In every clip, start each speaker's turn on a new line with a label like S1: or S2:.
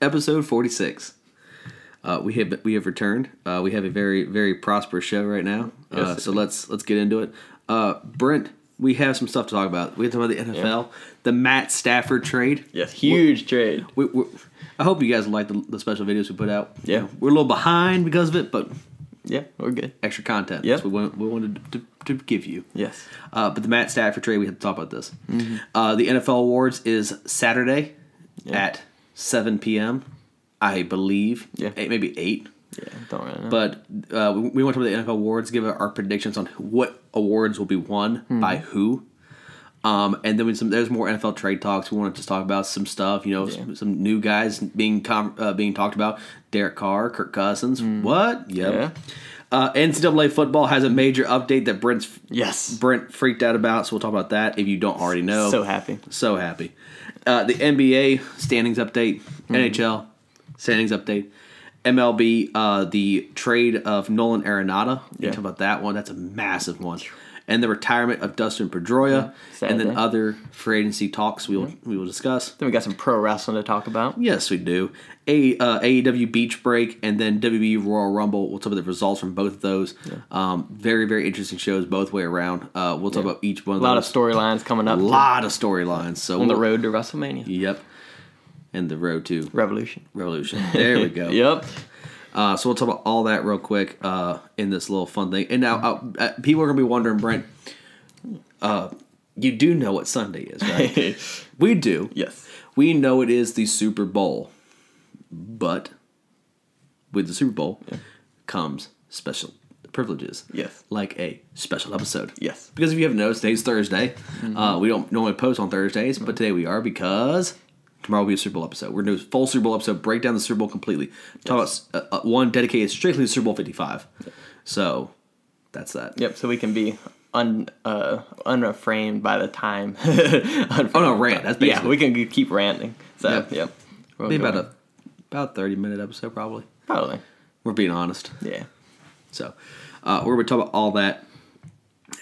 S1: episode 46. Uh, we have we have returned. Uh, we have a very very prosperous show right now. Uh,
S2: Yes.
S1: so let's let's get into it. Uh, Brent, we have some stuff to talk about. We have to talk about the NFL, the Matt Stafford trade.
S2: Yes, huge trade.
S1: We, we, I hope you guys like the, the special videos we put out.
S2: Yeah.
S1: we're a little behind because of it, but
S2: Yeah, we're good.
S1: extra content.
S2: Yeah.
S1: That's what we, want- we wanted to, to give you.
S2: Yes.
S1: Uh, but the Matt Stafford trade, we have to talk about this.
S2: Mm-hmm.
S1: Uh, the NFL Awards is Saturday
S2: Yeah.
S1: at 7 p.m., I believe.
S2: Yeah.
S1: Eight, maybe 8.
S2: Yeah, don't really know.
S1: But uh, we- we went to the NFL awards, give our predictions on what awards will be won
S2: Hmm.
S1: by who. Um, and then we some, there's more NFL trade talks. We want to just talk about some stuff, you know,
S2: Yeah.
S1: some, some new guys being com- uh, being talked about. Derek Carr, Kirk Cousins. What? Yep.
S2: Hmm. Yeah.
S1: Uh, NCAA football has a major update that Brent's
S2: yes,
S1: Brent freaked out about, so we'll talk about that if you don't already know.
S2: so happy.
S1: So happy. Uh, the NBA standings update,
S2: Mm-hmm.
S1: NHL standings update, MLB, uh, the trade of Nolan Arenado. We
S2: Yeah.
S1: talk about that one. That's a massive one. And the retirement of Dustin Pedroia,
S2: Yeah,
S1: and then
S2: Saturday.
S1: other free agency talks we will we will discuss.
S2: Then we got some pro wrestling to talk about.
S1: Yes, we do. A uh, AEW Beach Break and then WB Royal Rumble. We'll talk about the results from both of those. Um, very very interesting shows both way around. Uh, we'll talk about each one.
S2: A lot of
S1: those.
S2: storylines coming up.
S1: A lot of storylines. So
S2: on the
S1: we'll-
S2: road to WrestleMania.
S1: Yep. And the road to
S2: Revolution.
S1: revolution. There we go.
S2: Yep.
S1: Uh, so we'll talk about all that real quick uh, in this little fun thing. And now uh, uh, people are gonna be wondering, Brent. Uh, you do know what Sunday is, right? we do.
S2: yes.
S1: We know it is the Super Bowl, but with the Super Bowl comes special privileges.
S2: Yes.
S1: Like a special episode.
S2: Yes.
S1: Because if you haven't noticed, today's Thursday. Uh, we don't normally post on Thursdays, but today we are because tomorrow will be a Super Bowl episode. We're going to do a full Super Bowl episode, break down the Super Bowl completely. Talk about uh, uh, one dedicated strictly to Super Bowl 55. So that's that.
S2: Yep. So we can be un uh, unreframed by the time.
S1: Oh, no, rant. That's basically
S2: yeah, we can g- keep ranting. So
S1: Yep.
S2: yep. We'll
S1: be
S2: go
S1: about
S2: on.
S1: a about 30 minute episode, probably.
S2: probably.
S1: We're being honest.
S2: Yeah.
S1: So uh, we're gonna talk about all that.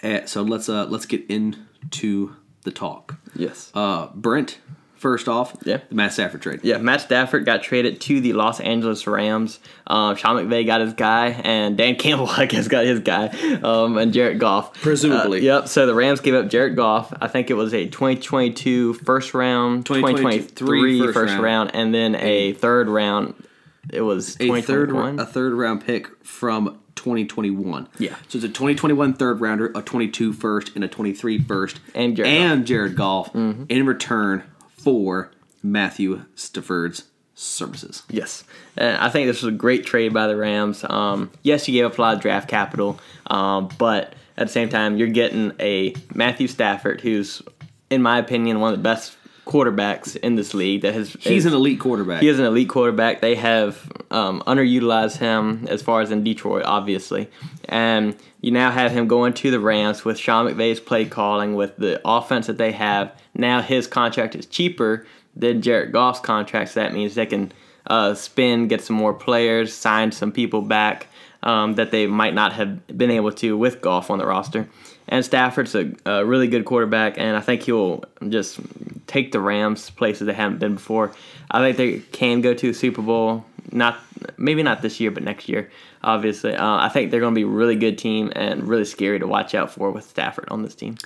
S1: Uh, so let's uh, let's get into the talk.
S2: Yes.
S1: Uh, Brent, first off,
S2: Yeah.
S1: the Matt Stafford trade.
S2: Yeah, Matt Stafford got traded to the Los Angeles Rams. Um, Sean McVay got his guy, and Dan Campbell, I guess, got his guy, um, and Jared Goff.
S1: Presumably.
S2: Uh, yep, so the Rams gave up Jared Goff. I think it was a 2022 first round,
S1: 2023
S2: 2023
S1: first
S2: first,
S1: round.
S2: round. and then a third round. It was
S1: A third,
S2: 2021.
S1: a third round pick from 2021.
S2: Yeah.
S1: So it's a 2021 third rounder, a 22 first, and a 23 first,
S2: And Jared Mm-hmm.
S1: Jared Goff in return for Matthew Stafford's services.
S2: Yes, and I think this was a great trade by the Rams. Um, yes, you gave up a lot of draft capital, um, but at the same time, you're getting a Matthew Stafford, who's, in my opinion, one of the best quarterbacks in this league. That has
S1: He's
S2: is-
S1: an elite quarterback.
S2: he is an elite quarterback. They have um, underutilized him as far as in Detroit, obviously, and you now have him going to the Rams with Sean McVay's play calling, with the offense that they have. Now his contract is cheaper than Jared Goff's contract, so that means they can uh, spend, get some more players, sign some people back um, that they might not have been able to with golf on the roster. And Stafford's a, a really good quarterback, and I think he'll just take the Rams places they haven't been before. I think they can go to the Super Bowl, not maybe not this year, but next year. Obviously, uh, I think they're going to be a really good team and really scary to watch out for with Stafford on this team.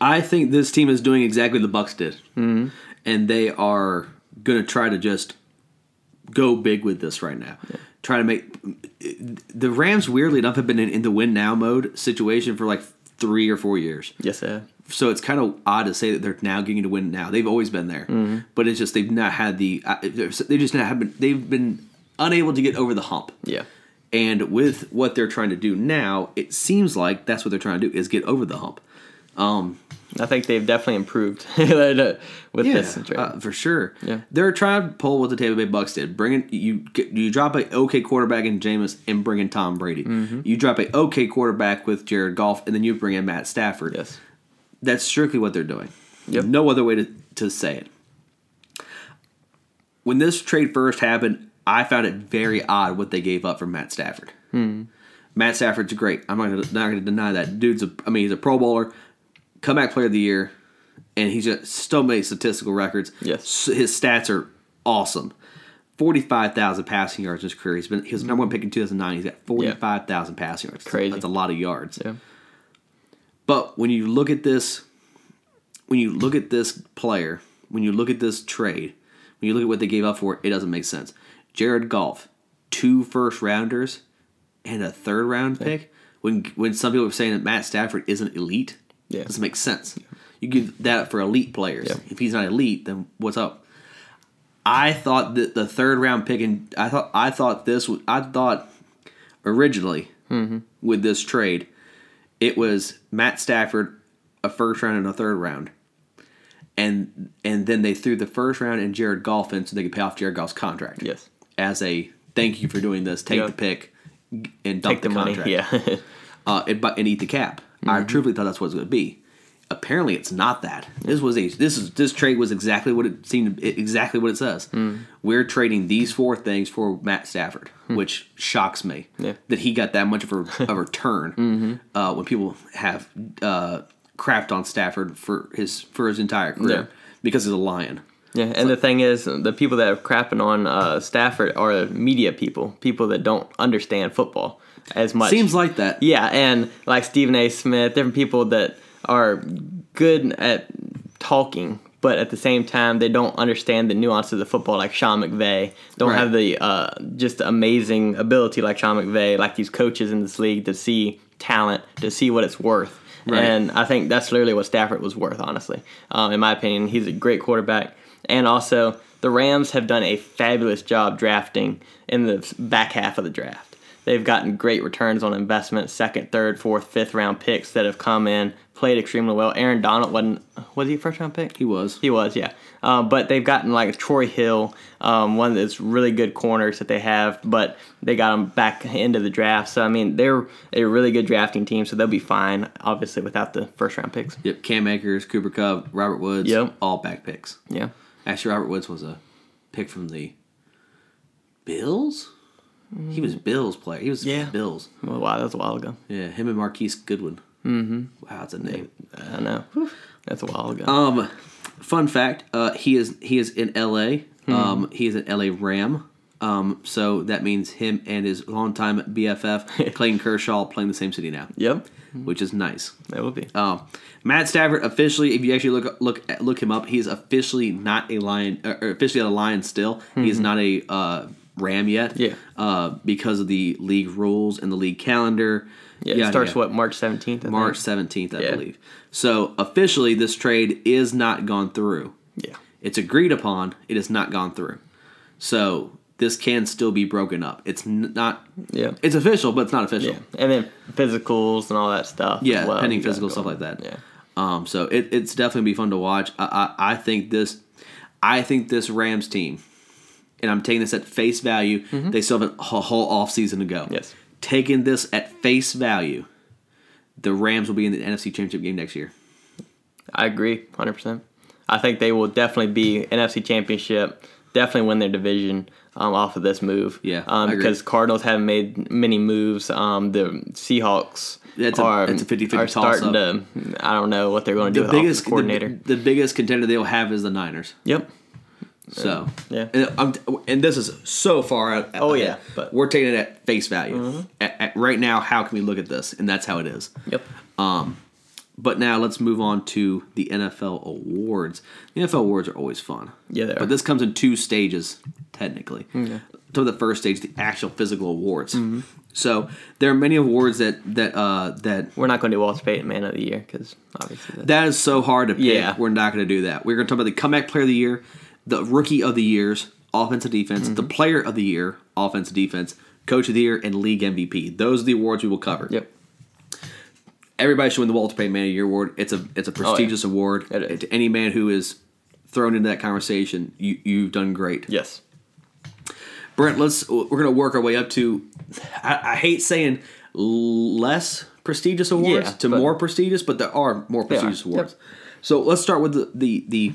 S1: I think this team is doing exactly what the Bucks did, mm-hmm. and they are going to try to just go big with this right now. Try to make the Rams. Weirdly enough, have been in, in the win now mode situation for like three or four years.
S2: Yes, sir.
S1: So it's kind of odd to say that they're now getting to win now. They've always been there, but it's just they've not had the. I- They just not have been. They've been unable to get over the hump.
S2: Yeah.
S1: And with what they're trying to do now, it seems like that's what they're trying to do is get over the hump.
S2: I think they've definitely improved with this. trade.
S1: uh, for sure.
S2: Yeah.
S1: they're trying to pull what the Tampa Bay Bucks did. Bringing you, get- you drop a okay quarterback in Jameis and bring in Tom Brady. You drop a okay quarterback with Jared Goff, and then you bring in Matt Stafford.
S2: yes.
S1: That's strictly what they're doing.
S2: Yep.
S1: No other way to, to say it. When this trade first happened, I found it very odd what they gave up for Matt Stafford.
S2: Hmm.
S1: Matt Stafford's great. I'm not gonna, not going to deny that. Dude's a, I mean, he's a Pro Bowler, comeback player of the year, and he's just so many statistical records.
S2: Yes.
S1: S- his stats are awesome. forty-five thousand passing yards in his career. He's been his number one pick in two thousand nine. He's got forty-five thousand passing yards.
S2: Crazy.
S1: That's a lot of yards.
S2: Yeah.
S1: But when you look at this, when you look at this player, when you look at this trade, when you look at what they gave up for it, it doesn't make sense. Jared Goff, two first rounders and a third round pick. When when some people were saying that Matt Stafford isn't elite,
S2: Yeah.
S1: doesn't make sense. You give that up for elite players.
S2: Yeah.
S1: If he's not elite, then what's up? I thought that the third round pick, and I thought I thought this. was- I thought originally with this trade, it was Matt Stafford, a first round and a third round, and and then they threw the first round and Jared Goff in so they could pay off Jared Goff's contract.
S2: Yes.
S1: as a thank you for doing this, take
S2: Yeah.
S1: the pick and dump
S2: Take
S1: the,
S2: the money.
S1: contract.
S2: Yeah.
S1: uh, and, bu- and eat the cap.
S2: Mm-hmm.
S1: I truthfully thought that's what it was going to be. Apparently, it's not that. This was a this is this trade was exactly what it seemed to- exactly what it says.
S2: Mm.
S1: We're trading these four things for Matt Stafford, which shocks me
S2: Hmm. Yeah. Mm-hmm.
S1: that he got that much of a, a return uh, when people have uh, crapped on Stafford for his for his entire career
S2: Yeah.
S1: because he's a lion.
S2: Yeah, and the thing is, the people that are crapping on uh, Stafford are media people, people that don't understand football as much.
S1: Seems like that.
S2: yeah, and like Stephen A. Smith, different people that are good at talking, but at the same time, they don't understand the nuances of football. Like Sean McVay, don't
S1: Right.
S2: have the uh, just amazing ability like Sean McVay, like these coaches in this league to see talent, to see what it's worth.
S1: Right.
S2: And I think that's literally what Stafford was worth, honestly. Um, in my opinion, he's a great quarterback. And also, the Rams have done a fabulous job drafting in the back half of the draft. They've gotten great returns on investment, second, third, fourth, fifth round picks that have come in, played extremely well. Aaron Donald wasn't, was he a first round pick?
S1: He was.
S2: He was, yeah. Um, but they've gotten like Troy Hill, um, one that's really good corners that they have, but they got him back into the draft. So, I mean, they're a really good drafting team, so they'll be fine, obviously, without the first round picks.
S1: Yep, Cam Akers, Cooper Cup, Robert Woods,
S2: Yep.
S1: all back picks.
S2: Yeah.
S1: Actually, Robert Woods was a pick from the Bills. He was Bills player. He was
S2: Yeah.
S1: Bills.
S2: Well, wow, that was a while ago.
S1: Yeah, him and Marquise Goodwin. Mm-hmm. Wow, that's a name.
S2: I know. That's a while ago.
S1: Um, fun fact: uh, he is he is in L.A. Um, he is an L.A. Ram. Um, so that means him and his longtime BFF Clayton Kershaw playing the same city now,
S2: yep.
S1: which is nice.
S2: That will be.
S1: Um, Matt Stafford officially, if you actually look look look him up, he's officially not a lion, or or officially a lion still. He's not a uh, ram yet,
S2: Mm-hmm. Yeah.
S1: uh, because of the league rules and the league calendar.
S2: yeah, it
S1: yada,
S2: starts,
S1: yada.
S2: what, March 17th? I
S1: March seventeenth, I
S2: Yeah.
S1: believe. So officially, this trade is not gone through.
S2: Think? Yeah.
S1: It's agreed upon. It is not gone through. So this can still be broken up. It's n- not.
S2: Yeah.
S1: It's official, but it's not official.
S2: Yeah. And then physicals and all that stuff. as
S1: Yeah,
S2: well.
S1: pending
S2: You gotta
S1: physical
S2: go
S1: stuff
S2: on.
S1: like that.
S2: Yeah.
S1: Um, so it, it's definitely be fun to watch. I, I I think this, I think this Rams team, and I'm taking this at face value. They still have a wh- whole off season to go.
S2: Mm-hmm. Yes.
S1: Taking this at face value, the Rams will be in the NFC Championship game next year.
S2: I agree, hundred percent. I think they will definitely be NFC Championship. Definitely win their division um, off of this move.
S1: Yeah, I
S2: um,
S1: agree.
S2: because Cardinals haven't made many moves. Um, the Seahawks
S1: That's a-
S2: are,
S1: that's a 50-50
S2: are
S1: toss-up.
S2: starting to. I don't know what they're going to do.
S1: The
S2: with
S1: biggest
S2: biggest coordinator.
S1: The, the biggest contender they'll have is the Niners.
S2: yep.
S1: So
S2: Uh, Yeah.
S1: and, I'm, and this is so far out.
S2: Oh, yeah, but- Mm-hmm.
S1: we're taking it at face value. At, at right now, how can we look at this? And that's how it is.
S2: Yep.
S1: But now let's move on to the NFL awards. The NFL awards are always fun.
S2: Yeah, they are. Mm,
S1: But this comes in two stages, technically. So the first stage, the actual physical awards.
S2: Mm-hmm.
S1: So there are many awards that that uh, that
S2: We're not going to do Walter Payton Man of the Year because obviously that's
S1: that is so hard to pick.
S2: Yeah.
S1: We're not going to do that. We're going to talk about the comeback player of the year, the rookie of the years, offense and defense, the
S2: Mm-hmm.
S1: player of the year, offense and defense, coach of the year, and league MVP. Those are the awards we will cover.
S2: yep.
S1: Everybody should win the Walter Payton Man of the Year award. It's a it's a prestigious award.
S2: Oh, It is.
S1: To any man who is thrown into that conversation, you you've done great.
S2: Yes.
S1: Brent, let's we're going to work our way up to. I, I hate saying less prestigious awards
S2: Yeah,
S1: to
S2: but-
S1: more prestigious, but there are more
S2: are,
S1: prestigious
S2: yep.
S1: awards. So let's start with the, the the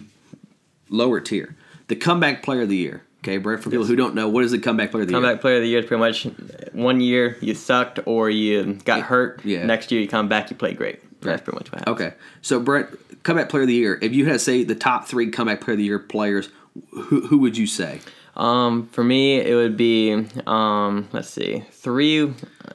S1: lower tier, the comeback player of the year. Okay, Brent. For people who don't know, what is the comeback player of the year?
S2: Comeback player of the year is pretty much one year you sucked or you got hurt.
S1: Yeah.
S2: Next year you come back, you play great. That's pretty much what happens.
S1: Okay, so Brent, comeback player of the year. If you had to say the top three comeback player of the year players, who, who would you say?
S2: Um, for me, it would be um, let's see, three.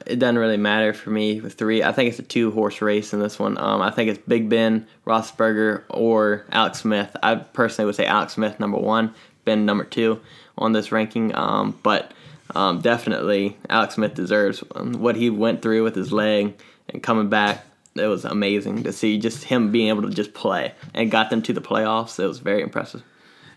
S2: It doesn't really matter for me with three. I think it's a two horse race in this one. Um, I think it's Big Ben, Roethlisberger, or Alex Smith. I personally would say Alex Smith number one, Ben number two on this ranking. Um, but um, definitely Alex Smith deserves um, what he went through with his leg and coming back. It was amazing to see just him being able to just play and got them to the playoffs. It was very impressive.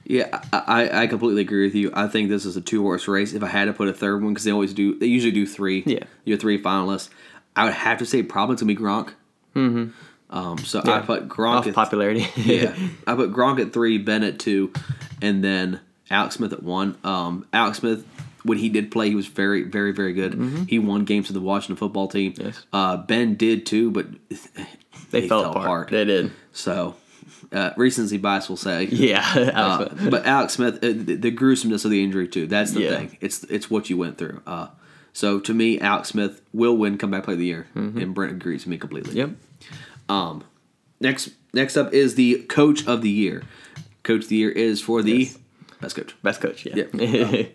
S1: Yeah, I, I I completely agree with you. I think this is a two horse race. If I had to put a third one, because they always do, they usually do three.
S2: Yeah.
S1: your three finalists. I would have to say probably it's gonna be Gronk. Mm-hmm. Um, so I put Gronk.
S2: Off
S1: At,
S2: popularity.
S1: yeah, I put Gronk at three, Ben at two, and then Alex Smith at one. Um, Alex Smith, when he did play, he was very, very, very good. He won games for the Washington football team.
S2: Mm-hmm. Yes.
S1: Uh, ben did too, but
S2: they, fell, apart. They did.
S1: So uh, recency bias will say.
S2: Yeah.
S1: Uh,
S2: absolutely.
S1: but Alex Smith, uh, the, the gruesomeness of the injury too. That's the
S2: Yeah.
S1: thing. It's it's what you went through. Uh, so to me, Alex Smith will win comeback player of the year, and Brent agrees with me completely.
S2: Mm-hmm. yep.
S1: Next next up is the coach of the year. Coach of the year is for the
S2: Yes.
S1: best coach.
S2: Best coach. Yeah.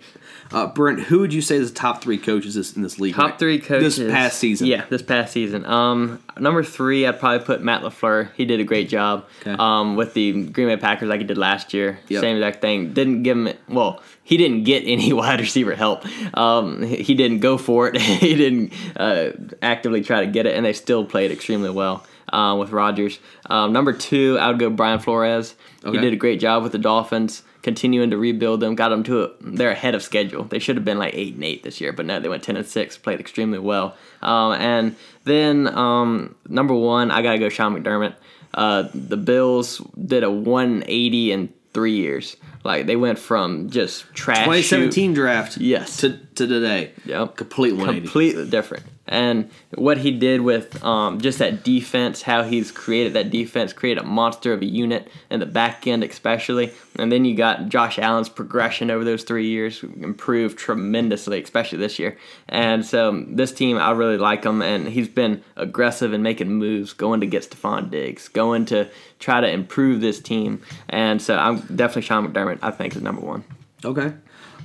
S1: Uh, Brent, who would you say is the top three coaches this, in this league?
S2: Top
S1: right-
S2: three coaches
S1: this past season.
S2: Yeah, this past season. Um, number three, I'd probably put Matt Lafleur. He did a great job.
S1: Okay.
S2: Um, with the Green Bay Packers, like he did last year.
S1: Yep.
S2: Same exact thing. Didn't give him. Well, he didn't get any wide receiver help. Um, he he didn't go for it. he didn't uh, actively try to get it, and they still played extremely well. Uh, with Rodgers. Um, number two, I would go Brian Flores.
S1: Okay.
S2: He did a great job with the Dolphins, continuing to rebuild them. Got them to a, they're ahead of schedule. They should have been like eight and eight this year, but no, they went ten and six. Played extremely well. Um, and then um, number one, I gotta go Sean McDermott. Uh, the Bills did a one eighty in three years. Like they went from just trash.
S1: 2017 draft.
S2: Yes.
S1: To, to today.
S2: Yep.
S1: Complete 180.
S2: completely different. And what he did with um, just that defense, how he's created that defense, created a monster of a unit in the back end, especially. And then you got Josh Allen's progression over those three years improved tremendously, especially this year. And so um, this team, I really like him, and he's been aggressive in making moves, going to get Stephon Diggs, going to try to improve this team. And so I'm definitely Sean McDermott. I think is number one.
S1: Okay.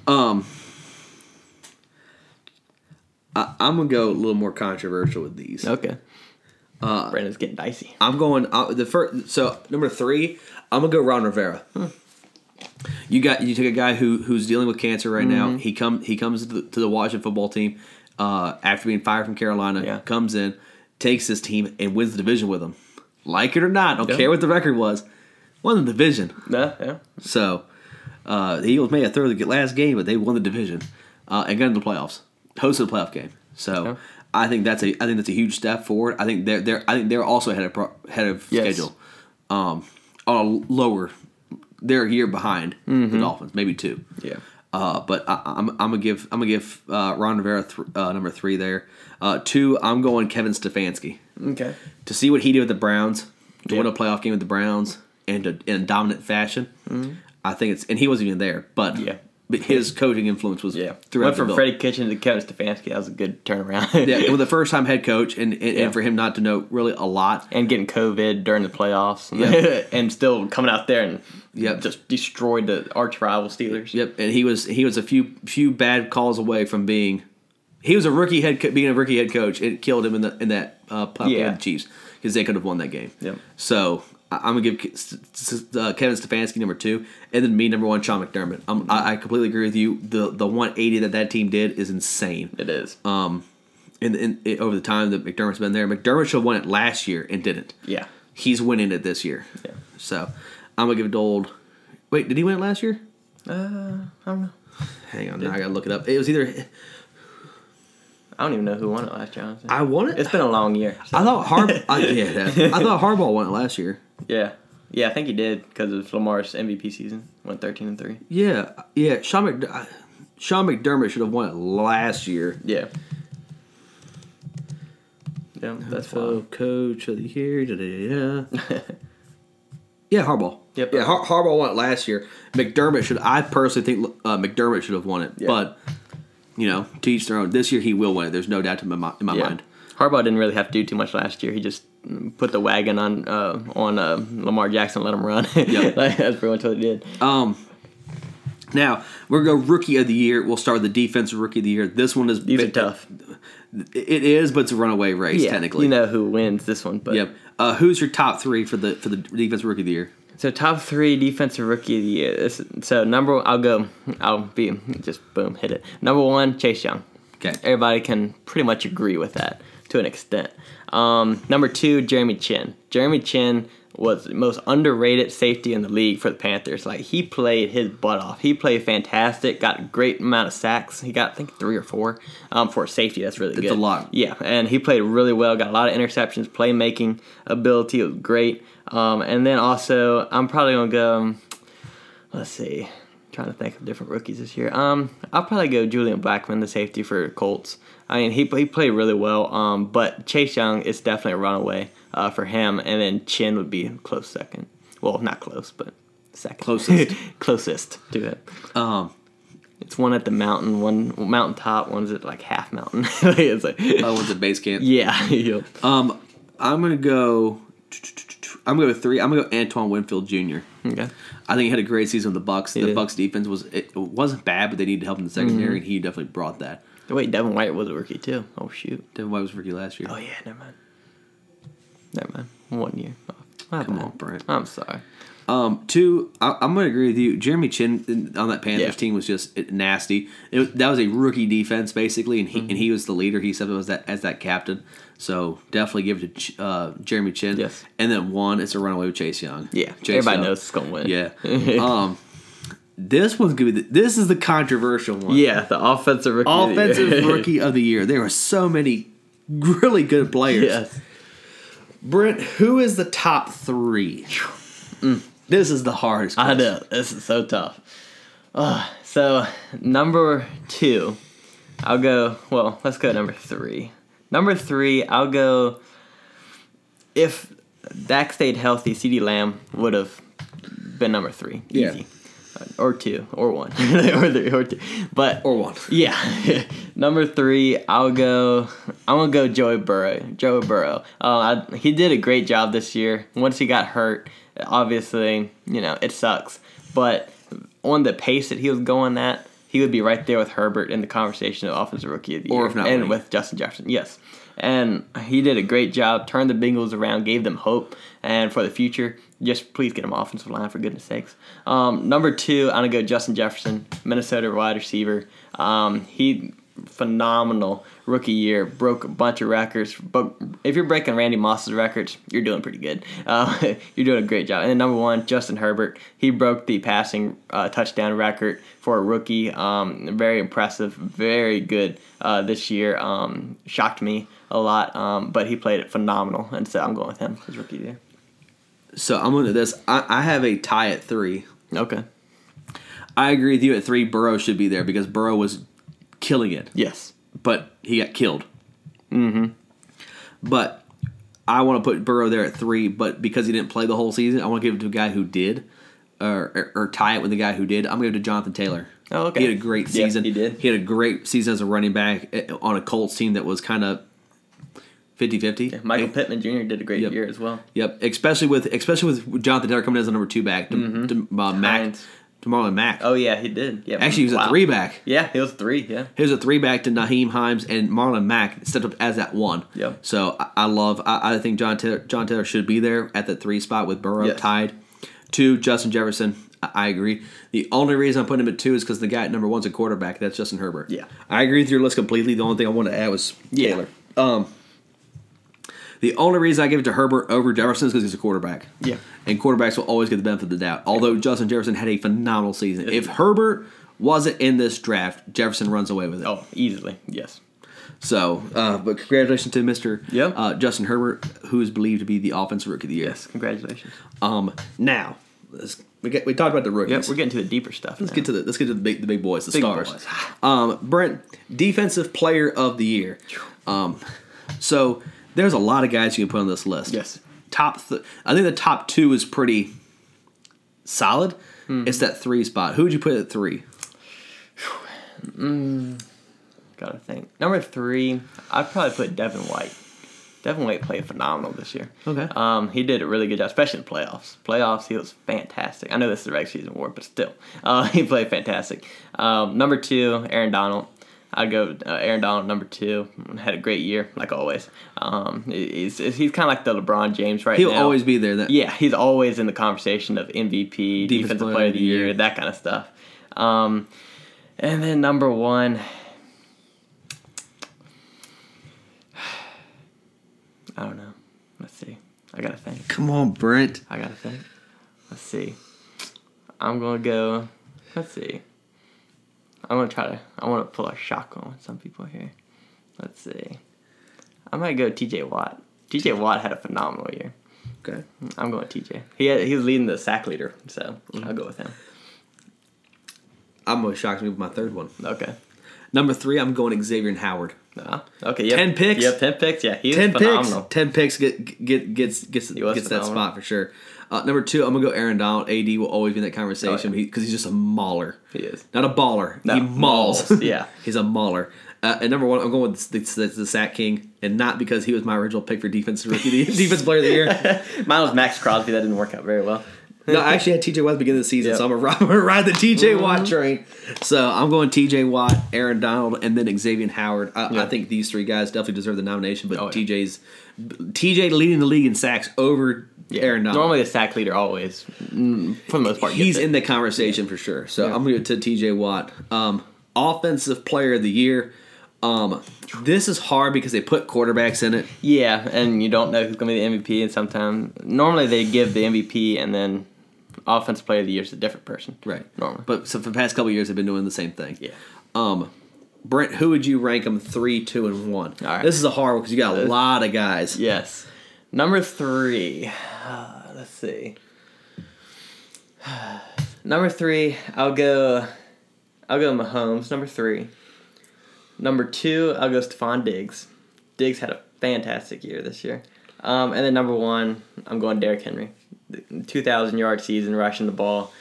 S1: Um I, I'm gonna go a little more controversial with these.
S2: Okay. Uh, Brandon's getting dicey.
S1: I'm going uh, the first. So number three, I'm gonna go Ron Rivera. You got you took a guy who who's dealing with cancer right
S2: Mm-hmm.
S1: now. He come he comes to the, to the Washington football team uh, after being fired from Carolina.
S2: Yeah.
S1: Comes in, takes his team and wins the division with them. Like it or not, don't
S2: Yeah.
S1: care what the record was. Won the division.
S2: No, yeah.
S1: So uh, the Eagles made a third of the last game, but they won the division uh, and got into the playoffs, hosted a playoff game. So
S2: Yeah.
S1: I think that's a I think that's a huge step forward. I think they're they're I think they're also ahead of pro, ahead of
S2: Yes.
S1: schedule, um, on a lower. They're a year behind the Dolphins, maybe two.
S2: Mm-hmm. Yeah.
S1: Uh, but I, I'm, I'm gonna give I'm gonna give uh, Ron Rivera th- uh, number three there. Uh, two, I'm going Kevin Stefanski
S2: Okay.
S1: to see what he did with the Browns, to
S2: Yeah.
S1: win a playoff game with the Browns, and to, in a dominant fashion. I think it's and he wasn't even there, but
S2: Mm-hmm. Yeah.
S1: but his coaching influence was
S2: Yeah.
S1: throughout
S2: Went
S1: the
S2: from
S1: build.
S2: Freddie Kitchen to Kevin Stefanski. That was a good turnaround.
S1: Yeah, well, the first time head coach, and and,
S2: Yeah.
S1: and for him not to know really a lot.
S2: and getting COVID during the playoffs. And,
S1: Yeah.
S2: and still coming out there and
S1: Yep.
S2: just destroyed the arch rival Steelers.
S1: Yep, and he was he was a few few bad calls away from being. He was a rookie head co- being a rookie head coach. It killed him in the in that uh, pop
S2: Yeah.
S1: the Chiefs because they could have won that game.
S2: Yep.
S1: So I, I'm gonna give Ke- S- S- uh, Kevin Stefanski number two, and then me number one, Sean McDermott. Um, I, I completely agree with you. The the 180 that that team did is insane.
S2: It is.
S1: Uh, And in, in, over the time that McDermott's been there, McDermott should have won it last year and didn't.
S2: yeah.
S1: He's winning it this year.
S2: Yeah.
S1: So I'm gonna give it old. Wait, did he win it last year?
S2: Uh, I don't know.
S1: Hang on, now I gotta look it up. It was either
S2: I don't even know who won it last year. honestly.
S1: I won it.
S2: it's been a long year. so-
S1: I thought Har. I, yeah, that- I thought Harbaugh won it last year.
S2: yeah. Yeah, I think he did because of Lamar's MVP season. Went 13 and 3.
S1: Yeah, yeah. Sean, McD- I- Sean McDermott should have won it last year.
S2: Yeah. Yeah, that's
S1: So
S2: fine.
S1: coach of the year. da, da, da, da. yeah, Harbaugh.
S2: Yep.
S1: Yeah, Har- Harbaugh won it last year. McDermott should. I personally think uh, McDermott should have won it,
S2: Yeah.
S1: but you know, to each their own. This year he will win it. There's no doubt in my, mi- in my
S2: Yeah.
S1: mind.
S2: Harbaugh didn't really have to do too much last year. He just put the wagon on uh, on uh, Lamar Jackson, let him run.
S1: Yep.
S2: Like, that's pretty much what he did.
S1: Um, Now we're gonna go rookie of the year. We'll start with the defensive rookie of the year. This one is
S2: These are tough.
S1: It is, but it's a runaway race
S2: Yeah,
S1: technically.
S2: you know who wins this one. But
S1: Yep. Uh, who's your top three for the for the defensive rookie of the year?
S2: So top three defensive rookie of the year. This, so number one, I'll go. I'll be just boom hit it. Number one, Chase Young.
S1: Okay.
S2: Everybody can pretty much agree with that to an extent. Um, number two, Jeremy Chin. Jeremy Chin was the most underrated safety in the league for the Panthers. Like he played his butt off. He played fantastic. Got a great amount of sacks. He got I think three or four um, for a safety. That's really good.
S1: a lot.
S2: Yeah, and he played really well. Got a lot of interceptions. Playmaking ability was great. Um, and then also, I'm probably gonna go. um, Let's see. trying to think of different rookies this year. Um, I'll probably go Julian Blackman, the safety for Colts. I mean, he he played really well. Um, but Chase Young is definitely a runaway uh, for him, and then Chin would be close second. Well, not close, but second.
S1: Closest.
S2: closest to it.
S1: Um,
S2: It's one at the mountain, one mountain top, one's at like half mountain. Like, it's like,
S1: I went to oh, base camp.
S2: yeah, yep.
S1: Um, I'm gonna go. I'm gonna go three. I'm gonna go Antoine Winfield Jr.
S2: Okay.
S1: I think he had a great season with the Bucks. The
S2: did.
S1: Bucks defense was it wasn't bad, but they needed help in the secondary,
S2: Mm-hmm.
S1: and he definitely brought that.
S2: Wait, Devin White was a rookie too. Oh shoot.
S1: Devin White was rookie last year.
S2: Oh yeah, never mind. Never mind. One year. Oh, my
S1: Come
S2: bad.
S1: on, Brent.
S2: I'm sorry.
S1: Um, two, I, I'm gonna agree with you. Jeremy Chin in- on that Panthers
S2: Yeah.
S1: team was just nasty. It, was- that was a rookie defense basically, and he
S2: Mm-hmm.
S1: and he was the leader. He stepped up as that as that captain. So definitely give it to Ch- uh, Jeremy Chin.
S2: Yes.
S1: And then one, it's a runaway with Chase Young.
S2: Yeah,
S1: Chase
S2: everybody
S1: Young.
S2: knows it's gonna win.
S1: Yeah. um, this one's gonna be the, this is the controversial one.
S2: yeah. The offensive rookie. of the year.
S1: Offensive rookie of the year. There were so many really good players.
S2: yes.
S1: Brent, who is the top three? Mm. This is the hardest.
S2: I
S1: question.
S2: know this is so tough. Ugh, so number two, I'll go. Well, let's go number three. Number three, I'll go. If Dak stayed healthy, C.D. Lamb would have been number three,
S1: Yeah.
S2: easy, or two, or one, or three, or two. But
S1: Or one.
S2: Yeah. Number three, I'll go. I'm gonna go Joey Burrow. Joey Burrow. Uh, I, he did a great job this year. Once he got hurt, obviously, you know it sucks. But on the pace that he was going at, he would be right there with Herbert in the conversation of offensive rookie of the year,
S1: Or if not
S2: and
S1: winning.
S2: with Justin Jefferson. Yes. And he did a great job, turned the Bengals around, gave them hope, and for the future, just please get him offensive line for goodness sakes. Um, number two, I'm gonna go Justin Jefferson, Minnesota wide receiver. Um, he phenomenal rookie year, broke a bunch of records. But if you're breaking Randy Moss's records, you're doing pretty good. Uh, you're doing a great job. And then number one, Justin Herbert, he broke the passing uh, touchdown record for a rookie. Um, very impressive, very good uh, this year. Um, shocked me a lot, um, but he played it phenomenal, and so I'm going with him as rookie there.
S1: So I'm gonna do this. I, I have a tie at three.
S2: Okay.
S1: I agree with you at three. Burrow should be there because Burrow was killing it,
S2: Yes.
S1: but he got killed. Mm-hmm. But I want to put Burrow there at three, but because he didn't play the whole season, I want to give it to a guy who did, or, or, or tie it with the guy who did. I'm going to give it to Jonathan Taylor.
S2: Oh, okay.
S1: He had a great
S2: Yeah,
S1: season.
S2: he did.
S1: He had a great season as a running back eh, on a Colts team that was kind of 50-50.
S2: Michael Pittman Jr. did a great
S1: Yep.
S2: year as well.
S1: Yep, especially with especially with Jonathan Taylor coming in as a number two back to, to uh, Mac,
S2: Hines.
S1: to Marlon Mack.
S2: Mm-hmm. Oh yeah, he did. Yeah.
S1: Actually, he was
S2: Wow.
S1: a three back.
S2: Yeah, he was three. Yeah.
S1: He was a three back to Naheem Himes and Marlon Mack stepped up as that one.
S2: Yep.
S1: So I, I love. I, I think John Taylor, John Taylor should be there at the three spot with Burrow
S2: Yes.
S1: tied. Two, Justin Jefferson. I, I agree. The only reason I'm putting him at two is because the guy at number one's a quarterback. That's Justin Herbert.
S2: Yeah.
S1: I agree with your list completely. The only thing I want to add was
S2: Yeah.
S1: Taylor. Um, the only reason I give it to Herbert over Jefferson is because he's a quarterback.
S2: Yeah.
S1: And quarterbacks will always get the benefit of the doubt. Although Justin Jefferson had a phenomenal season. If Herbert wasn't in this draft, Jefferson runs away with it.
S2: Oh, easily. Yes.
S1: So, uh, but congratulations to Mr.
S2: Yep.
S1: Uh, Justin Herbert, who is believed to be the offensive rookie of the year.
S2: Yes. Congratulations.
S1: Um, now, let's, we, get, we talked about the
S2: Yep,
S1: rookies.
S2: we're getting to the deeper stuff.
S1: let's get to the let's get to the big, the big boys, the
S2: Big
S1: stars.
S2: boys.
S1: Um, Brent, defensive player of the year. Um, so there's a lot of guys you can put on this list.
S2: Yes.
S1: Top, th- I think the top two is pretty solid. It's that three spot. Who would you put at three?
S2: gotta think. Number three, I'd probably put Devin White. Devin Wade played phenomenal this year.
S1: Okay.
S2: Um, he did a really good job, especially in the playoffs. Playoffs, he was fantastic. I know this is a regular season award, but still, uh, he played fantastic. Um, number two, Aaron Donald. I'd go uh, Aaron Donald number two. Had a great year, like always. Um, he's he's kind of like the LeBron James right
S1: He'll
S2: now.
S1: always be there. That
S2: Yeah, he's always in the conversation of MVP, Defensive Player, of the Year, that kind of stuff. Um, and then number one, I don't know. Let's see. I gotta think.
S1: Come on, Brent.
S2: I gotta think. Let's see. I'm gonna go. Let's see. I'm gonna try to. I want to pull a shotgun with some people here. Let's see. I might go T.J. Watt. T.J. Watt had a phenomenal year.
S1: Okay.
S2: I'm going TJ. He had, he was leading the sack leader, so I'll go with him.
S1: I'm going to shock me with my third one.
S2: Okay.
S1: Number three, I'm going Xavier and Howard.
S2: Uh, okay. Yep.
S1: 10 picks?
S2: Yep. Ten picks. Yeah, he was
S1: Ten
S2: phenomenal.
S1: picks. Ten picks get, get gets gets
S2: was
S1: gets that
S2: phenomenal.
S1: spot for sure. Uh, number two, I'm gonna go Aaron Donald. AD will always be in that conversation
S2: Oh,
S1: because he's just a mauler.
S2: He is.
S1: not a baller.
S2: No,
S1: he mauls.
S2: mauls, yeah.
S1: he's a mauler. Uh, and number one, I'm going with the, the, the sack king, and not because he was my original pick for defense rookie of the- defense player of the year.
S2: Mine was Max Crosby. That didn't work out very well.
S1: No, I actually had TJ Watt at the beginning of the season,
S2: Yep.
S1: so I'm gonna, I'm gonna ride the
S2: Mm-hmm.
S1: TJ Watt train. So I'm going TJ Watt, Aaron Donald, and then Xavier Howard. I, I
S2: Yeah.
S1: think these three guys definitely deserve the nomination, but
S2: Oh, yeah.
S1: TJ's TJ leading the league in sacks over Aaron Donald.
S2: Normally the sack leader always, mm, for the most part,
S1: he's
S2: gets it.
S1: in the conversation for sure. So I'm going to TJ Watt, um, offensive player of the year. Um, this is hard because they put quarterbacks in it.
S2: Yeah, and you don't know who's going to be the MVP. And sometimes, normally they give the MVP and then offensive player of the year is a different person. Normally.
S1: But so for the past couple of years, they've been doing the same thing.
S2: yeah.
S1: Um, Brent, who would you rank them three, two, and one?
S2: All right.
S1: This is a hard one because you got a lot of guys.
S2: Yes. Number three. Uh, let's see. Number three, I'll go. I'll go Mahomes. Number three. Number two, I'll go Stephon Diggs. Diggs had a fantastic year this year. Um, and then number one, I'm going Derrick Henry. Two thousand yard season rushing the ball,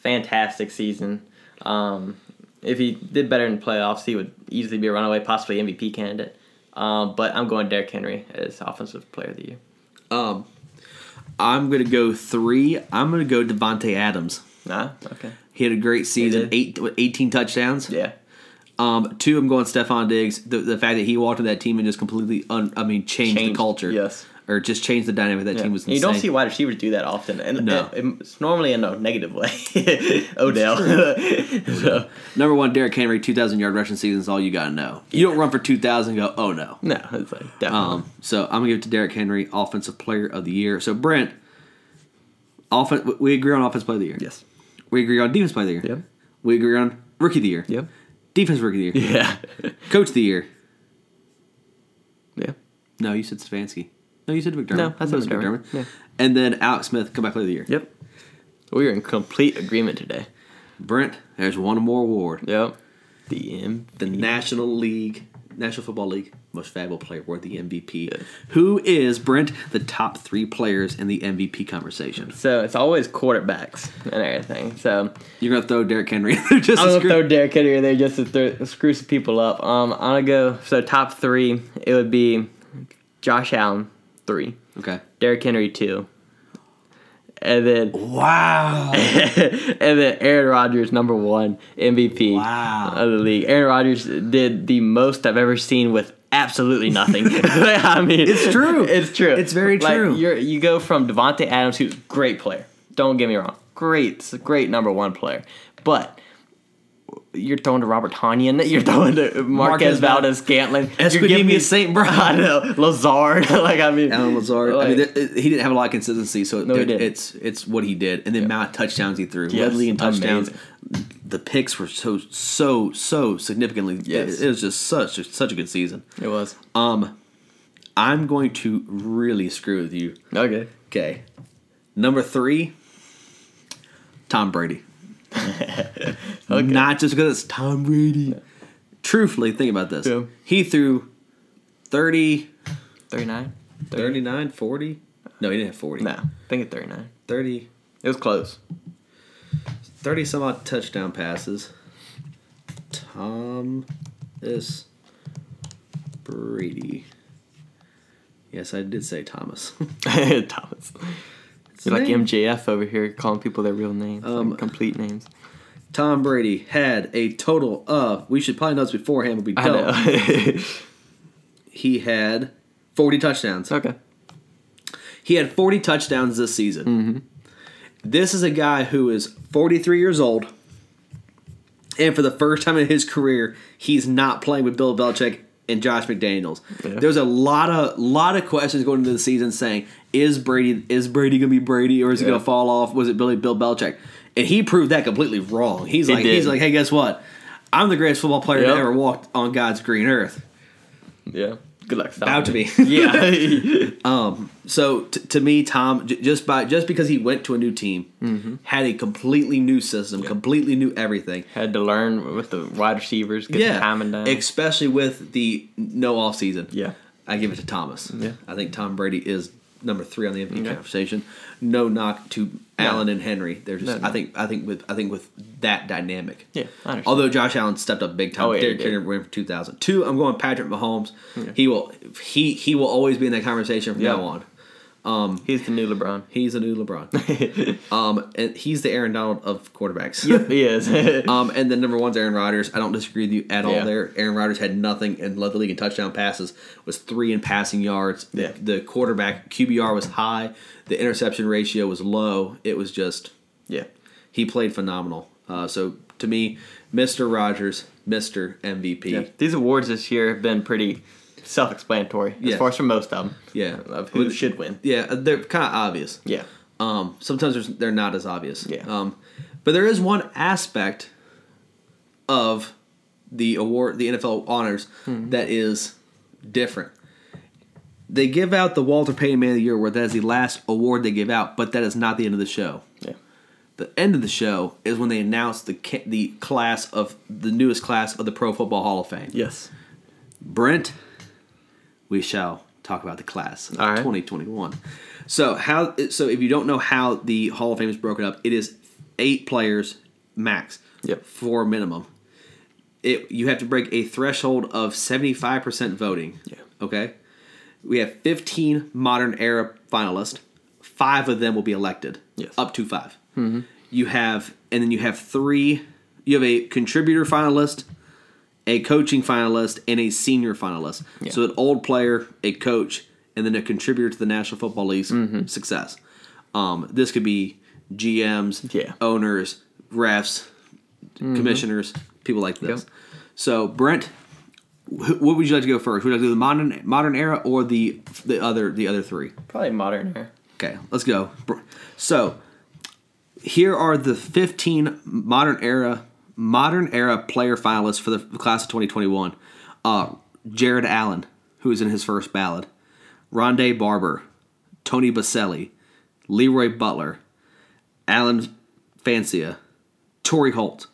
S2: fantastic season. Um, if he did better in the playoffs, he would easily be a runaway, possibly MVP candidate. Um, but I'm going Derrick Henry as offensive player of the year.
S1: Um, I'm going to go three. I'm going to go Devonte Adams.
S2: Nah, okay,
S1: He had a great season,
S2: did.
S1: eight, 18 touchdowns.
S2: yeah,
S1: Um, two, I'm going Stefan Diggs. The, the fact that he walked in that team and just completely, un, I mean, changed, the
S2: Changed,
S1: culture.
S2: yes.
S1: Or just changed the dynamic of that
S2: yeah.
S1: team was
S2: And
S1: insane.
S2: you don't see wide receivers do that often, and
S1: No.
S2: and it's normally in a negative way. Odell, so,
S1: Number one, Derrick Henry, 2,000 yard rushing season is all you got to know. You don't run for 2,000 and go, oh no.
S2: no, it's like definitely.
S1: Um, so I'm going to give it to Derrick Henry, Offensive Player of the Year. So, Brent, offen- we agree on Offensive Player of the Year.
S2: yes,
S1: We agree on Defense Player of the Year.
S2: Yep.
S1: We agree on Rookie of the Year.
S2: yep,
S1: Defense Rookie of the Year.
S2: yeah,
S1: Coach of the Year.
S2: yeah.
S1: No, you said Stefanski. No, you said McDermott.
S2: No, I
S1: That
S2: said
S1: was
S2: McDermott. Yeah.
S1: And then Alex Smith, Comeback Player of the Year.
S2: Yep. We are in complete agreement today.
S1: Brent, there's one more award.
S2: Yep. The M.
S1: The National League, National Football League Most Valuable Player Award, the MVP.
S2: Yes.
S1: Who is Brent the top three players in the MVP conversation?
S2: So it's always quarterbacks and everything. So
S1: You're gonna throw Derrick Henry. in there just
S2: I'm
S1: to
S2: gonna
S1: screw-
S2: throw Derrick Henry in there just to throw, screw some people up. Um, I'm gonna go so top three. It would be Josh Allen three,
S1: Okay.
S2: Derrick Henry two, and then
S1: Wow.
S2: and then Aaron Rodgers, number one MVP
S1: Wow.
S2: of the league. Aaron Rodgers did the most I've ever seen with absolutely nothing. I mean,
S1: It's true.
S2: It's true.
S1: It's very
S2: Like,
S1: true.
S2: You're, you go from Devonte Adams, who's a great player. Don't get me wrong, great, great number one player, but. You're throwing to Robert Tanyan. You're throwing to
S1: Marquez
S2: Marquez
S1: Val-
S2: Valdez Scantling.
S1: Esquidemius St. Brown.
S2: I know Lazard. like I mean,
S1: Alan Lazard. I
S2: like-
S1: mean, th- it- he didn't have a lot of consistency, so
S2: he
S1: it-
S2: didn't.
S1: it's it's what he did. And the amount of touchdowns he threw,
S2: Yes,
S1: led the league in touchdowns.
S2: amazing.
S1: The picks were so so so significantly.
S2: Yes.
S1: It, it was just such such a good season.
S2: it was
S1: Um, I'm going to really screw with you.
S2: okay.
S1: Okay. Number three, Tom Brady. Not just because it's Tom Brady. Truthfully, think about this.
S2: Yeah.
S1: He threw 30,
S2: Thirty nine.
S1: 39, 40. No, he didn't have 40.
S2: No, I think it's thirty nine.
S1: 30,
S2: It was close.
S1: 30 some odd touchdown passes. Tom is Brady. Yes, I did say Thomas.
S2: Thomas. You're like
S1: name.
S2: MJF over here calling people their real names, like
S1: Um,
S2: complete names.
S1: Tom Brady had a total of. We should probably know this beforehand, but we
S2: I
S1: don't.
S2: know.
S1: He had 40 touchdowns.
S2: okay.
S1: He had 40 touchdowns this season. This is a guy who is 43 years old, and for the first time in his career, he's not playing with Bill Belichick and Josh McDaniels.
S2: Yeah.
S1: There's a lot of lot of questions going into the season saying, is Brady is Brady going to be Brady or is he
S2: Yeah.
S1: going to fall off? Was it Billy Bill Belichick? And he proved that completely wrong. He's
S2: He
S1: like he's
S2: did.
S1: like, hey, guess what? I'm the greatest football player
S2: Yep.
S1: that ever walked on God's green earth.
S2: Yeah. Good luck. stopping
S1: Bow to me.
S2: it. yeah.
S1: So t- to me, Tom, j- just by just because he went to a new team,
S2: Mm-hmm.
S1: had a completely new system, completely new everything.
S2: Had to learn with the wide receivers, get the time and down.
S1: especially with the no off season.
S2: yeah.
S1: I give it to Thomas.
S2: Yeah.
S1: I think Tom Brady is number three on the MVP
S2: Okay.
S1: conversation. No knock to Allen and Henry. They're just.
S2: No, no.
S1: I think. I think with. I think with that dynamic.
S2: Yeah. I understand.
S1: Although Josh Allen stepped up big time,
S2: Oh, yeah, he
S1: Derrick
S2: did.
S1: Henry ran for two thousand two. I'm going Patrick Mahomes. He will. He he will always be in that conversation from
S2: Yeah.
S1: now on.
S2: He's the new LeBron.
S1: He's a new LeBron. um, and he's the Aaron Donald of quarterbacks.
S2: Yep, he is.
S1: Um, and then number one's Aaron Rodgers. I don't disagree with you at all
S2: Yeah.
S1: there. Aaron Rodgers had nothing and led the league in touchdown passes. Was three in passing yards. The-
S2: Yeah.
S1: The, quarterback QBR was high. The interception ratio was low. It was just
S2: yeah.
S1: he played phenomenal. Uh, so to me, Mister Rodgers, Mister MVP.
S2: yeah. These awards this year have been pretty self explanatory as
S1: Yes.
S2: far as for most of them.
S1: Yeah.
S2: Of who should win.
S1: Yeah, they're kind of obvious.
S2: Yeah.
S1: Um, sometimes there's, they're not as obvious.
S2: Yeah.
S1: Um, but there is one aspect of the award, the NFL honors, that is different. They give out the Walter Payton Man of the Year Award. That is the last award they give out, but that is not the end of the show.
S2: Yeah.
S1: The end of the show is when they announce the ca- the class of the newest class of the Pro Football Hall of Fame.
S2: Yes.
S1: Brent, we shall talk about the class of
S2: All right.
S1: 2021. So how? So if you don't know how the Hall of Fame is broken up, it is eight players max.
S2: Yep.
S1: Four minimum. It you have to break a threshold of 75 percent voting.
S2: Yeah.
S1: Okay. We have 15 modern era finalists. Five of them will be elected.
S2: Yes. Mm-hmm.
S1: Up to 5 You have, and then you have three. You have a contributor finalist, a coaching finalist, and a senior finalist.
S2: Yeah.
S1: So an old player, a coach, and then a contributor to the National Football League's
S2: Mm-hmm.
S1: success. Um, this could be GMs,
S2: Yeah. Mm-hmm.
S1: owners, refs, commissioners, people like this.
S2: Yep.
S1: So Brent, wh- what would you like to go first? Would you like to do the modern modern era or the the other the other three?
S2: Probably modern era.
S1: Okay, let's go. Br- So here are the 15 modern era modern era player finalists for the class of 2021. Uh, Jared Allen, who is in his first ballot. Rondé Barber, Tony Baselli, Leroy Butler, Alan Fancia, Torrey Holt,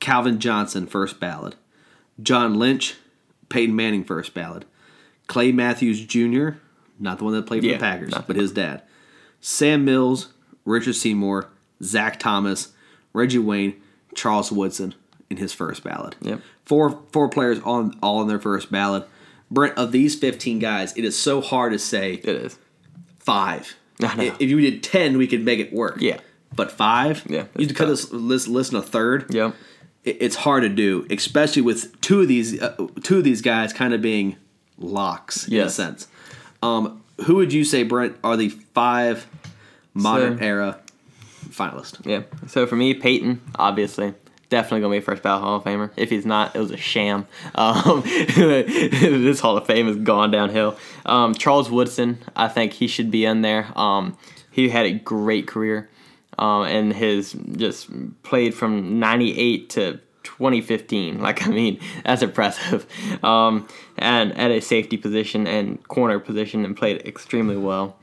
S1: Calvin Johnson, first ballot. John Lynch, Peyton Manning, first ballot. Clay Matthews Jr., not the one that played for
S2: Yeah,
S1: the Packers,
S2: not the
S1: but his dad. Sam Mills, Richard Seymour, Zach Thomas, Reggie Wayne, Charles Woodson in his first ballot.
S2: Yep.
S1: Four four players on all on their first ballot. Brent, of these fifteen guys, it is so hard to say
S2: It is.
S1: five.
S2: I know.
S1: If you did ten, we could make it work.
S2: Yeah.
S1: But five,
S2: Yeah,
S1: you
S2: it's
S1: could cut
S2: tough.
S1: this list, list in a third.
S2: Yep.
S1: It- it's hard to do, especially with two of these uh, two of these guys kind of being locks in a
S2: Yes.
S1: sense. Um, who would you say, Brent, are the five modern
S2: So-
S1: era finalists?
S2: Yeah. So for me, Peyton, obviously. Definitely gonna be a first ballot Hall of Famer. If he's not, it was a sham. Um, this Hall of Fame has gone downhill. Um, Charles Woodson, I think he should be in there. Um, he had a great career, um, and his just played from '98 to 2015. Like I mean, that's impressive. Um, and at a safety position and corner position, and played extremely well.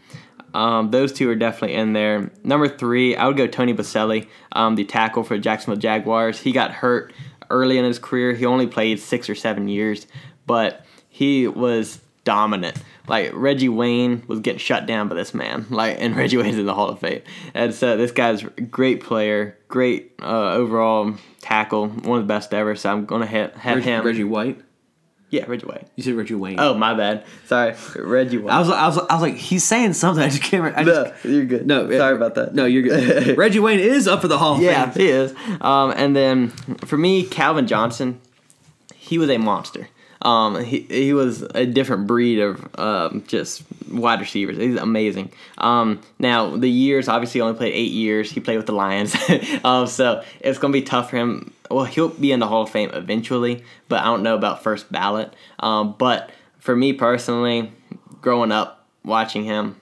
S2: Um, those two are definitely in there. Number three, I would go Tony Baselli, um, the tackle for Jacksonville Jaguars. He got hurt early in his career. He only played six or seven years, but he was dominant. Like Reggie Wayne was getting shut down by this man. Like, and Reggie Wayne's in the Hall of Fame, and so this guy's a great player, great uh, overall tackle, one of the best ever. So I'm gonna ha- have
S1: Reggie,
S2: him.
S1: Reggie White.
S2: Yeah, Reggie White.
S1: You said Reggie Wayne.
S2: Oh, my bad. Sorry, Reggie White.
S1: I was, I was, I was like, he's saying something. I just can't. Remember. I
S2: no,
S1: just,
S2: you're good.
S1: no,
S2: sorry about that.
S1: No, you're good. Reggie Wayne is up for the Hall. Of
S2: Yeah,
S1: Fame.
S2: he is. Um, and then for me, Calvin Johnson, he was a monster. Um, he, he was a different breed of um, just wide receivers. He's amazing. Um, now the years obviously only played eight years. He played with the Lions, um, so it's gonna be tough for him. Well, he'll be in the Hall of Fame eventually, but I don't know about first ballot. Um, but for me personally, growing up watching him,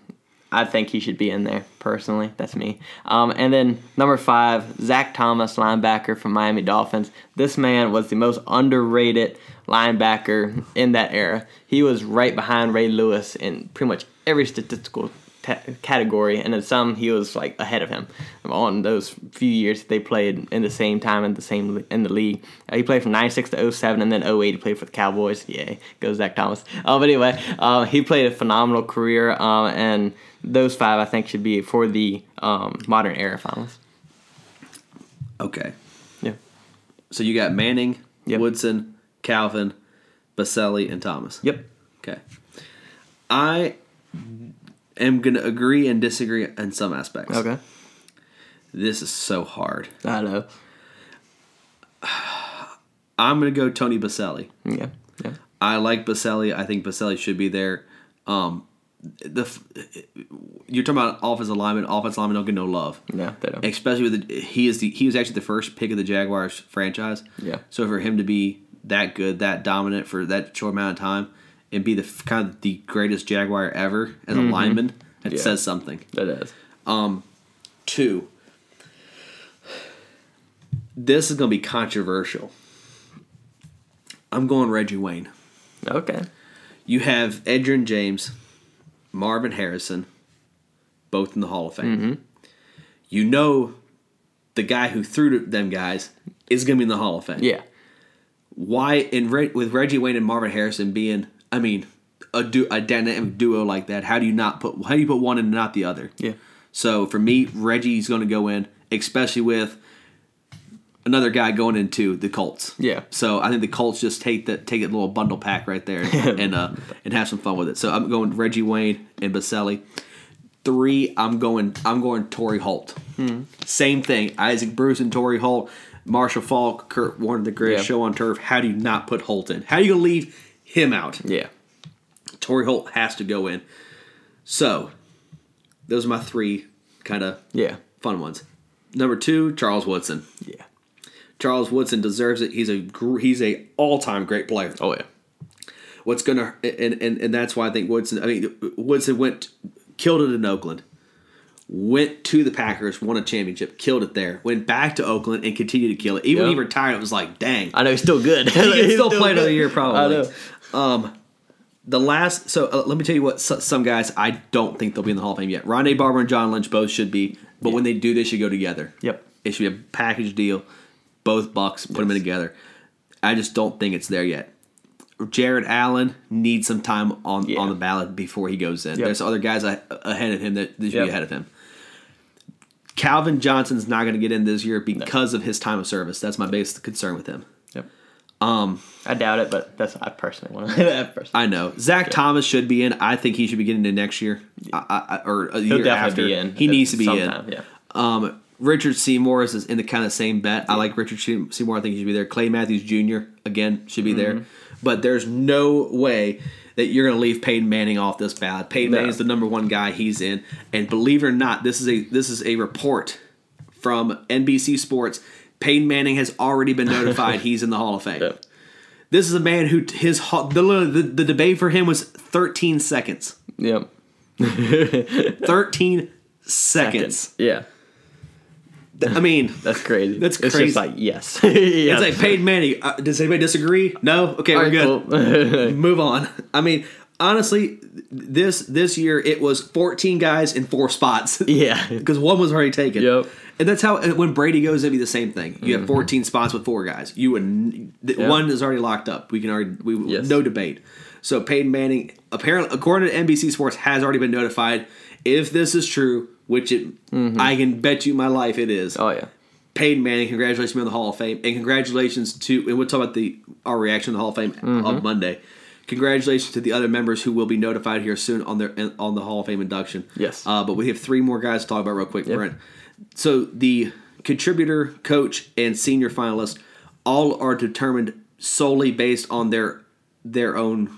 S2: I think he should be in there personally. That's me. Um, and then number five, Zach Thomas, linebacker from Miami Dolphins. This man was the most underrated linebacker in that era. He was right behind Ray Lewis in pretty much every statistical ta category, and in some he was like ahead of him on those few years that they played in the same time in the same in the league. Uh, he played from '96 to 07, and then 08 he played for the Cowboys. Yay, go Zach Thomas. Uh, but anyway, uh, he played a phenomenal career, um, and those five I think should be for the um, modern era finals.
S1: Okay.
S2: Yeah,
S1: So you got Manning,
S2: Yep.
S1: Woodson, Calvin, Baselli, and Thomas.
S2: yep,
S1: Okay. I am gonna agree and disagree in some aspects.
S2: okay,
S1: This is so hard.
S2: I know.
S1: I'm gonna go Tony Baselli.
S2: Yeah, yeah,
S1: I like Baselli. I think Baselli should be there. Um, the f- you're talking about offensive linemen. Offensive linemen don't get no love,
S2: no, they don't.
S1: especially with the, he is the he was actually the first pick of the Jaguars franchise.
S2: Yeah.
S1: So for him to be that good, that dominant for that short amount of time, and be the f- kind of the greatest Jaguar ever as a lineman, that
S2: Mm-hmm. Yeah.
S1: says something.
S2: That is.
S1: Two. This is going to be controversial. I'm going Reggie Wayne.
S2: Okay.
S1: You have Edrin James, Marvin Harrison, both in the Hall of Fame. You know the guy who threw to them guys is going to be in the Hall of Fame.
S2: Yeah.
S1: Why in Re- with Reggie Wayne and Marvin Harrison being, I mean, a du- a dynamic duo like that, how do you not put how do you put one and not the other?
S2: Yeah.
S1: So for me, Reggie's going to go in, especially with another guy going into the Colts.
S2: Yeah.
S1: So I think the Colts just take that take a little bundle pack right there and uh, and have some fun with it. So I'm going Reggie Wayne and Baselli. Three, I'm going I'm going Torrey Holt.
S2: Hmm.
S1: Same thing, Isaac Bruce and Torrey Holt, Marshall Falk, Kurt Warner, the greatest
S2: Yeah.
S1: show on turf. How do you not put Holt in? How are you going to leave him out?
S2: Yeah.
S1: Torrey Holt has to go in. So, those are my three kind of
S2: Yeah.
S1: fun ones. Number two, Charles Woodson.
S2: Yeah.
S1: Charles Woodson deserves it. He's a gr- he's a all time great player.
S2: Oh yeah.
S1: What's gonna and, and and that's why I think Woodson. I mean Woodson went killed it in Oakland, went to the Packers, won a championship, killed it there, went back to Oakland and continued to kill it. Even
S2: Yeah.
S1: when he retired, it was like dang,
S2: I know he's still good.
S1: he can still play another year probably.
S2: I know.
S1: Um, the last, so uh, let me tell you what so, some guys I don't think they'll be in the Hall of Fame yet. Rondé Barber and John Lynch both should be, but when they do, they should go together.
S2: Yep.
S1: it should be a package deal. Both Bucks put them in together. I just don't think it's there yet. Jared Allen needs some time on
S2: Yeah.
S1: on the ballot before he goes in.
S2: Yep.
S1: There's other guys a- ahead of him that, that should
S2: Yep.
S1: be ahead of him. Calvin Johnson's not going to get in this year because of his time of service. That's my biggest concern with him.
S2: Yep. Um, I doubt it, but that's I personally want to. I personally,
S1: I know Zach Thomas should be in. I think he should be getting in next year, I, I, or a
S2: he'll
S1: year
S2: definitely
S1: after.
S2: be in.
S1: He
S2: at
S1: needs to be
S2: sometime,
S1: in.
S2: Yeah.
S1: Um, Richard Seymour is in the kind of same bet. I like Richard Se- Seymour. I think he should be there. Clay Matthews Jr. again should be there.
S2: Mm-hmm.
S1: But there's no way that you're going to leave Peyton Manning off this ballot. Peyton
S2: No.
S1: Manning's the number one guy. He's in. And believe it or not, this is a this is a report from NBC Sports. Peyton Manning has already been notified he's in the Hall of Fame.
S2: Yep.
S1: This is a man who his ho- the, the the debate for him was 13 seconds.
S2: Yep.
S1: 13 seconds.
S2: Yeah.
S1: I mean,
S2: That's crazy.
S1: That's
S2: It's
S1: crazy.
S2: just like yes. yeah.
S1: it's like Peyton Manning. Uh, does anybody disagree? No. Okay, we're good. Move on. I mean, honestly, th- this this year it was 14 guys in four spots
S2: yeah.
S1: because one was already taken.
S2: Yep. Mm-hmm.
S1: And that's how and when Brady goes, it'd be the same thing. You have 14 spots with four guys. You and
S2: Yeah.
S1: one is already locked up. We can already we
S2: Yes.
S1: no debate. So Peyton Manning, apparently, according to NBC Sports, has already been
S2: Mm-hmm.
S1: notified. If this is true, which it, I can bet you my life it is,
S2: Oh yeah.
S1: Peyton Manning, congratulations on the Hall of Fame, and congratulations to and we'll talk about the our reaction to the Hall of Fame
S2: Mm-hmm.
S1: on Monday. Congratulations to the other members who will be notified here soon on their on the Hall of Fame induction.
S2: Yes.
S1: uh, but we have three more guys to talk about real quick, Brent. So the contributor, coach, and senior finalists all are determined solely based on their their own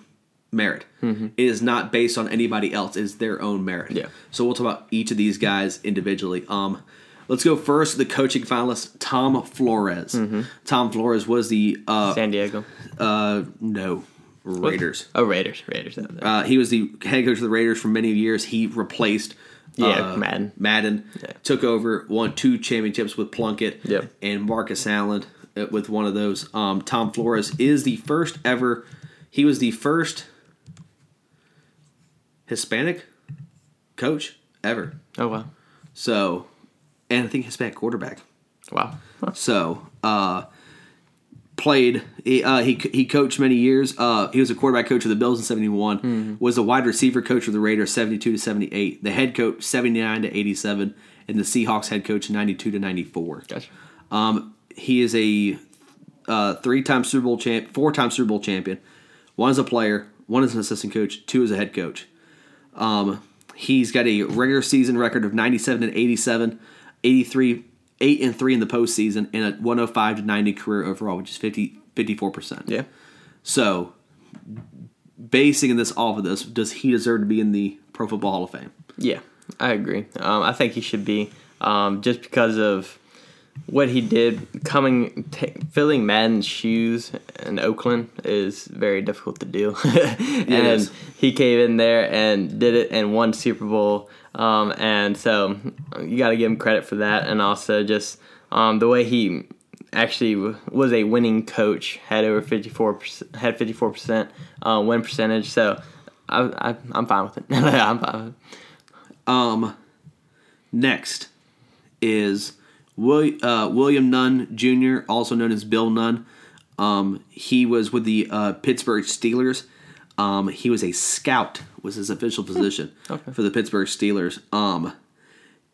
S1: merit. It is not based on anybody else. It is their own merit.
S2: Mm-hmm. Yeah.
S1: So we'll talk about each of these guys individually. Um, let's go first. The coaching finalist, Tom Flores.
S2: Mm-hmm.
S1: Tom Flores was the uh,
S2: San Diego.
S1: uh, no Raiders.
S2: Oh, Raiders. Raiders. out there.
S1: Uh, he was the head coach of the Raiders for many years. He replaced
S2: Yeah,
S1: uh,
S2: Madden.
S1: Madden took over, won two championships with Plunkett
S2: Yep.
S1: and Marcus Allen uh, with one of those. Um, Tom Flores is the first ever. He was the first Hispanic coach ever.
S2: oh, wow.
S1: So, and I think Hispanic quarterback.
S2: Wow. Huh.
S1: So, uh, played he uh, he he coached many years. Uh, he was a quarterback coach of the Bills in '71. Was a wide receiver coach of the Raiders '72 to '78. The head coach '79 to '87, and the Seahawks head coach '92 to '94.
S2: Gotcha.
S1: Um, he is a uh, three-time Super Bowl champ, four-time Super Bowl champion. One as a player, one as an assistant coach, two as a head coach. Um, he's got a regular season record of 97 and 87, 83, 8 and 3 in the postseason, and a 105 to 90 career overall, which is 50, 54%.
S2: Yeah.
S1: So, basing this off of this, does he deserve to be in the Pro Football Hall of Fame?
S2: Yeah, I agree. Um, I think he should be um, just because of what he did. Coming, ta filling Madden's shoes in Oakland is very difficult to do, and
S1: is.
S2: he came in there and did it and won Super Bowl. Um, and so you got to give him credit for that, and also just um, the way he actually w- was a winning coach had over 54 had 54 percent uh, win percentage so I, I, i'm fine with it i'm fine with it
S1: Um, next is William, uh, William Nunn Jr., also known as Bill Nunn. Um, he was with the uh, Pittsburgh Steelers. Um, he was a scout, was his official position for the Pittsburgh Steelers. Um,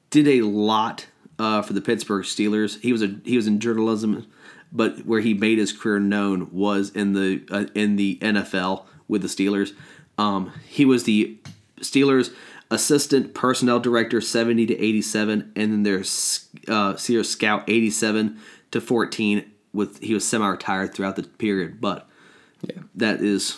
S1: did a lot uh, for the Pittsburgh Steelers. He was a he was in journalism, but where he made his career known was in the uh, in the NFL with the Steelers. Um, he was the Steelers assistant personnel director seventy to eighty seven, and then their s- uh, Steelers scout eighty seven to fourteen. With he was semi retired throughout the period, but
S2: Yeah.
S1: that is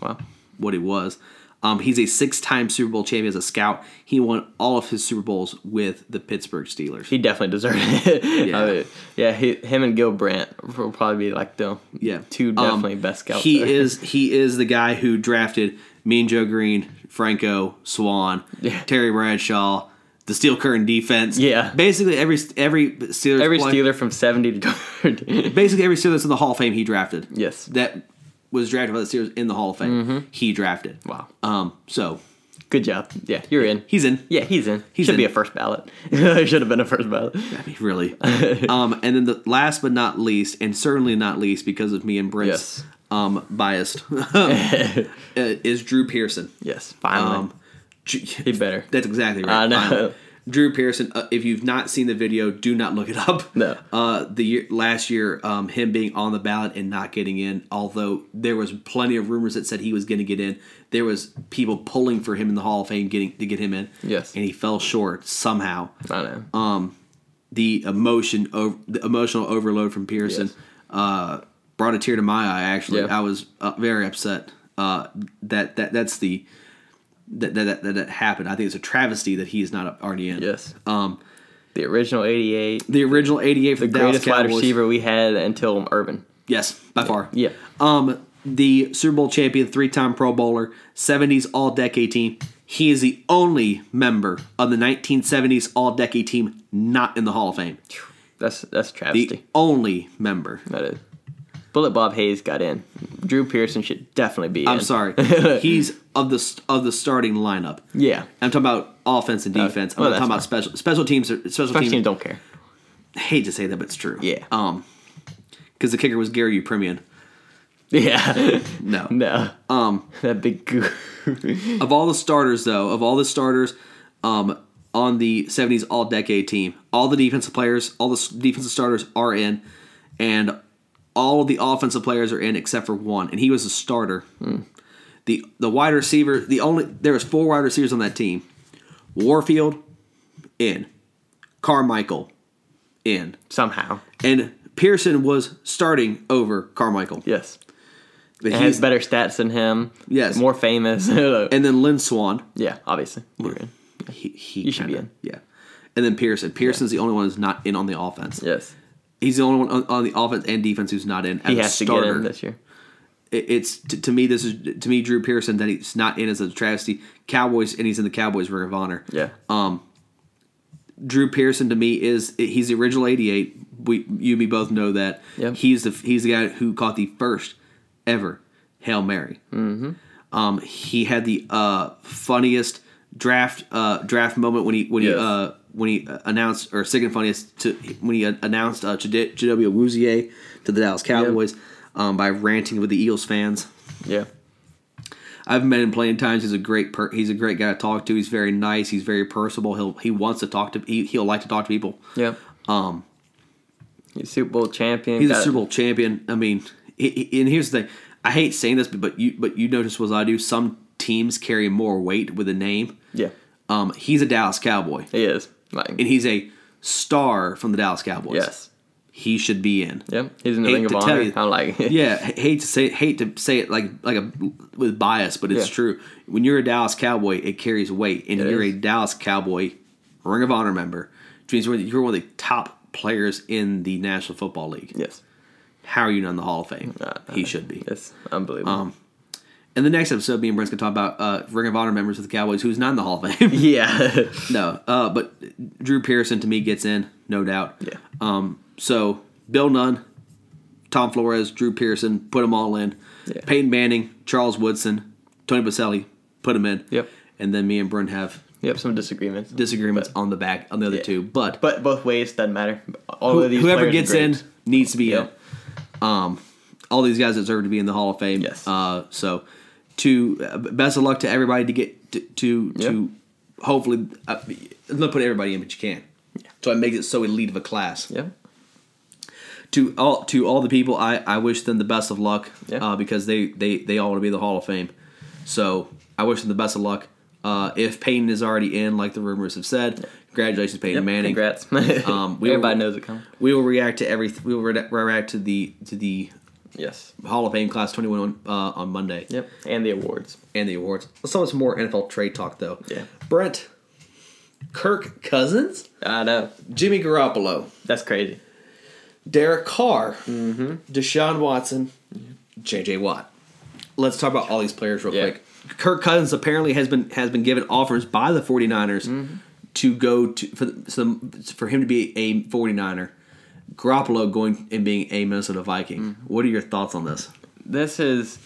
S2: Wow.
S1: what he was. Um, he's a six-time Super Bowl champion as a scout. He won all of his Super Bowls with the Pittsburgh Steelers.
S2: He definitely deserved it.
S1: Yeah.
S2: Yeah. yeah. He, him and Gil Brandt will probably be like the
S1: yeah,
S2: two
S1: Um,
S2: definitely best scouts.
S1: He
S2: there.
S1: is he is the guy who drafted Mean Joe Green, Franco Swan,
S2: Yeah.
S1: Terry Bradshaw, the Steel Curtain defense.
S2: Yeah.
S1: basically every every Steelers
S2: every
S1: play-
S2: Steeler from seventy to thirty.
S1: basically every Steelers in the Hall of Fame he drafted.
S2: Yes.
S1: that was drafted by the Steelers in the Hall of Fame. He drafted.
S2: Mm-hmm. Wow.
S1: Um, so
S2: Good job. Yeah, you're in.
S1: he's in.
S2: yeah, he's in.
S1: He's
S2: Should be
S1: in.
S2: a first ballot. Should have been a first ballot.
S1: I mean, really. um, and then the last but not least, and certainly not least because of me and Brent's
S2: Yes.
S1: um, biased, uh, is Drew Pearson.
S2: Yes, finally.
S1: Um, Dr-
S2: he better.
S1: that's exactly right.
S2: I know.
S1: finally. Drew Pearson. Uh, if you've not seen the video, do not look it up.
S2: No.
S1: Uh, the year, last year, um, him being on the ballot and not getting in, although there was plenty of rumors that said he was going to get in. There was people pulling for him in the Hall of Fame getting to get him in.
S2: Yes.
S1: and he fell short somehow
S2: I know.
S1: Um, the emotion over the emotional overload from Pearson
S2: Yes.
S1: uh, brought a tear to my eye. Actually,
S2: Yeah.
S1: I was uh, very upset uh, that that that's the that that, that that happened. I think it's a travesty that he is not already in.
S2: yes.
S1: Um,
S2: the original eighty-eight,
S1: the original eighty-eight for the, Dallas
S2: greatest wide
S1: Cowboys-
S2: receiver we had until Urban.
S1: Yes, by far.
S2: Yeah.
S1: Um, the Super Bowl champion, three-time Pro Bowler, '70s All-Decade team. He is the only member of the 1970s All-Decade team not in the Hall of Fame.
S2: That's that's
S1: The
S2: travesty.
S1: only member.
S2: that is. Bullet Bob Hayes got in. Drew Pearson should definitely be.
S1: I'm
S2: in.
S1: sorry. He's of the of the starting lineup.
S2: Yeah.
S1: I'm talking about offense and defense. I'm
S2: Uh, well,
S1: not talking about
S2: that's
S1: special special teams. Are, special,
S2: Special
S1: teams.
S2: teams don't care.
S1: hate to say that, but it's true.
S2: Yeah.
S1: Um, because the kicker was Gary Uprimian.
S2: Yeah.
S1: No.
S2: No. Um, that big goo.
S1: Of all the starters, though, of all the starters, um, on the 70s all decade team. All the defensive players, all the s- defensive starters are in, and all of the offensive players are in except for one, and he was a starter. The the wide receiver, the only there was four wide receivers on that team. Warfield in, Carmichael in,
S2: somehow.
S1: and Pearson was starting over Carmichael.
S2: Yes.
S1: But
S2: And
S1: he's-
S2: has better stats than him.
S1: Yes.
S2: More famous. yeah,
S1: and then Lynn Swan,
S2: obviously. You're in.
S1: he, he
S2: You should be
S1: kinda- Yeah. And then Pearson. Pearson's the only one who's not in on the offense.
S2: Yes.
S1: He's the only one on, on the offense and defense who's not in. As
S2: He
S1: a
S2: has to
S1: starter.
S2: get in this year.
S1: It- it's to, to me. This is to me Drew Pearson that he's not in is a travesty. Cowboys and he's in the Cowboys Ring of Honor.
S2: Yeah.
S1: Drew Pearson to me is he's the original '88. We you and me both know that.
S2: Yeah.
S1: He's the he's the guy who caught the first ever hail mary. Mm-hmm. Um, he had the uh, funniest draft uh, draft moment when he when
S2: Yes.
S1: he uh, when he uh, announced or second funniest to when he uh, announced uh, Chide- Chidobe Awuzie to the Dallas Cowboys um, by ranting with the Eagles fans.
S2: yeah.
S1: I've met him plenty of times. He's a great per- he's a great guy to talk to. He's very nice. He's very personable. He'll he wants to talk to he, he'll like to talk to people.
S2: Yeah.
S1: Um,
S2: He's Super Bowl champion.
S1: he's a
S2: got-
S1: Super Bowl champion. I mean, he, he- and here's the thing: I hate saying this, but you but you notice what I do. Some teams carry more weight with a name.
S2: Yeah.
S1: Um, he's a Dallas Cowboy,
S2: He is. Like,
S1: and he's a star from the Dallas Cowboys.
S2: yes.
S1: he should be in.
S2: Yep. He's in the
S1: Hate
S2: Ring of
S1: to tell
S2: Honor.
S1: you.
S2: I'm like,
S1: Yeah, h- hate to say hate to say it like like a with bias, but it's
S2: Yeah.
S1: true. When you're a Dallas Cowboy, it carries weight, and
S2: It
S1: you're
S2: is.
S1: a Dallas Cowboy Ring of Honor member, which means you're- you're one of the top players in the National Football League.
S2: yes.
S1: How are you not in the Hall of Fame?
S2: Uh,
S1: he should be.
S2: It's unbelievable.
S1: Um, In the next episode, me and Brent's gonna talk about uh, Ring of Honor members of the Cowboys who's not in the Hall of Fame.
S2: yeah.
S1: no, uh, but Drew Pearson to me gets in, no doubt.
S2: yeah.
S1: Um, so Bill Nunn, Tom Flores, Drew Pearson, put them all in.
S2: Yeah.
S1: Peyton Manning, Charles Woodson, Tony Baselli, put them in.
S2: Yep.
S1: And then me and Bryn have
S2: Yep. Some disagreements.
S1: disagreements on the back on the other
S2: Yeah.
S1: two, but,
S2: But both ways doesn't matter. All
S1: who-
S2: of these
S1: whoever
S2: players are
S1: gets
S2: great.
S1: in needs to be
S2: Yep.
S1: in. Um, all these guys deserve to be in the Hall of Fame.
S2: Yes.
S1: Uh, so to uh, best of luck to everybody to get to to, to hopefully uh, not put everybody in, but you can. So it makes it so elite of a class.
S2: Yep.
S1: to all to all the people I, I wish them the best of luck
S2: Yeah.
S1: uh, because they, they they all want to be in the Hall of Fame. So I wish them the best of luck. Uh, if Peyton is already in, like the rumors have said, congratulations, Peyton
S2: Yep.
S1: Manning.
S2: Congrats.
S1: Um, we
S2: Everybody
S1: were-
S2: knows it coming.
S1: We will react to every. We will re- react to the to the
S2: Yes.
S1: Hall of Fame class twenty one uh, on Monday
S2: Yep. And the awards.
S1: and the awards. Let's talk some more NFL trade talk though.
S2: Yeah.
S1: Brent, Kirk Cousins,
S2: I know.
S1: Jimmy Garoppolo.
S2: That's crazy.
S1: Derek Carr, Mm-hmm. Deshaun Watson, J.J. Watt. Let's talk about all these players real
S2: Yeah.
S1: quick. Kirk Cousins apparently has been has been given offers by the 49ers to go to for the- some for him to be a 49er. Garoppolo going and being a Minnesota Viking. What are your thoughts on this?
S2: This is,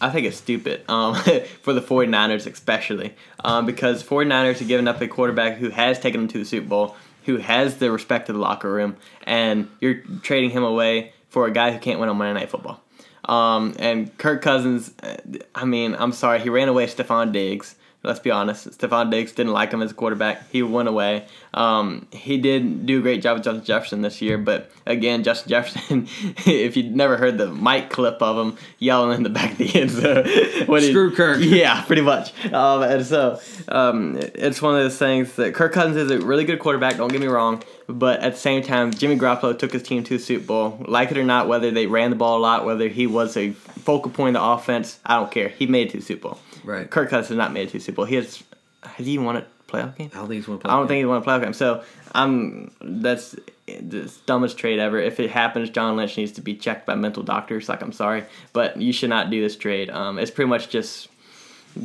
S2: I think it's stupid um, for the 49ers especially um, because 49ers have given up a quarterback who has taken them to the Super Bowl, who has the respect of the locker room, and you're trading him away for a guy who can't win on Monday Night Football. Um, and Kirk Cousins, uh, I mean, I'm sorry, he ran away Stephon Diggs. Let's be honest. Stephon Diggs didn't like him as a quarterback. He went away. Um, he did do a great job with Justin Jefferson this year, but again, Justin Jefferson, if you'd never heard the mic clip of him yelling in the back of the end zone, when he-
S1: Screw Kirk.
S2: yeah, pretty much. Um, and so um, it's one of those things that Kirk Cousins is a really good quarterback. Don't get me wrong, but at the same time, Jimmy Garoppolo took his team to the Super Bowl. Like it or not, whether they ran the ball a lot, whether he was a focal point of the offense, I don't care. He made it to the Super Bowl.
S1: Right.
S2: Kirk Cousins has not made it to the Super Bowl. He has. Has he even won a playoff game?
S1: I don't think he's going to play.
S2: I don't think he won a playoff game. So I'm that's the dumbest trade ever. If it happens, John Lynch needs to be checked by mental doctors. Like I'm sorry, but you should not do this trade. Um, it's pretty much just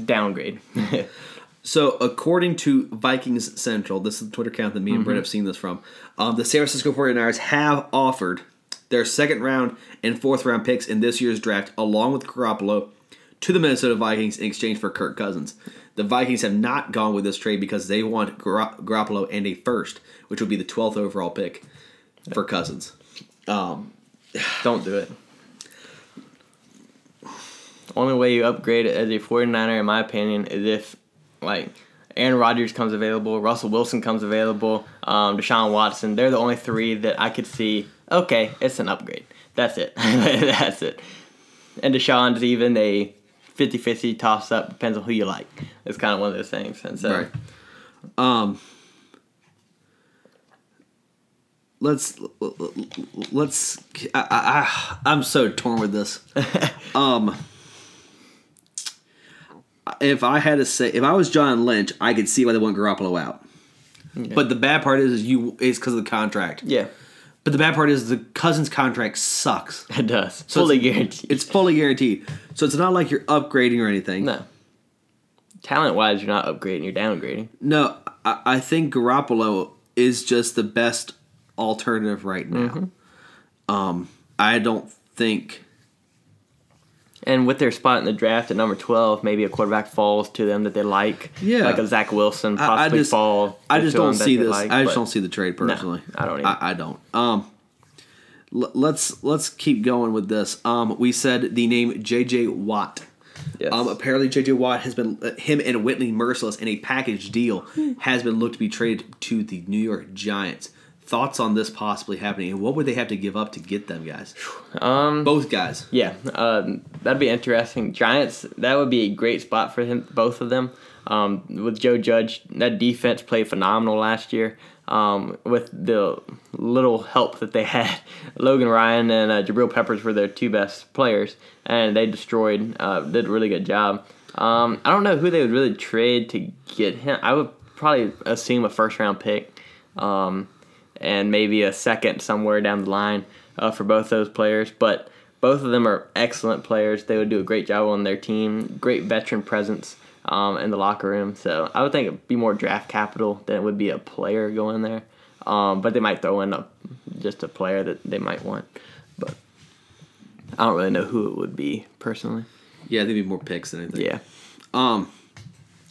S2: downgrade.
S1: So, according to Vikings Central, this is the Twitter account that me and Brett have seen this from, um, the San Francisco 49ers have offered their second round and fourth round picks in this year's draft, along with Garoppolo, to the Minnesota Vikings in exchange for Kirk Cousins. The Vikings have not gone with this trade because they want Gar- Garoppolo and a first, which would be the 12th overall pick for Cousins.
S2: Don't do it. Only way you upgrade as a 49er, in my opinion, is if like Aaron Rodgers comes available, Russell Wilson comes available, um, Deshaun Watson. They're the only three that I could see. Okay, it's an upgrade. That's it. That's it. And Deshaun's even a 50-50 toss up. Depends on who you like. It's kind of one of those things. And so,
S1: Right. Um, let's let's. I, I, I I'm so torn with this. um, if I had to say, if I was John Lynch, I could see why they want Garoppolo out. But the bad part is, is you is because of the contract.
S2: yeah,
S1: But the bad part is the Cousins contract sucks.
S2: it does. Fully
S1: it's-
S2: guaranteed.
S1: It's fully guaranteed, so it's not like you're upgrading or anything.
S2: no. Talent wise, you're not upgrading. You're downgrading.
S1: No, I, I think Garoppolo is just the best alternative right now. Um,
S2: Mm-hmm.
S1: I don't think.
S2: And with their spot in the draft at number twelve, maybe a quarterback falls to them that they like.
S1: Yeah.
S2: like a Zach Wilson
S1: I-
S2: possibly
S1: I just
S2: fall.
S1: I just
S2: to them
S1: don't
S2: that
S1: see
S2: they
S1: this.
S2: like,
S1: I just
S2: but-
S1: don't see the trade personally.
S2: I don't
S1: I, I don't. Um, l- let's let's keep going with this. Um, we said the name J.J. Watt.
S2: Yes.
S1: Um, apparently J.J. Watt has been uh, him and Whitney Merciless in a package deal
S2: Hmm.
S1: has been looked to be traded to the New York Giants. Thoughts on this possibly happening, and what would they have to give up to get them guys? Um, both guys.
S2: Yeah, um, that'd be interesting. Giants, that would be a great spot for him, both of them. Um, with Joe Judge, that defense played phenomenal last year. Um, with the little help that they had, Logan Ryan and uh, Jabril Peppers were their two best players, and they destroyed. Uh, did a really good job. Um, I don't know who they would really trade to get him. I would probably assume a first round pick. Um, and maybe a second somewhere down the line uh, for both those players. But both of them are excellent players. They would do a great job on their team. Great veteran presence um, in the locker room. So I would think it'd be more draft capital than it would be a player going there. Um, but they might throw in a, just a player that they might want. But I don't really know who it would be personally.
S1: Yeah, they need more picks than anything.
S2: Yeah,
S1: Um,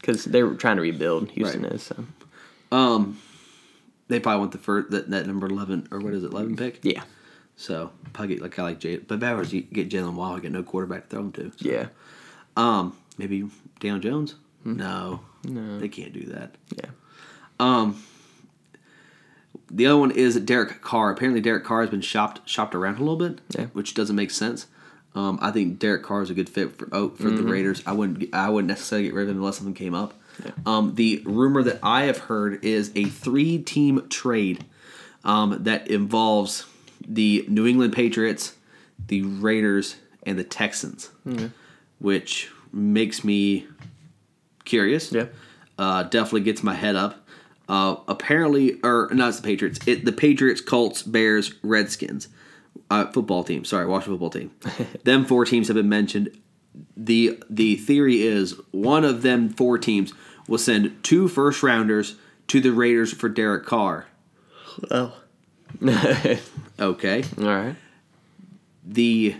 S2: because they're trying to rebuild. Houston
S1: Right.
S2: is. So.
S1: um, they probably want the first that, that number eleven or what is it eleven pick?
S2: Yeah.
S1: So probably get like I like Jay, but backwards you get Jalen Wild, get no quarterback to throw him to.
S2: Yeah.
S1: Um, maybe Daniel Jones.
S2: Hmm.
S1: No, no, they can't do that.
S2: Yeah.
S1: The other one is Derek Carr. Apparently, Derek Carr has been shopped shopped around a little bit,
S2: Yeah.
S1: which doesn't make sense. Um, I think Derek Carr is a good fit for oh, for
S2: Mm-hmm.
S1: the Raiders. I wouldn't I wouldn't necessarily get rid of him unless something came up. Um, the rumor that I have heard is a three team trade um, that involves the New England Patriots, the Raiders, and the Texans,
S2: Mm-hmm.
S1: which makes me curious.
S2: Yeah.
S1: Uh, definitely gets my head up. Uh, apparently, or not it's the Patriots. It the Patriots, Colts, Bears, Redskins, uh, football team. Sorry, Washington football team. them four teams have been mentioned. the The theory is one of them four teams will send two first rounders to the Raiders for Derek Carr.
S2: Oh.
S1: Okay,
S2: All right.
S1: the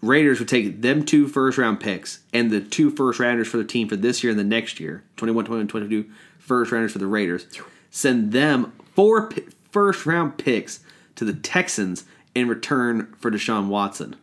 S1: Raiders would take them two first round picks and the two first rounders for the team for this year and the next year 21, 20, and 22 first rounders for the Raiders. Send them four pi- first round picks to the Texans in return for Deshaun Watson.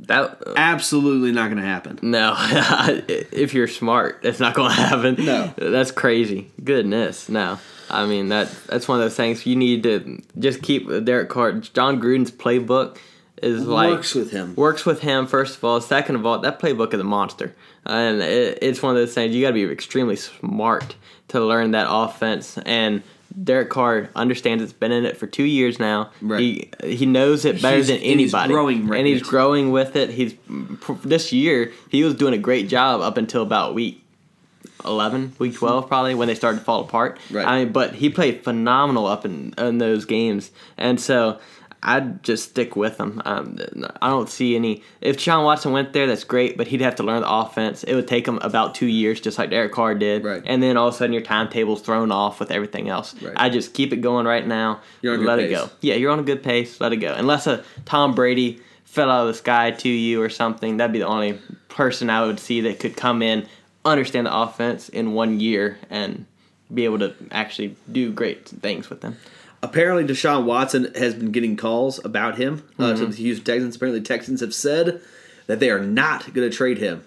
S2: That
S1: Absolutely not going to happen.
S2: No, if you're smart, that's not going to happen.
S1: No.
S2: that's crazy. Goodness, no. I mean that that's one of those things you need to just keep Derek Carr. John Gruden's playbook is like
S1: Works with him.
S2: Works with him first of all. Second of all, that playbook is a monster, and it, it's one of those things you got to be extremely smart to learn that offense. And Derek Carr understands it's been in it for two years now.
S1: Right.
S2: He he knows it better
S1: He's-
S2: than
S1: and he's
S2: anybody,
S1: growing right
S2: and he's
S1: now.
S2: growing with it. He's this year he was doing a great job up until about week eleven, week twelve probably when they started to fall apart.
S1: Right.
S2: I mean, but he played phenomenal up in in those games, and so I'd just stick with him. Um, I don't see any. If Sean Watson went there, that's great, but he'd have to learn the offense. It would take him about two years, just like Derek Carr did.
S1: Right.
S2: And then all of a sudden your timetable's thrown off with everything else.
S1: Right.
S2: I just keep it going right now.
S1: You're on a good
S2: let it
S1: pace.
S2: go. Yeah, you're on a good pace. Let it go. Unless a Tom Brady fell out of the sky to you or something, that'd be the only person I would see that could come in, understand the offense in one year, and be able to actually do great things with them.
S1: Apparently, Deshaun Watson has been getting calls about him uh, to the Houston Texans. Apparently, Texans have said that they are not going to trade him.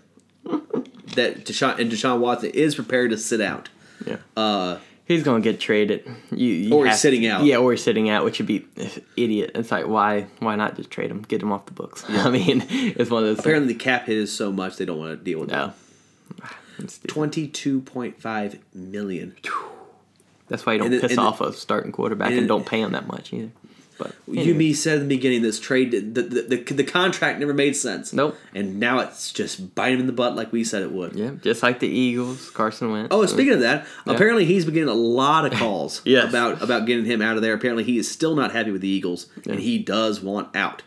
S1: that Deshaun and Deshaun Watson is prepared to sit out.
S2: Yeah.
S1: Uh,
S2: He's gonna get traded. You, you
S1: Or he's
S2: have-
S1: sitting out.
S2: Yeah, or he's sitting out, which would be idiot. It's like why why not just trade him, get him off the books? I mean, it's one of those.
S1: apparently, the cap hit is so much they don't want to deal with it.
S2: no. It's stupid.
S1: Twenty-two point five million.
S2: That's why you don't
S1: And it-
S2: piss
S1: and it-
S2: off a starting quarterback and,
S1: and it-
S2: don't pay him that much either. But
S1: You me said in the beginning this trade the the, the the contract never made sense.
S2: Nope.
S1: And now it's just biting him in the butt like we said it would.
S2: yeah, just like the Eagles, Carson Wentz.
S1: Oh, speaking of that, apparently he's been getting a lot of calls
S2: Yes.
S1: about about getting him out of there. Apparently he is still not happy with the Eagles and he does want out.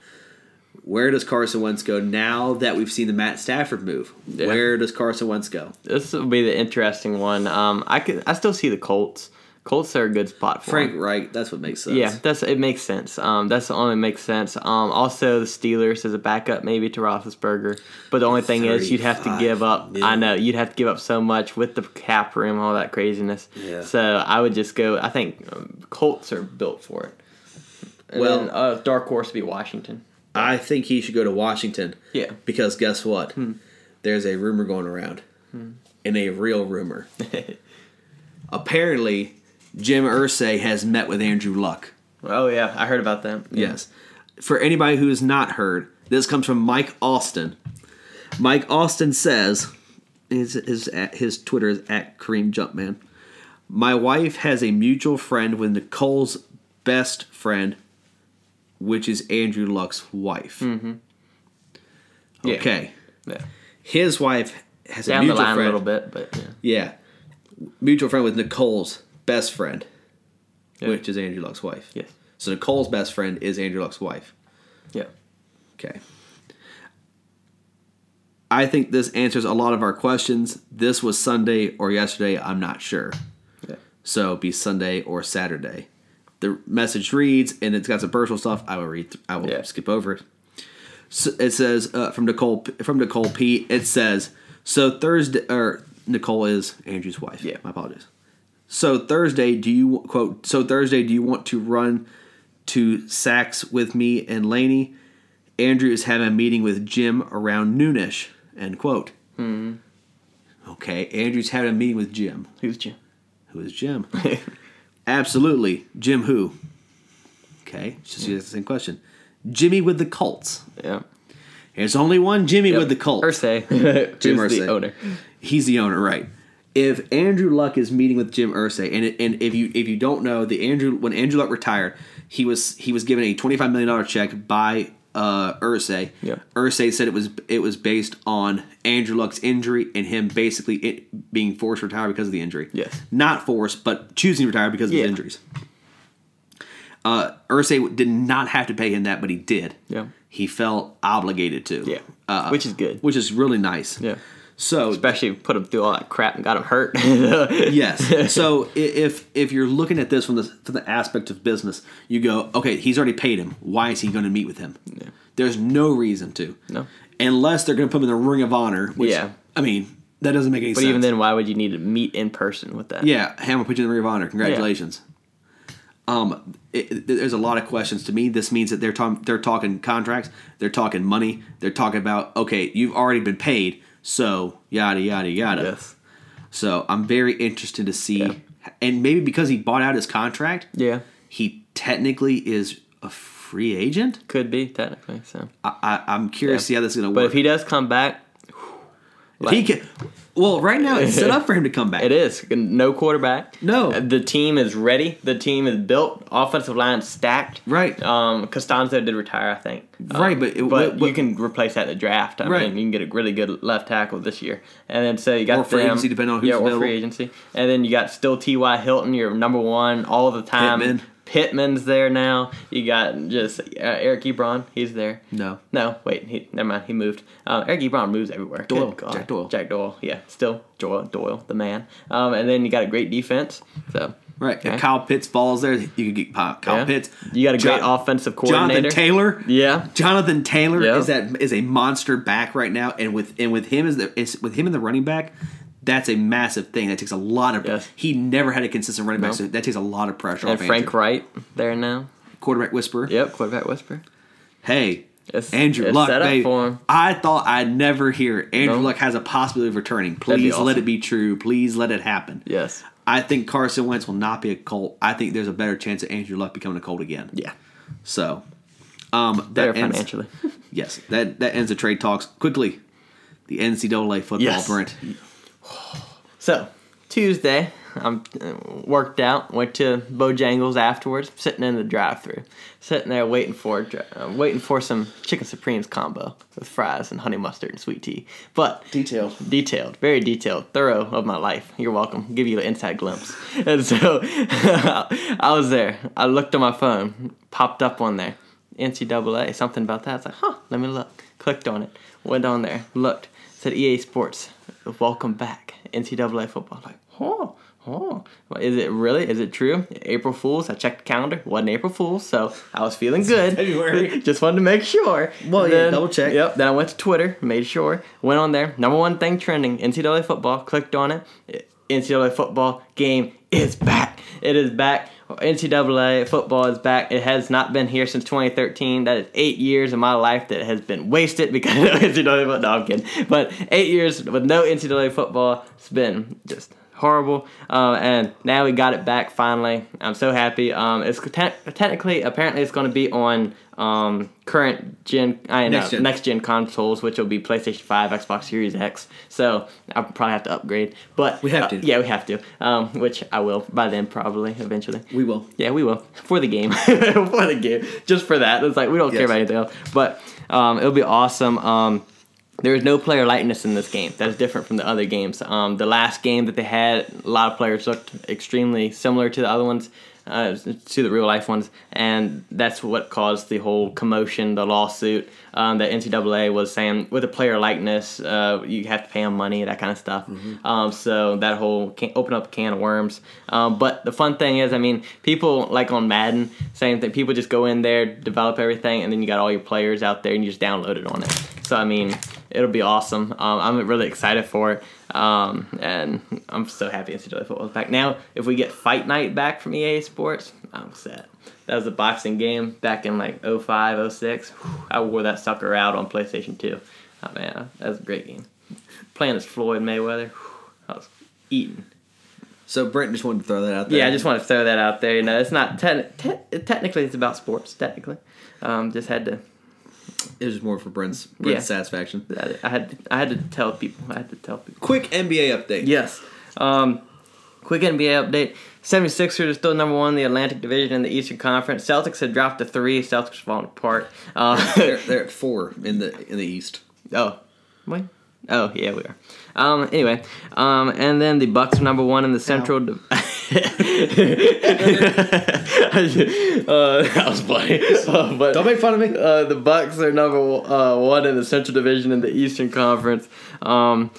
S1: Where does Carson Wentz go now that we've seen the Matt Stafford move?
S2: Yeah.
S1: Where does Carson Wentz go?
S2: this will be the interesting one. Um, I could I still see the Colts. Colts are a good spot for
S1: Frank
S2: him.
S1: Reich, that's what makes sense.
S2: Yeah, that's it makes sense. Um, that's the only makes sense. Um, also the Steelers as a backup maybe to Roethlisberger, but the only thing is you'd have to
S1: 35
S2: give up. I
S1: million.
S2: know you'd have to give up so much with the cap room, all that craziness.
S1: Yeah.
S2: So I would just go. I think um, Colts are built for it. And
S1: Well-
S2: then, uh, dark horse would be Washington.
S1: I think he should go to Washington.
S2: Yeah. Hmm.
S1: Because guess what? There's a rumor going around. And a real rumor. Apparently, Jim Ursay has met with Andrew Luck.
S2: Oh yeah, I heard about that.
S1: Yes. For anybody who has not heard, this comes from Mike Austin. Mike Austin says, his, his, his Twitter is at Kareem Jumpman. My wife has a mutual friend with Nicole's best friend, which is Andrew Luck's wife.
S2: Mm-hmm. Yeah.
S1: Okay.
S2: Yeah.
S1: His wife has a
S2: Down the
S1: mutual
S2: line
S1: friend.
S2: a little bit, but yeah.
S1: Yeah. Mutual friend with Nicole's best friend,
S2: Yeah.
S1: which is Andrew Luck's wife.
S2: yes,
S1: So Nicole's best friend is Andrew Luck's wife.
S2: yeah,
S1: Okay. I think this answers a lot of our questions. This was Sunday or yesterday, I'm not sure.
S2: yeah.
S1: So it'd be Sunday or Saturday. The message reads, and it's got some personal stuff. I will read. I will
S2: Yeah.
S1: skip over it. So it says uh, from Nicole from Nicole P. It says so Thursday or Nicole is Andrew's wife.
S2: Yeah.
S1: my apologies. So Thursday, do you quote? So Thursday, do you want to run to Saks with me and Laney? Andrew is having a meeting with Jim around noonish. End quote.
S2: Hmm.
S1: Okay, Andrew's having a meeting with Jim.
S2: Who's Jim?
S1: Who is Jim? Absolutely. Jim who? Okay, just the same question. Jimmy with the Colts.
S2: yeah,
S1: There's only one Jimmy with the Colts.
S2: Ursay, who's
S1: Jim
S2: the
S1: Irsay.
S2: owner?
S1: He's the owner, right? If Andrew Luck is meeting with Jim Ursay, and and if you if you don't know, the Andrew when Andrew Luck retired, he was he was given a twenty five million dollar check by uh Ursay.
S2: Yeah.
S1: Ursay said it was it was based on Andrew Luck's injury and him basically it being forced to retire because of the injury.
S2: Yes.
S1: Not forced, but choosing to retire because of
S2: Yeah.
S1: his injuries. Uh Ursay did not have to pay him that, but he did.
S2: Yeah.
S1: He felt obligated to.
S2: Yeah,
S1: Uh,
S2: which is good.
S1: which is really nice.
S2: Yeah.
S1: So
S2: Especially put him through all that crap and got him hurt. yeah.
S1: yes. So i- if if you're looking at this from the from the aspect of business, you go, okay, he's already paid him. Why is he going to meet with him? There's no reason to.
S2: No.
S1: Unless they're going to put him in the Ring of Honor. Which,
S2: Yeah.
S1: I mean, that doesn't make any
S2: But
S1: sense.
S2: even then, why would you need to meet in person with that?
S1: yeah, Hammer put you in the Ring of Honor. Congratulations. Um, it, it- there's a lot of questions to me. This means that they're talking they're talking contracts, they're talking money, they're talking about okay, you've already been paid, so yada yada yada.
S2: Yes.
S1: So I'm very interested to see,
S2: Yeah.
S1: and maybe because he bought out his contract,
S2: Yeah.
S1: he technically is a free agent.
S2: Could be technically. So,
S1: I, I, I'm curious to see how this is going to
S2: but if
S1: work.
S2: he does come back,
S1: If he, can, well, right now it's set up for him to come back.
S2: it is no quarterback. Uh,
S1: No.
S2: the team is ready. The team is built. Offensive line stacked.
S1: Right.
S2: Um, Costanzo did retire, I think. Um,
S1: Right, but it-
S2: but
S1: what- what-
S2: you can replace that in the draft. I
S1: Right.
S2: mean, you can get a really good left tackle this year, and then so you got
S1: Or free
S2: them-
S1: agency, depending on who's
S2: yeah, or
S1: available.
S2: free agency, and then you got still T. Y. Hilton, your number one all the time.
S1: Pittman.
S2: Pittman's there now. You got just uh, Eric Ebron. He's there.
S1: No.
S2: No, wait. He, never mind. He moved. Uh, Eric Ebron moves everywhere.
S1: Doyle.
S2: Good God.
S1: Jack Doyle.
S2: Jack Doyle. Yeah, still Doyle, Doyle the man. Um, and then you got a great defense. So
S1: Right.
S2: Okay.
S1: If Kyle Pitts falls there, you could get Kyle, Kyle
S2: yeah.
S1: Pitts.
S2: You got a great
S1: Jo-
S2: offensive
S1: Jonathan
S2: coordinator.
S1: Taylor.
S2: Yeah.
S1: Jonathan Taylor
S2: Yeah.
S1: is that is a monster back right now, and with and with him is the is with him in the running back, that's a massive thing. That takes a lot of.
S2: Yes.
S1: He never had a consistent running back,
S2: No.
S1: so that takes a lot of pressure.
S2: And
S1: off
S2: Frank
S1: Andrew.
S2: Wright there now.
S1: quarterback whisperer.
S2: Yep, quarterback whisper.
S1: Hey,
S2: It's,
S1: Andrew
S2: it's
S1: Luck,
S2: set up
S1: babe.
S2: for him.
S1: I thought I'd never hear it. Andrew
S2: No.
S1: Luck has a possibility of returning.
S2: be
S1: Please let
S2: awesome.
S1: it be true. Please let it happen.
S2: Yes.
S1: I think Carson Wentz will not be a Colt. I think there's a better chance of Andrew Luck becoming a Colt again.
S2: Yeah.
S1: So, um,
S2: Better
S1: that ends,
S2: financially.
S1: Yes, that that ends the trade talks quickly. The NCAA football,
S2: Yes.
S1: Brent.
S2: So Tuesday, I'm uh, worked out. Went to Bojangles afterwards. Sitting in the drive-through, sitting there waiting for a dri- uh, waiting for some chicken supremes combo with fries and honey mustard and sweet tea. But
S1: Detailed.
S2: detailed, very detailed, thorough of my life. You're welcome. Give you an inside glimpse. And so I was there. I looked on my phone, popped up on there, NCAA, something about that. I was like, huh, let me look. Clicked on it, went on there, looked, said EA Sports, welcome back, NCAA football. Like, oh, oh, Well, is it really? Is it true? April Fools. I checked the calendar, wasn't April Fools, so I was feeling good.
S1: February.
S2: Just wanted to make sure.
S1: Well,
S2: And
S1: yeah, double check.
S2: Yep. Then I went to Twitter, made sure, went on there. Number one thing trending: NCAA football. Clicked on it. NCAA football game is back. It is back. NCAA football is back. It has not been here since 2013. That is eight years of my life that has been wasted because of NCAA football. No, I'm kidding. But eight years with no NCAA football, it's been just horrible. Uh, and now we got it back finally. I'm so happy. Um, it's te- technically, apparently, it's going to be on um, current gen, I know,
S1: Next gen.
S2: next gen consoles, which will be PlayStation 5, Xbox Series X. So I'll probably have to upgrade. But
S1: We have to.
S2: uh, yeah, we have to. Um, which I will by then, probably, eventually.
S1: We will.
S2: Yeah, we will for the game, for the game, just for that. It's like we don't care
S1: Yes.
S2: about anything else, but um, it'll be awesome. Um, there is no player likeness in this game. That is different from the other games. Um, the last game that they had, a lot of players looked extremely similar to the other ones, uh, to the real life ones, and that's what caused the whole commotion, the lawsuit um, that NCAA was saying with a player likeness, uh, you have to pay them money, that kind of stuff. Um, so that whole can open up a can of worms. Um, but the fun thing is, I mean, people like on Madden saying that people just go in there, develop everything, and then you got all your players out there and you just download it on it. So I mean, it'll be awesome. Um, I'm really excited for it, um, and I'm so happy NCAA football is back. Now, if we get Fight Night back from EA Sports, I'm set. That was a boxing game back in like 05, 06. Whew, I wore that sucker out on PlayStation 2. Oh man, that was a great game. Playing as Floyd Mayweather, whew, I was eating.
S1: So Brent just wanted to throw that out there.
S2: Yeah, I just want to throw that out there. You know, it's not te- te- technically it's about sports. Technically, um, just had to.
S1: it was more for Brent's, Brent's
S2: Yeah.
S1: satisfaction.
S2: I had I had to tell people. I had to tell people.
S1: Quick NBA update.
S2: Yes. Um, quick NBA update. 76ers are still number one in the Atlantic Division in the Eastern Conference. Celtics had dropped to three. Celtics are falling apart. Uh,
S1: They're, they're at four in the in the East.
S2: oh, wait. Oh, yeah, we are. Um, anyway, um, and then the Bucks are number one in the Central. Div- uh, that was funny. Uh, but
S1: Don't make fun of me.
S2: uh, the Bucks are number uh, one in the Central Division in the Eastern Conference. Um,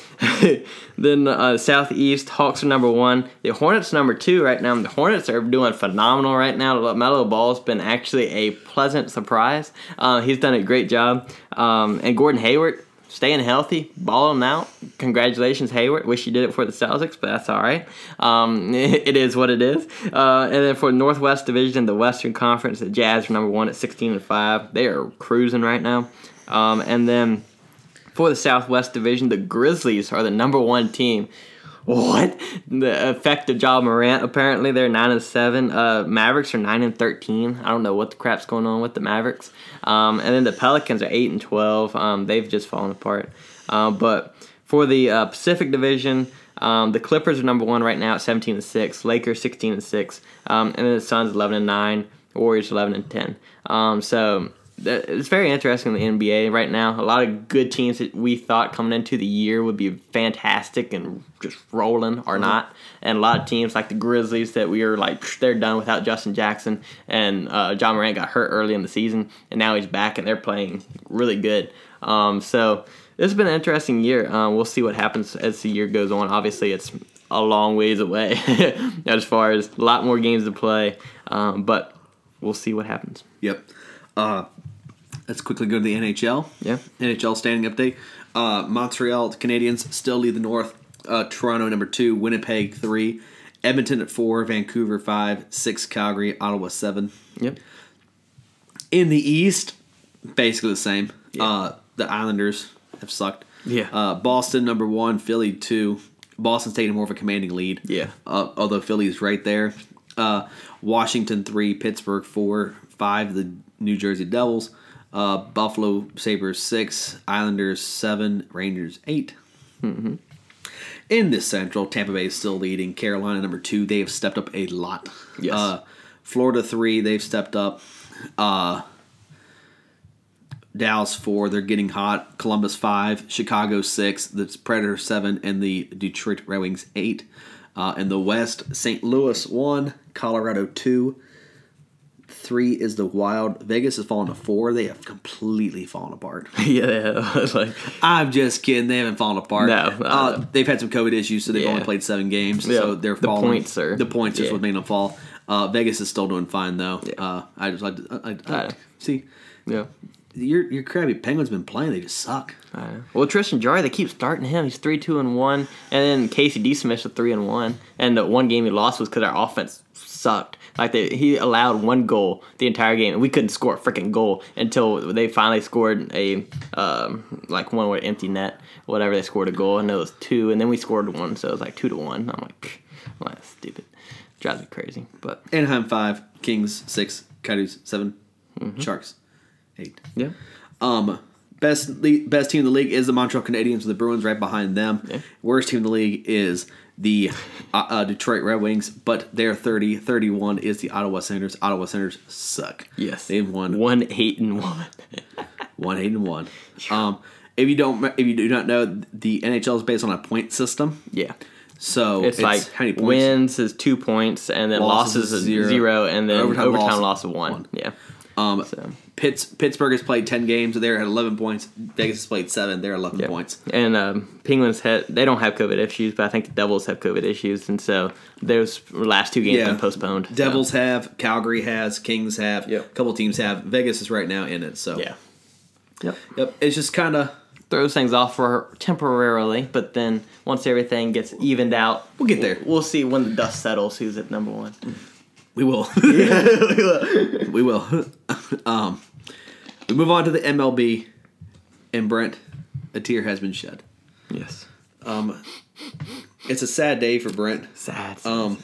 S2: then uh, Southeast Hawks are number one. The Hornets number two right now. The Hornets are doing phenomenal right now. Melo Ball's been actually a pleasant surprise. Uh, he's done a great job. Um, and Gordon Hayward staying healthy, balling out. Congratulations, Hayward. Wish you did it for the Celtics, but that's all right. Um, it is what it is. Uh, and then for Northwest Division in the Western Conference, the Jazz are number one at 16 and 5. They are cruising right now. Um, and then for the Southwest Division, the Grizzlies are the number one team. What the effect of John Morant? Apparently, they're nine and seven. Uh, Mavericks are nine and thirteen. I don't know what the crap's going on with the Mavericks. Um, and then the Pelicans are eight and twelve. Um, they've just fallen apart. Um, but for the uh, Pacific Division, um, the Clippers are number one right now at seventeen and six. Lakers sixteen and six. Um, and then the Suns eleven and nine. Warriors eleven and ten. Um, so th- it's very interesting in the NBA right now. A lot of good teams that we thought coming into the year would be fantastic and just rolling are not, and a lot of teams like the Grizzlies that we are like "Psh, they're done without Justin Jackson and uh, John Morant got hurt early in the season and now he's back and they're playing really good. Um, so this has been an interesting year. Um, we'll see what happens as the year goes on. Obviously, it's a long ways away as far as a lot more games to play, um, but we'll see what happens.
S1: Yep. Uh, let's quickly go to the NHL.
S2: Yeah.
S1: NHL standing update. Uh, Montreal Canadiens still lead the North. Uh, Toronto number two, Winnipeg three, Edmonton at four, Vancouver five, six Calgary, Ottawa seven.
S2: Yep.
S1: In the East, basically the same. Uh, the Islanders have sucked.
S2: Yeah.
S1: Uh, Boston number one, Philly two. Boston's taking more of a commanding lead.
S2: Yeah.
S1: Uh, although Philly's right there. Uh, Washington three, Pittsburgh four, five. The New Jersey Devils. Uh, Buffalo Sabers six, Islanders seven, Rangers 8 In this Central, Tampa Bay is still leading. Carolina number two. They have stepped up a lot.
S2: Yes.
S1: Uh, Florida three. They've stepped up. Uh, Dallas four. They're getting hot. Columbus five. Chicago six. The Predator seven, and the Detroit Red Wings eight. Uh, in the West, St. Louis one. Colorado two. Three is the Wild. Vegas has fallen to four. They have completely fallen apart.
S2: yeah, yeah, like
S1: I'm just kidding. They haven't fallen apart.
S2: No,
S1: uh,
S2: uh,
S1: they've had some COVID issues, so they've
S2: Yeah.
S1: only played seven games.
S2: Yeah,
S1: So they're
S2: the
S1: falling.
S2: points are-
S1: the points is
S2: yeah.
S1: what made them fall. Uh, Vegas is still doing fine though. Uh, I just I, I, I,
S2: I know.
S1: see
S2: yeah.
S1: your your crabby Penguins been playing. They just suck.
S2: I know. Well, Tristan Jarry, they keep starting him. He's three, two, and one, and then Casey D. Smith's a three and one. And the one game he lost was because our offense sucked. Like they, he allowed one goal the entire game, and we couldn't score a freaking goal until they finally scored a um, like one with empty net, whatever. They scored a goal, and it was two, and then we scored one, so it was like two to one. I'm like, pfft, I'm like, that's stupid, drives me crazy. But
S1: Anaheim five, Kings six, Coyotes 7
S2: Mm-hmm.
S1: Sharks eight.
S2: yeah,
S1: Um, best le- best team in the league is the Montreal Canadiens with the Bruins right behind them.
S2: Yeah.
S1: Worst team in the league is the uh, uh, Detroit Red Wings, but they're 30. 31 is the Ottawa Senators. Ottawa Senators suck.
S2: yes,
S1: They've won
S2: one, eight, and one.
S1: one eight and one. Um, if you don't if you do not know, the NHL is based on a point system.
S2: yeah.
S1: So
S2: It's, like
S1: how many points?
S2: wins is two points, and then losses, is zero, and then overtime,
S1: loss-
S2: loss, of one.
S1: one.
S2: Yeah.
S1: Um,
S2: So,
S1: Pitts, Pittsburgh has played ten games. They're at eleven points. Vegas has played seven. They're at eleven
S2: yeah.
S1: points.
S2: And um, Penguins had they don't have COVID issues, but I think the Devils have COVID issues, and so those last two games
S1: Yeah.
S2: been postponed. so,
S1: Devils have, Calgary has, Kings have,
S2: Yep.
S1: a couple teams have. Vegas is right now in it. So
S2: yeah. Yep.
S1: Yep, it's just kind of
S2: Throws things off for temporarily, but then once everything gets evened out,
S1: We'll get there.
S2: We'll, see when the dust settles who's at number one.
S1: we will, we will. um, we move on to the MLB, and Brent, a tear has been shed.
S2: Yes.
S1: Um, it's a sad day for Brent.
S2: Sad.
S1: Um,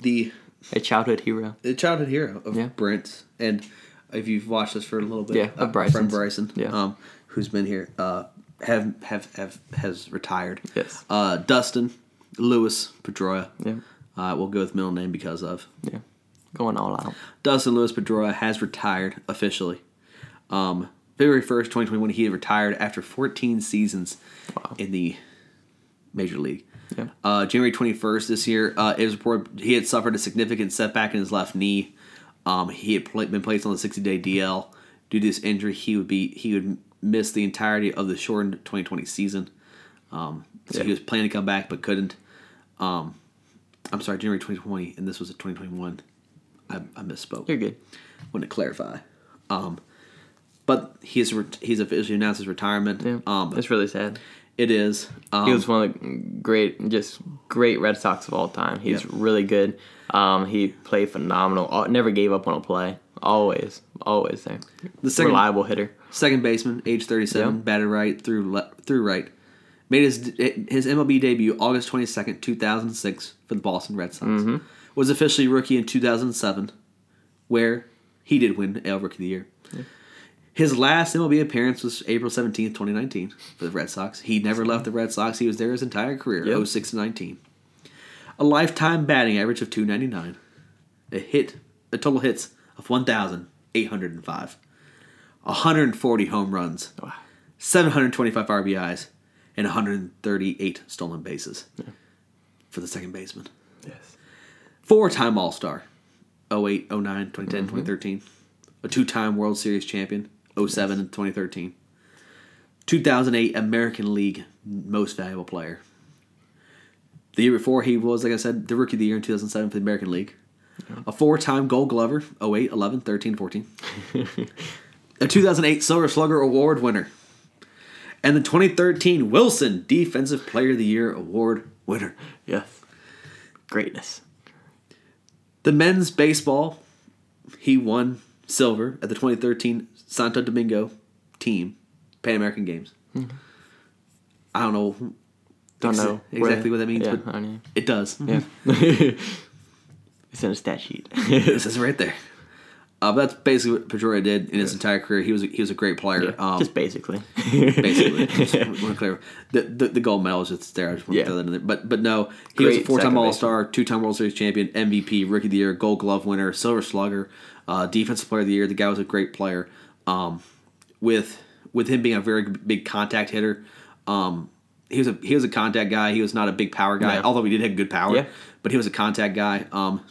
S1: the
S2: a childhood hero.
S1: the childhood hero of
S2: Yeah.
S1: Brent's, and if you've watched us for a little bit,
S2: Yeah, of
S1: uh, friend
S2: Bryson's.
S1: Bryson,
S2: Yeah.
S1: um, who's been here, uh, have have have has retired.
S2: Yes.
S1: uh, Dustin Lewis Pedroia.
S2: Yeah.
S1: uh, we'll go with middle name because of
S2: Yeah. Going all out.
S1: Dustin Lewis Pedroia has retired officially. Um, February first, twenty twenty one, he retired after fourteen seasons
S2: Wow.
S1: in the major league.
S2: Yeah.
S1: Uh, January 21st this year, uh, it was reported he had suffered a significant setback in his left knee. Um, he had pla been placed on the 60 day DL. Due to this injury, he would be he would miss the entirety of the shortened 2020 season. Um, so
S2: Yeah.
S1: he was planning to come back but couldn't. Um, I'm sorry, January 2020, and this was a 2021. I, I misspoke.
S2: You're good.
S1: Want to clarify. Um, but he's re- he's officially announced his retirement.
S2: Yeah.
S1: Um,
S2: it's really sad.
S1: it is. Um,
S2: he was one of the great, just great Red Sox of all time. He's
S1: Yep.
S2: really good. Um, he played phenomenal. Al- Never gave up on a play. Always, always there.
S1: The second-
S2: reliable hitter.
S1: second baseman, age 37,
S2: Yeah.
S1: batted right through le- through right. Made his his MLB debut August 22nd, 2006 for the Boston Red Sox. Was officially rookie in 2007 where he did win AL Rookie of the Year. His last MLB appearance was April 17th, 2019 for the Red Sox. He never left the Red Sox. He was there his entire career,
S2: Yep.
S1: 06 to 19. A lifetime batting average of 299. A hit, a total hits of 1,805. 140 home runs, 725 RBIs, and 138 stolen bases for the second baseman.
S2: Yes.
S1: Four time All Star 08, 09, 2010, 2013. A two time World Series champion 07 and 2013. 2008 American League Most Valuable Player. The year before, he was, like I said, the Rookie of the Year in 2007 for the American League. A four time Gold Glover 08, 11, 13, 14. a 2008 Silver Slugger Award winner. And the 2013 Wilson Defensive Player of the Year Award winner.
S2: Yes. Greatness.
S1: The men's baseball, he won silver at the 2013 Santo Domingo team Pan American Games.
S2: Mm-hmm.
S1: I don't know.
S2: Don't know
S1: ex- exactly
S2: where-
S1: what that means,
S2: yeah,
S1: but
S2: I know.
S1: it does.
S2: Yeah. it's in a stat sheet.
S1: This is right there. Uh, but that's basically what Pedroia did in his entire career. He was he was a great player. um,
S2: Just basically.
S1: basically. Just want to clarify. The, the the gold medal is just there. I just want
S2: Yeah.
S1: to throw that in there. But but no, he was a
S2: Great
S1: four time
S2: sacrifice.
S1: All Star, two time World Series champion, MVP, Rookie of the Year, Gold Glove winner, Silver Slugger, uh, Defensive Player of the Year. The guy was a great player. Um, with with him being a very big contact hitter, um, he was a he was a contact guy. He was not a big power guy,
S2: No.
S1: although he did have good power.
S2: Yeah.
S1: But he was a contact guy. Um,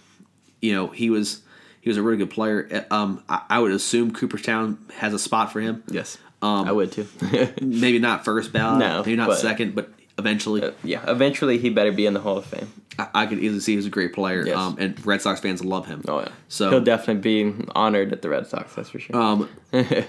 S1: you know he was. He was a really good player. Uh, Um, I, I would assume Cooperstown has a spot for him
S2: yes. Um, I would too.
S1: maybe not first ballot,
S2: No,
S1: maybe not
S2: but-
S1: second, but eventually,
S2: yeah. Eventually, he better be in the Hall of Fame.
S1: I, I could easily see he's a great player.
S2: Yes.
S1: Um, and Red Sox fans love him.
S2: Oh yeah.
S1: So-
S2: he'll definitely be honored at the Red Sox. That's for sure.
S1: Um,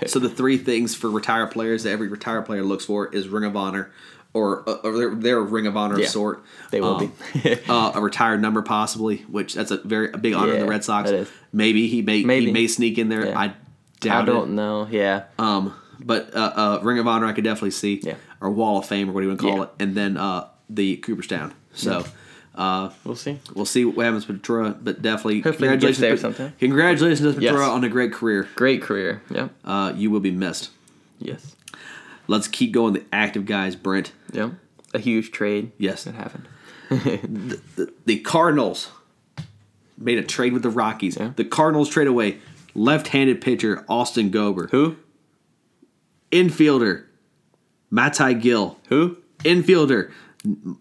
S1: so the three things for retired players that every retired player looks for is Ring of Honor, or, uh, or they're, they're a Ring of Honor
S2: Yeah,
S1: of sort.
S2: they will
S1: Um,
S2: be.
S1: uh, a retired number possibly, which that's a very a big honor to the
S2: Yeah,
S1: Red Sox.
S2: that is.
S1: Maybe he may he
S2: Maybe.
S1: may sneak in there.
S2: Yeah.
S1: I
S2: I
S1: doubt it.
S2: don't know. Yeah.
S1: Um, but uh, uh, Ring of Honor, I could definitely see,
S2: Yeah.
S1: or Wall of Fame, or what do you want to call
S2: Yeah.
S1: it, and then uh, the Cooperstown. So. Uh,
S2: We'll see.
S1: We'll see what happens with Petrora, but definitely
S2: Hopefully he gets
S1: congratulations.
S2: there
S1: Pe-
S2: sometime.
S1: Congratulations to Petrora
S2: Yes.
S1: on a great career.
S2: Great career. Yep.
S1: Uh, you will be missed.
S2: Yes.
S1: Let's keep going. The active guys, Brent.
S2: Yep. A huge trade.
S1: Yes.
S2: That happened.
S1: The, the Cardinals made a trade with the Rockies.
S2: Yeah.
S1: The Cardinals trade away left-handed pitcher Austin Gober,
S2: Who?
S1: infielder Matai Gill,
S2: Who?
S1: infielder M-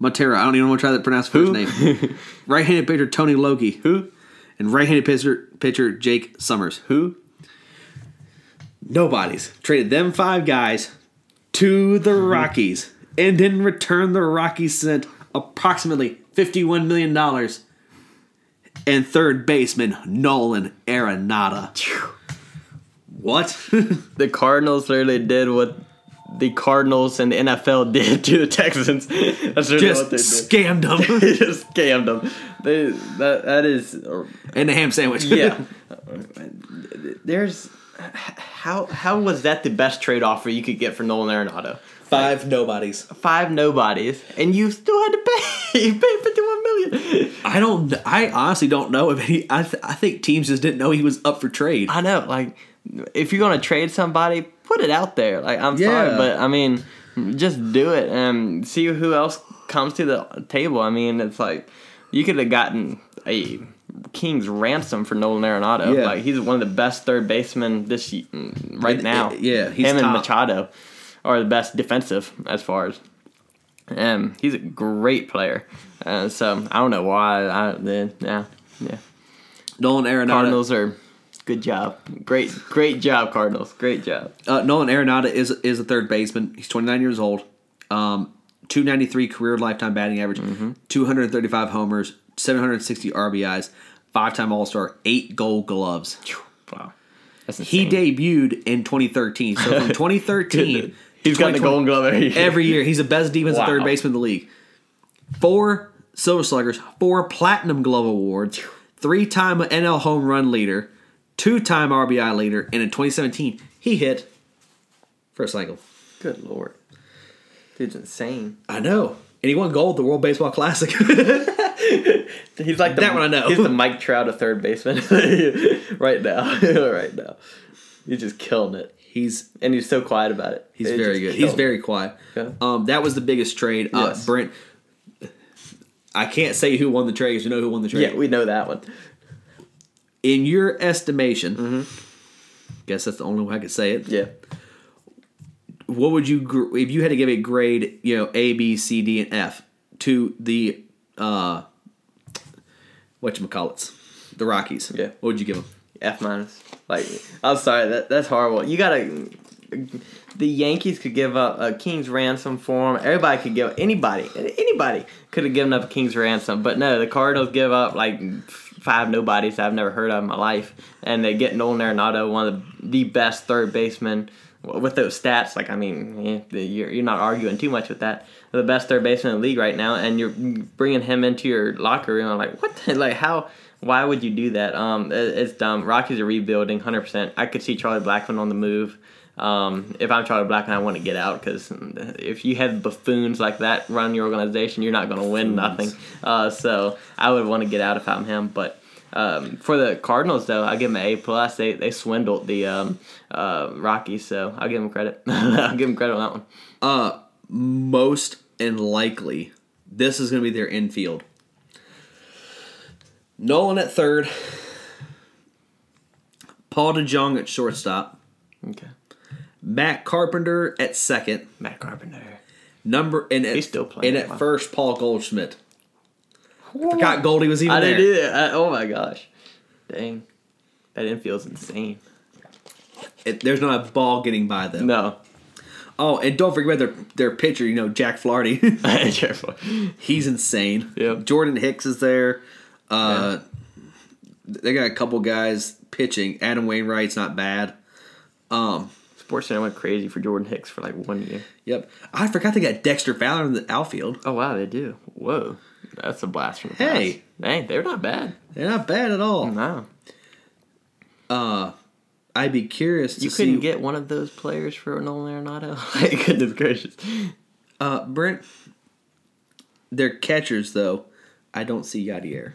S1: Matera. I don't even want to try to pronounce first name. right-handed pitcher Tony Loki,
S2: Who?
S1: and right-handed pitcher pitcher Jake Summers.
S2: Who?
S1: Nobody's traded them five guys to the
S2: Mm-hmm.
S1: Rockies, and in return, the Rockies sent approximately fifty-one million dollars and third baseman Nolan Arenada. What?
S2: The Cardinals literally did what the Cardinals and the NFL did to the Texans. That's literally
S1: Just
S2: what they did.
S1: scammed them
S2: they just scammed them. They that that is
S1: and a ham sandwich.
S2: yeah. There's how how was that the best trade offer you could get for Nolan Arenado?
S1: five nobodies.
S2: Five nobodies, and you still had to pay you paid fifty one million.
S1: I don't. I honestly don't know if he. I, th- I think teams just didn't know he was up for trade.
S2: I know, like if you're gonna trade somebody, put it out there. Like I'm
S1: Yeah.
S2: sorry, but I mean, just do it and see who else comes to the table. I mean, it's like you could have gotten a king's ransom for Nolan Arenado.
S1: Yeah.
S2: Like he's one of the best third basemen this y- mm, right now.
S1: yeah, he's
S2: him
S1: top.
S2: and Machado are the best defensive as far as. Um, he's a great player, uh, so I don't know why. I then yeah, yeah.
S1: Nolan Arenada.
S2: Cardinals are good job. Great, great job, Cardinals. Great job.
S1: Uh, Nolan Arenado is is a third baseman. He's 29 years old. Um, 293 career lifetime batting average,
S2: Mm-hmm.
S1: 235 homers, 760 RBIs, five time All Star, eight Gold Gloves.
S2: Wow, that's
S1: He
S2: insane.
S1: debuted in 2013. So from 2013, to
S2: He's got
S1: 2020
S2: the Golden Glove every year.
S1: every year. He's the best defensive
S2: Wow.
S1: third baseman in the league. Four Silver Sluggers, four Platinum Glove awards, three time NL home run leader, two time RBI leader, and in 2017 he hit first cycle.
S2: Good lord, dude's insane.
S1: I know, and he won gold at the World Baseball Classic.
S2: He's like the,
S1: That one I know.
S2: He's the Mike Trout of third baseman right now. right now, he's just killing it,
S1: he's
S2: and he's so quiet about it.
S1: he's
S2: They
S1: very
S2: just
S1: good.
S2: killed
S1: He's
S2: it.
S1: very quiet.
S2: Yeah.
S1: Um, that was the biggest trade. Uh,
S2: Yes.
S1: Brent, I can't say who won the trade. 'cause You know who won the trade.
S2: Yeah, we know that one.
S1: in your estimation,
S2: Mm-hmm.
S1: guess that's the only way I could say it.
S2: Yeah,
S1: What would you gr- if you had to give a grade, you know, A, B, C, D, and F to the uh whatchamacallits, the Rockies?
S2: Yeah.
S1: What would you give them?
S2: F minus. Like, I'm sorry, that that's horrible. You gotta. The Yankees could give up a king's ransom for him. Everybody could give anybody, anybody could have given up a king's ransom. But no, the Cardinals give up like five nobodies I've never heard of in my life, and they get Nolan Arenado, one of the, the best third basemen with those stats. Like, I mean, eh, the- you're you're not arguing too much with that. They're the best third baseman in the league right now, and you're bringing him into your locker room. I'm like, what? the- like, how? Why would you do that? Um, it- it's dumb. Rockies are rebuilding, hundred percent. I could see Charlie Blackman on the move. Um, if I'm Charlie Blackman, I want to get out because if you have buffoons like that run your organization, you're not going to win nothing. Uh, so I would want to get out if I'm him. But um, for the Cardinals, though, I give them an A plus. They they swindled the um, uh, Rockies, so I'll give them credit. I'll give them credit on that one.
S1: most and likely this is going to be their infield. Nolan at third, Paul DeJong at shortstop,
S2: Okay,
S1: Matt Carpenter at second,
S2: Matt Carpenter.
S1: number and at,
S2: He's still playing.
S1: and at
S2: Wow.
S1: first Paul Goldschmidt. Forgot Goldie was even
S2: I
S1: there.
S2: didn't do that. I- oh my gosh, dang, that infield's insane.
S1: It- there's not a ball getting by them.
S2: No,
S1: Oh, and don't forget their their pitcher, you know, Jack Flaherty.
S2: careful.
S1: He's insane.
S2: Yep.
S1: Jordan Hicks is there. Uh, They got a couple guys pitching. Adam Wainwright's not bad.
S2: Sports Center went crazy for Jordan Hicks for like one year.
S1: Yep. I forgot they got Dexter Fowler in the outfield.
S2: Oh wow, they do. Whoa, that's a blast from the past.
S1: Hey.
S2: dang, they're not bad.
S1: They're not bad at all.
S2: No,
S1: I'd be curious to
S2: you
S1: see.
S2: couldn't get one of those players for Nolan Arenado. like, goodness gracious.
S1: uh, Brent. Their catchers, though, I don't see Yadier.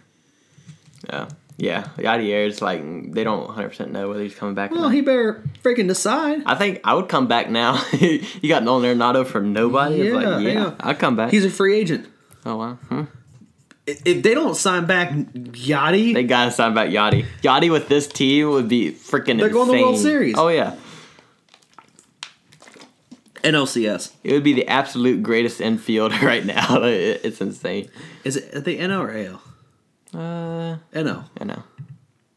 S2: Yeah, yeah. Yadier is like they don't 100 percent know whether he's coming back. or
S1: Well,
S2: not.
S1: he better freaking decide.
S2: I think I would come back now. you got Nolan Arenado for nobody. Yeah,
S1: Yeah,
S2: like,
S1: hang
S2: yeah,
S1: on.
S2: I'd come back.
S1: He's a free agent.
S2: oh wow. Hmm.
S1: I- If they don't sign back Yadi,
S2: They gotta sign back Yachty. Yachty with this team would be freaking
S1: They're
S2: insane.
S1: going to World Series.
S2: Oh yeah,
S1: NLCS
S2: it would be the absolute greatest infield right now. It- it's insane.
S1: is it are they NL or AL?
S2: Uh,
S1: NL,
S2: I know.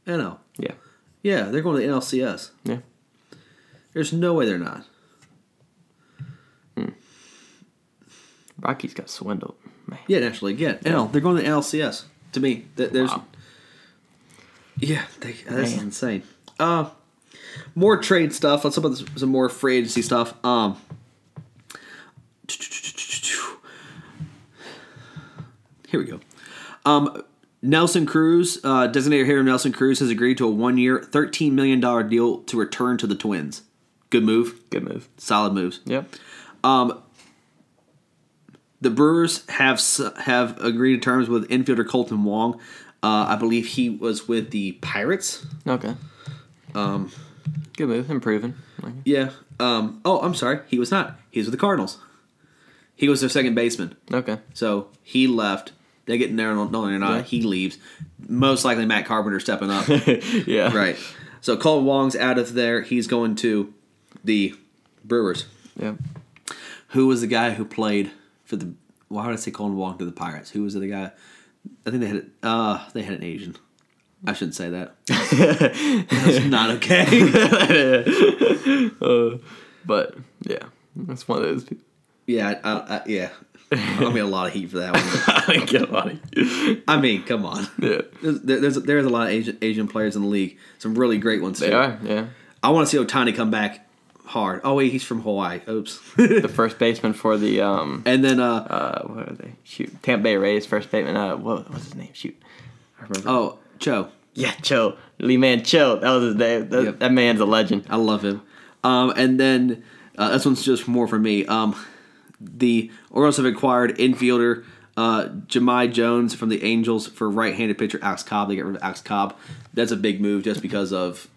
S1: NL.
S2: Yeah,
S1: Yeah, they're going to the NLCS.
S2: yeah.
S1: There's no way they're not.
S2: Rockies got swindled. Man.
S1: Yeah, National League. Yeah, NL. They're going to the NLCS. To me, Th- there's.
S2: Wow.
S1: Yeah, they, that's
S2: Man.
S1: insane. Uh, more trade stuff. Let's talk about some more free agency stuff. Um, here we go. Um, Nelson Cruz, uh, designated hitter Nelson Cruz, has agreed to a one-year, thirteen million dollar deal to return to the Twins. Good move.
S2: Good move.
S1: Solid moves.
S2: Yep.
S1: The Brewers have s- have agreed to terms with infielder Colton Wong. Uh, I believe he was with the Pirates.
S2: Okay. Um, good move. Improving. Like,
S1: Yeah. Um, oh, I'm sorry. He was not. He was with the Cardinals. He was their second baseman.
S2: Okay.
S1: So he left. They get in there, no, no, they're not.
S2: Yeah.
S1: He leaves. Most likely Matt Carpenter stepping up.
S2: yeah.
S1: right. So Colton Wong's out of there. He's going to the Brewers.
S2: Yep.
S1: Who was the guy who played for the? Why would I say Colin Wong to the Pirates? Who was the guy? I think they had a, uh they had an Asian. I shouldn't say that. That's not okay.
S2: Uh, But yeah, that's one of those. People.
S1: yeah, I, I, yeah. I'm gonna get a lot of heat for that one.
S2: I didn't get a lot of you.
S1: I mean, come on.
S2: Yeah.
S1: There's there's, there's a lot of Asian, Asian players in the league. Some really great ones.
S2: They
S1: too.
S2: are. Yeah.
S1: I want to see Otani come back hard. Oh wait, he's from Hawaii. Oops.
S2: The first baseman for the um
S1: and then uh
S2: uh, what are they? Shoot, Tampa Bay Rays first baseman. Uh, what was his name? Shoot, I remember.
S1: oh Cho.
S2: yeah, Cho Lee Man Cho. That was his name. That,
S1: Yep.
S2: that man's a legend.
S1: I love him. Um, and then uh, this one's just more for me. Um, the Orioles have acquired infielder uh, Jemai Jones from the Angels for right-handed pitcher Alex Cobb. They get rid of Alex Cobb. That's a big move just because of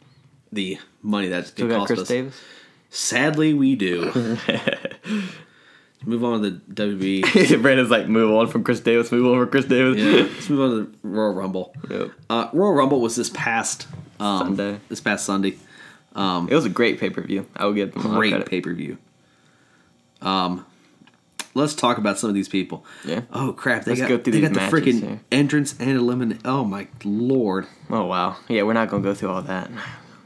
S1: the money that's
S2: We
S1: it
S2: got
S1: cost
S2: Chris
S1: us.
S2: Davis.
S1: Sadly, we do. move on to the WB.
S2: Brandon's like, move on from Chris Davis. Move on from Chris Davis.
S1: Yeah, let's move on to the Royal Rumble.
S2: Yep.
S1: Uh, Royal Rumble was this past um,
S2: Sunday.
S1: This past Sunday.
S2: It was a great pay per view. I would give them a lot of
S1: great
S2: credit.
S1: pay per view. Um, let's talk about some of these people.
S2: Yeah.
S1: Oh crap! They
S2: Let's
S1: got
S2: go through
S1: they
S2: these
S1: got the
S2: matches
S1: freaking
S2: here.
S1: entrance and eliminate. Oh my lord!
S2: Oh wow. Yeah, we're not gonna go through all that.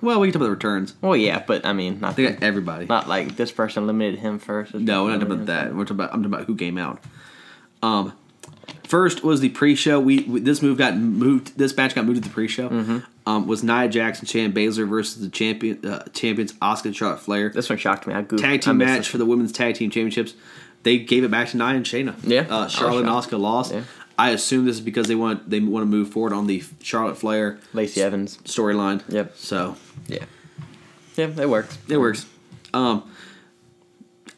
S1: Well, we can talk about the returns.
S2: Well, yeah, but I mean, not
S1: They got everybody.
S2: not like this person limited him first.
S1: no, we're not talking about that. We're talking about I'm talking about who came out. Um, first was the pre-show. We, we this move got moved. This match got moved to the pre-show.
S2: Mm-hmm.
S1: Um, was Nia Jackson, Chan Baszler versus the champion uh, champions Oscar, Charlotte Flair.
S2: This one shocked me. I goofed.
S1: tag
S2: I
S1: team
S2: missed
S1: match
S2: this
S1: for the women's tag team championships. They gave it back to Nia and Shayna.
S2: Yeah.
S1: uh, Charlotte and
S2: Oh,
S1: Oscar lost.
S2: Yeah.
S1: I assume this is because they want they want to move forward on the Charlotte Flair
S2: Lacey Evans.
S1: storyline.
S2: Yep.
S1: So
S2: Yeah. Yeah, it works.
S1: it works. Um,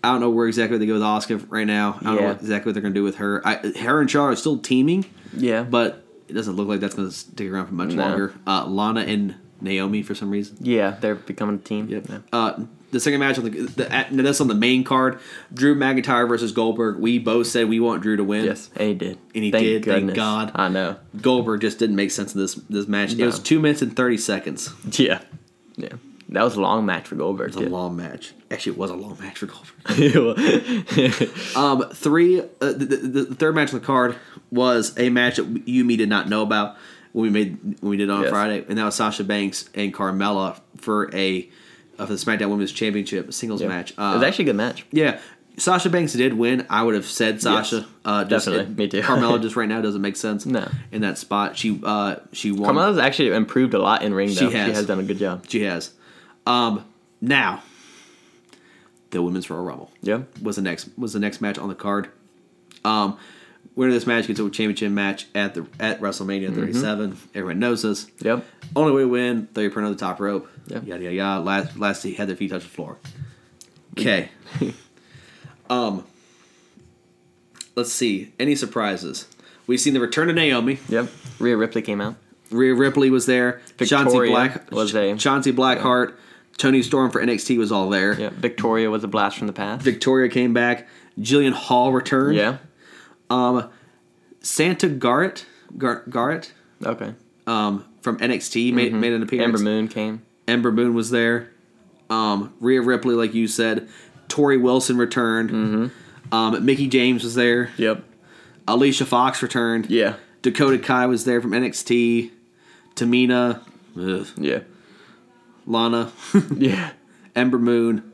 S1: I don't know where exactly they go with Oscar right now. I don't know
S2: Yeah.
S1: what, exactly what they're going to do with her. I, her and Charlotte are still teaming,
S2: Yeah.
S1: but it doesn't look like that's going to stick around for much
S2: No.
S1: longer. Uh, Lana and Naomi for some reason.
S2: yeah, they're becoming a team. Yeah.
S1: Uh, the second match on the, the at, no, that's on the main card. Drew McIntyre versus Goldberg. We both said we want Drew to win.
S2: Yes, and he did.
S1: And he did, thank God.
S2: I know.
S1: Goldberg just didn't make sense in this this match. It
S2: No.
S1: was two minutes and thirty seconds.
S2: Yeah. Yeah. That was a long match for Goldberg.
S1: It was a long match. Actually, it was a long match for Goldberg.
S2: too.
S1: Um, three. Uh, the, the, the third match on the card was a match that you and me did not know about when we made when we did it on
S2: Yes.
S1: Friday, and that was Sasha Banks and Carmella for a of the SmackDown Women's Championship singles match. Uh,
S2: it was actually a good match.
S1: Yeah, Sasha Banks did win. I would have said Sasha. uh, just,
S2: definitely. Me too.
S1: Carmella just right now doesn't make sense.
S2: No.
S1: in that spot, she uh, she won.
S2: Carmella's actually improved a lot in ring, though. She has,
S1: has.
S2: done a good job.
S1: She has. Um, now, the women's Royal Rumble
S2: Yeah.
S1: was the next was the next match on the card. Um, winner of this match gets a championship match at the at
S2: Mm-hmm.
S1: WrestleMania 37. Everyone knows this.
S2: Yep.
S1: Only way to win, thirty print on the top rope.
S2: Yep.
S1: Yada yada yada. Last last he had their feet touch the floor. Okay. um let's see. Any surprises? We've seen the return of Naomi.
S2: Yep. Rhea Ripley came out.
S1: Rhea Ripley was there. Chauncey
S2: Victoria
S1: Black
S2: was a-
S1: Chauncey Blackheart. Tony Storm for NXT was all there.
S2: Yeah. Victoria was a blast from the past.
S1: Victoria came back. Jillian Hall returned.
S2: yeah.
S1: Santa Garrett Gar- Garrett
S2: Okay.
S1: um, from NXT made, made an appearance.
S2: Mm-hmm. Amber Moon came.
S1: Ember Moon was there. Um, Rhea Ripley, like you said, Tori Wilson returned.
S2: Mm-hmm.
S1: Um, Mickey James was there.
S2: Yep.
S1: Alicia Fox returned.
S2: Yeah.
S1: Dakota Kai was there from NXT. Tamina, ugh,
S2: Yeah.
S1: Lana,
S2: Yeah.
S1: Ember Moon,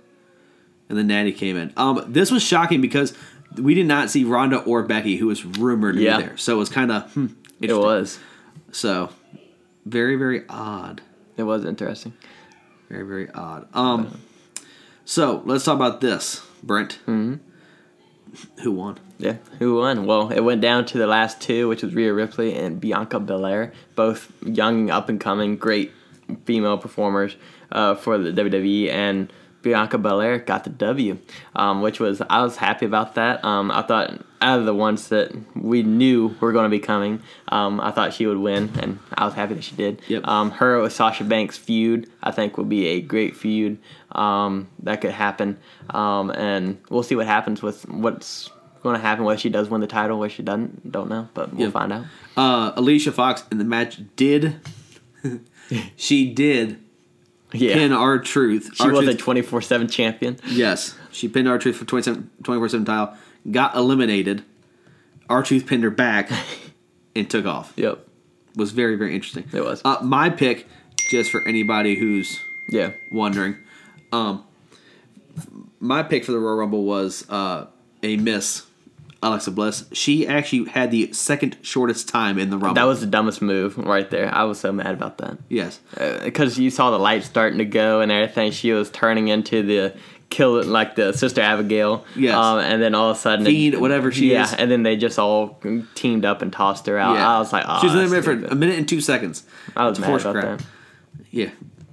S1: and then Natty came in. Um, this was shocking because we did not see Ronda or Becky, who was rumored to
S2: Yeah.
S1: be there. So it was kind of hmm,
S2: It
S1: interesting.
S2: was.
S1: So very, very odd.
S2: It was interesting.
S1: Very, very odd. Um, so let's talk about this, Brent. Mm-hmm. Who won?
S2: Yeah. Who won? Well, it went down to the last two, which was Rhea Ripley and Bianca Belair, both young, up and coming, great female performers uh, for the WWE. And Bianca Belair got the W, um, which was, I was happy about that. Um, I thought, out of the ones that we knew were going to be coming, um, I thought she would win, and I was happy that she did.
S1: Yep.
S2: Um, her with Sasha Banks feud, I think, will be a great feud um, that could happen, um, and we'll see what happens with what's going to happen. Whether she does win the title, whether she doesn't, don't know, but we'll
S1: Yeah.
S2: find out.
S1: Uh, Alicia Fox in the match did. she did
S2: Yeah,
S1: pin our truth.
S2: she was a twenty four seven champion.
S1: yes, she pinned our truth for 24 seven tile. Got eliminated. Our truth pinned her back and took off.
S2: Yep.
S1: Was very very interesting.
S2: It was.
S1: Uh, my pick, just for anybody who's
S2: Yeah.
S1: wondering. Um, my pick for the Royal Rumble was uh, a miss, Alexa Bliss. She actually had the second shortest time in the Rumble.
S2: That was the dumbest move right there. I was so mad about that.
S1: yes,
S2: because Uh, you saw the lights starting to go and everything. She was turning into the kill, like the sister Abigail.
S1: Yes.
S2: Um, and then all of a sudden,
S1: Fiend, whatever she
S2: yeah,
S1: is.
S2: and then they just all teamed up and tossed her out.
S1: yeah.
S2: I was like, oh,
S1: she was in there for a minute and two seconds.
S2: I
S1: It's
S2: was mad
S1: horse
S2: about
S1: crap.
S2: that.
S1: Yeah,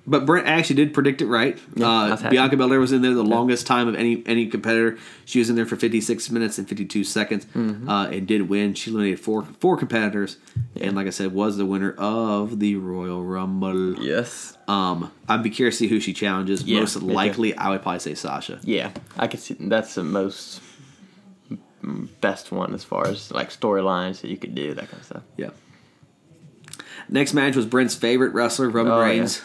S1: but Brent actually did predict it right.
S2: I was
S1: uh,
S2: happy.
S1: Bianca Belair was in there the longest time of any any competitor. She was in there for fifty six minutes and fifty two seconds,
S2: Mm-hmm.
S1: uh, and did win. She eliminated four four competitors, and like I said, was the winner of the Royal Rumble.
S2: Yes.
S1: Um, I'd be curious to see who she challenges.
S2: Yeah,
S1: Most
S2: me too.
S1: likely, I would probably say Sasha.
S2: Yeah, I could see that's the most mm, best one as far as like storylines that you could do that kind of stuff.
S1: Yeah. Next match was Brent's favorite wrestler, Roman
S2: Oh, yeah.
S1: Reigns,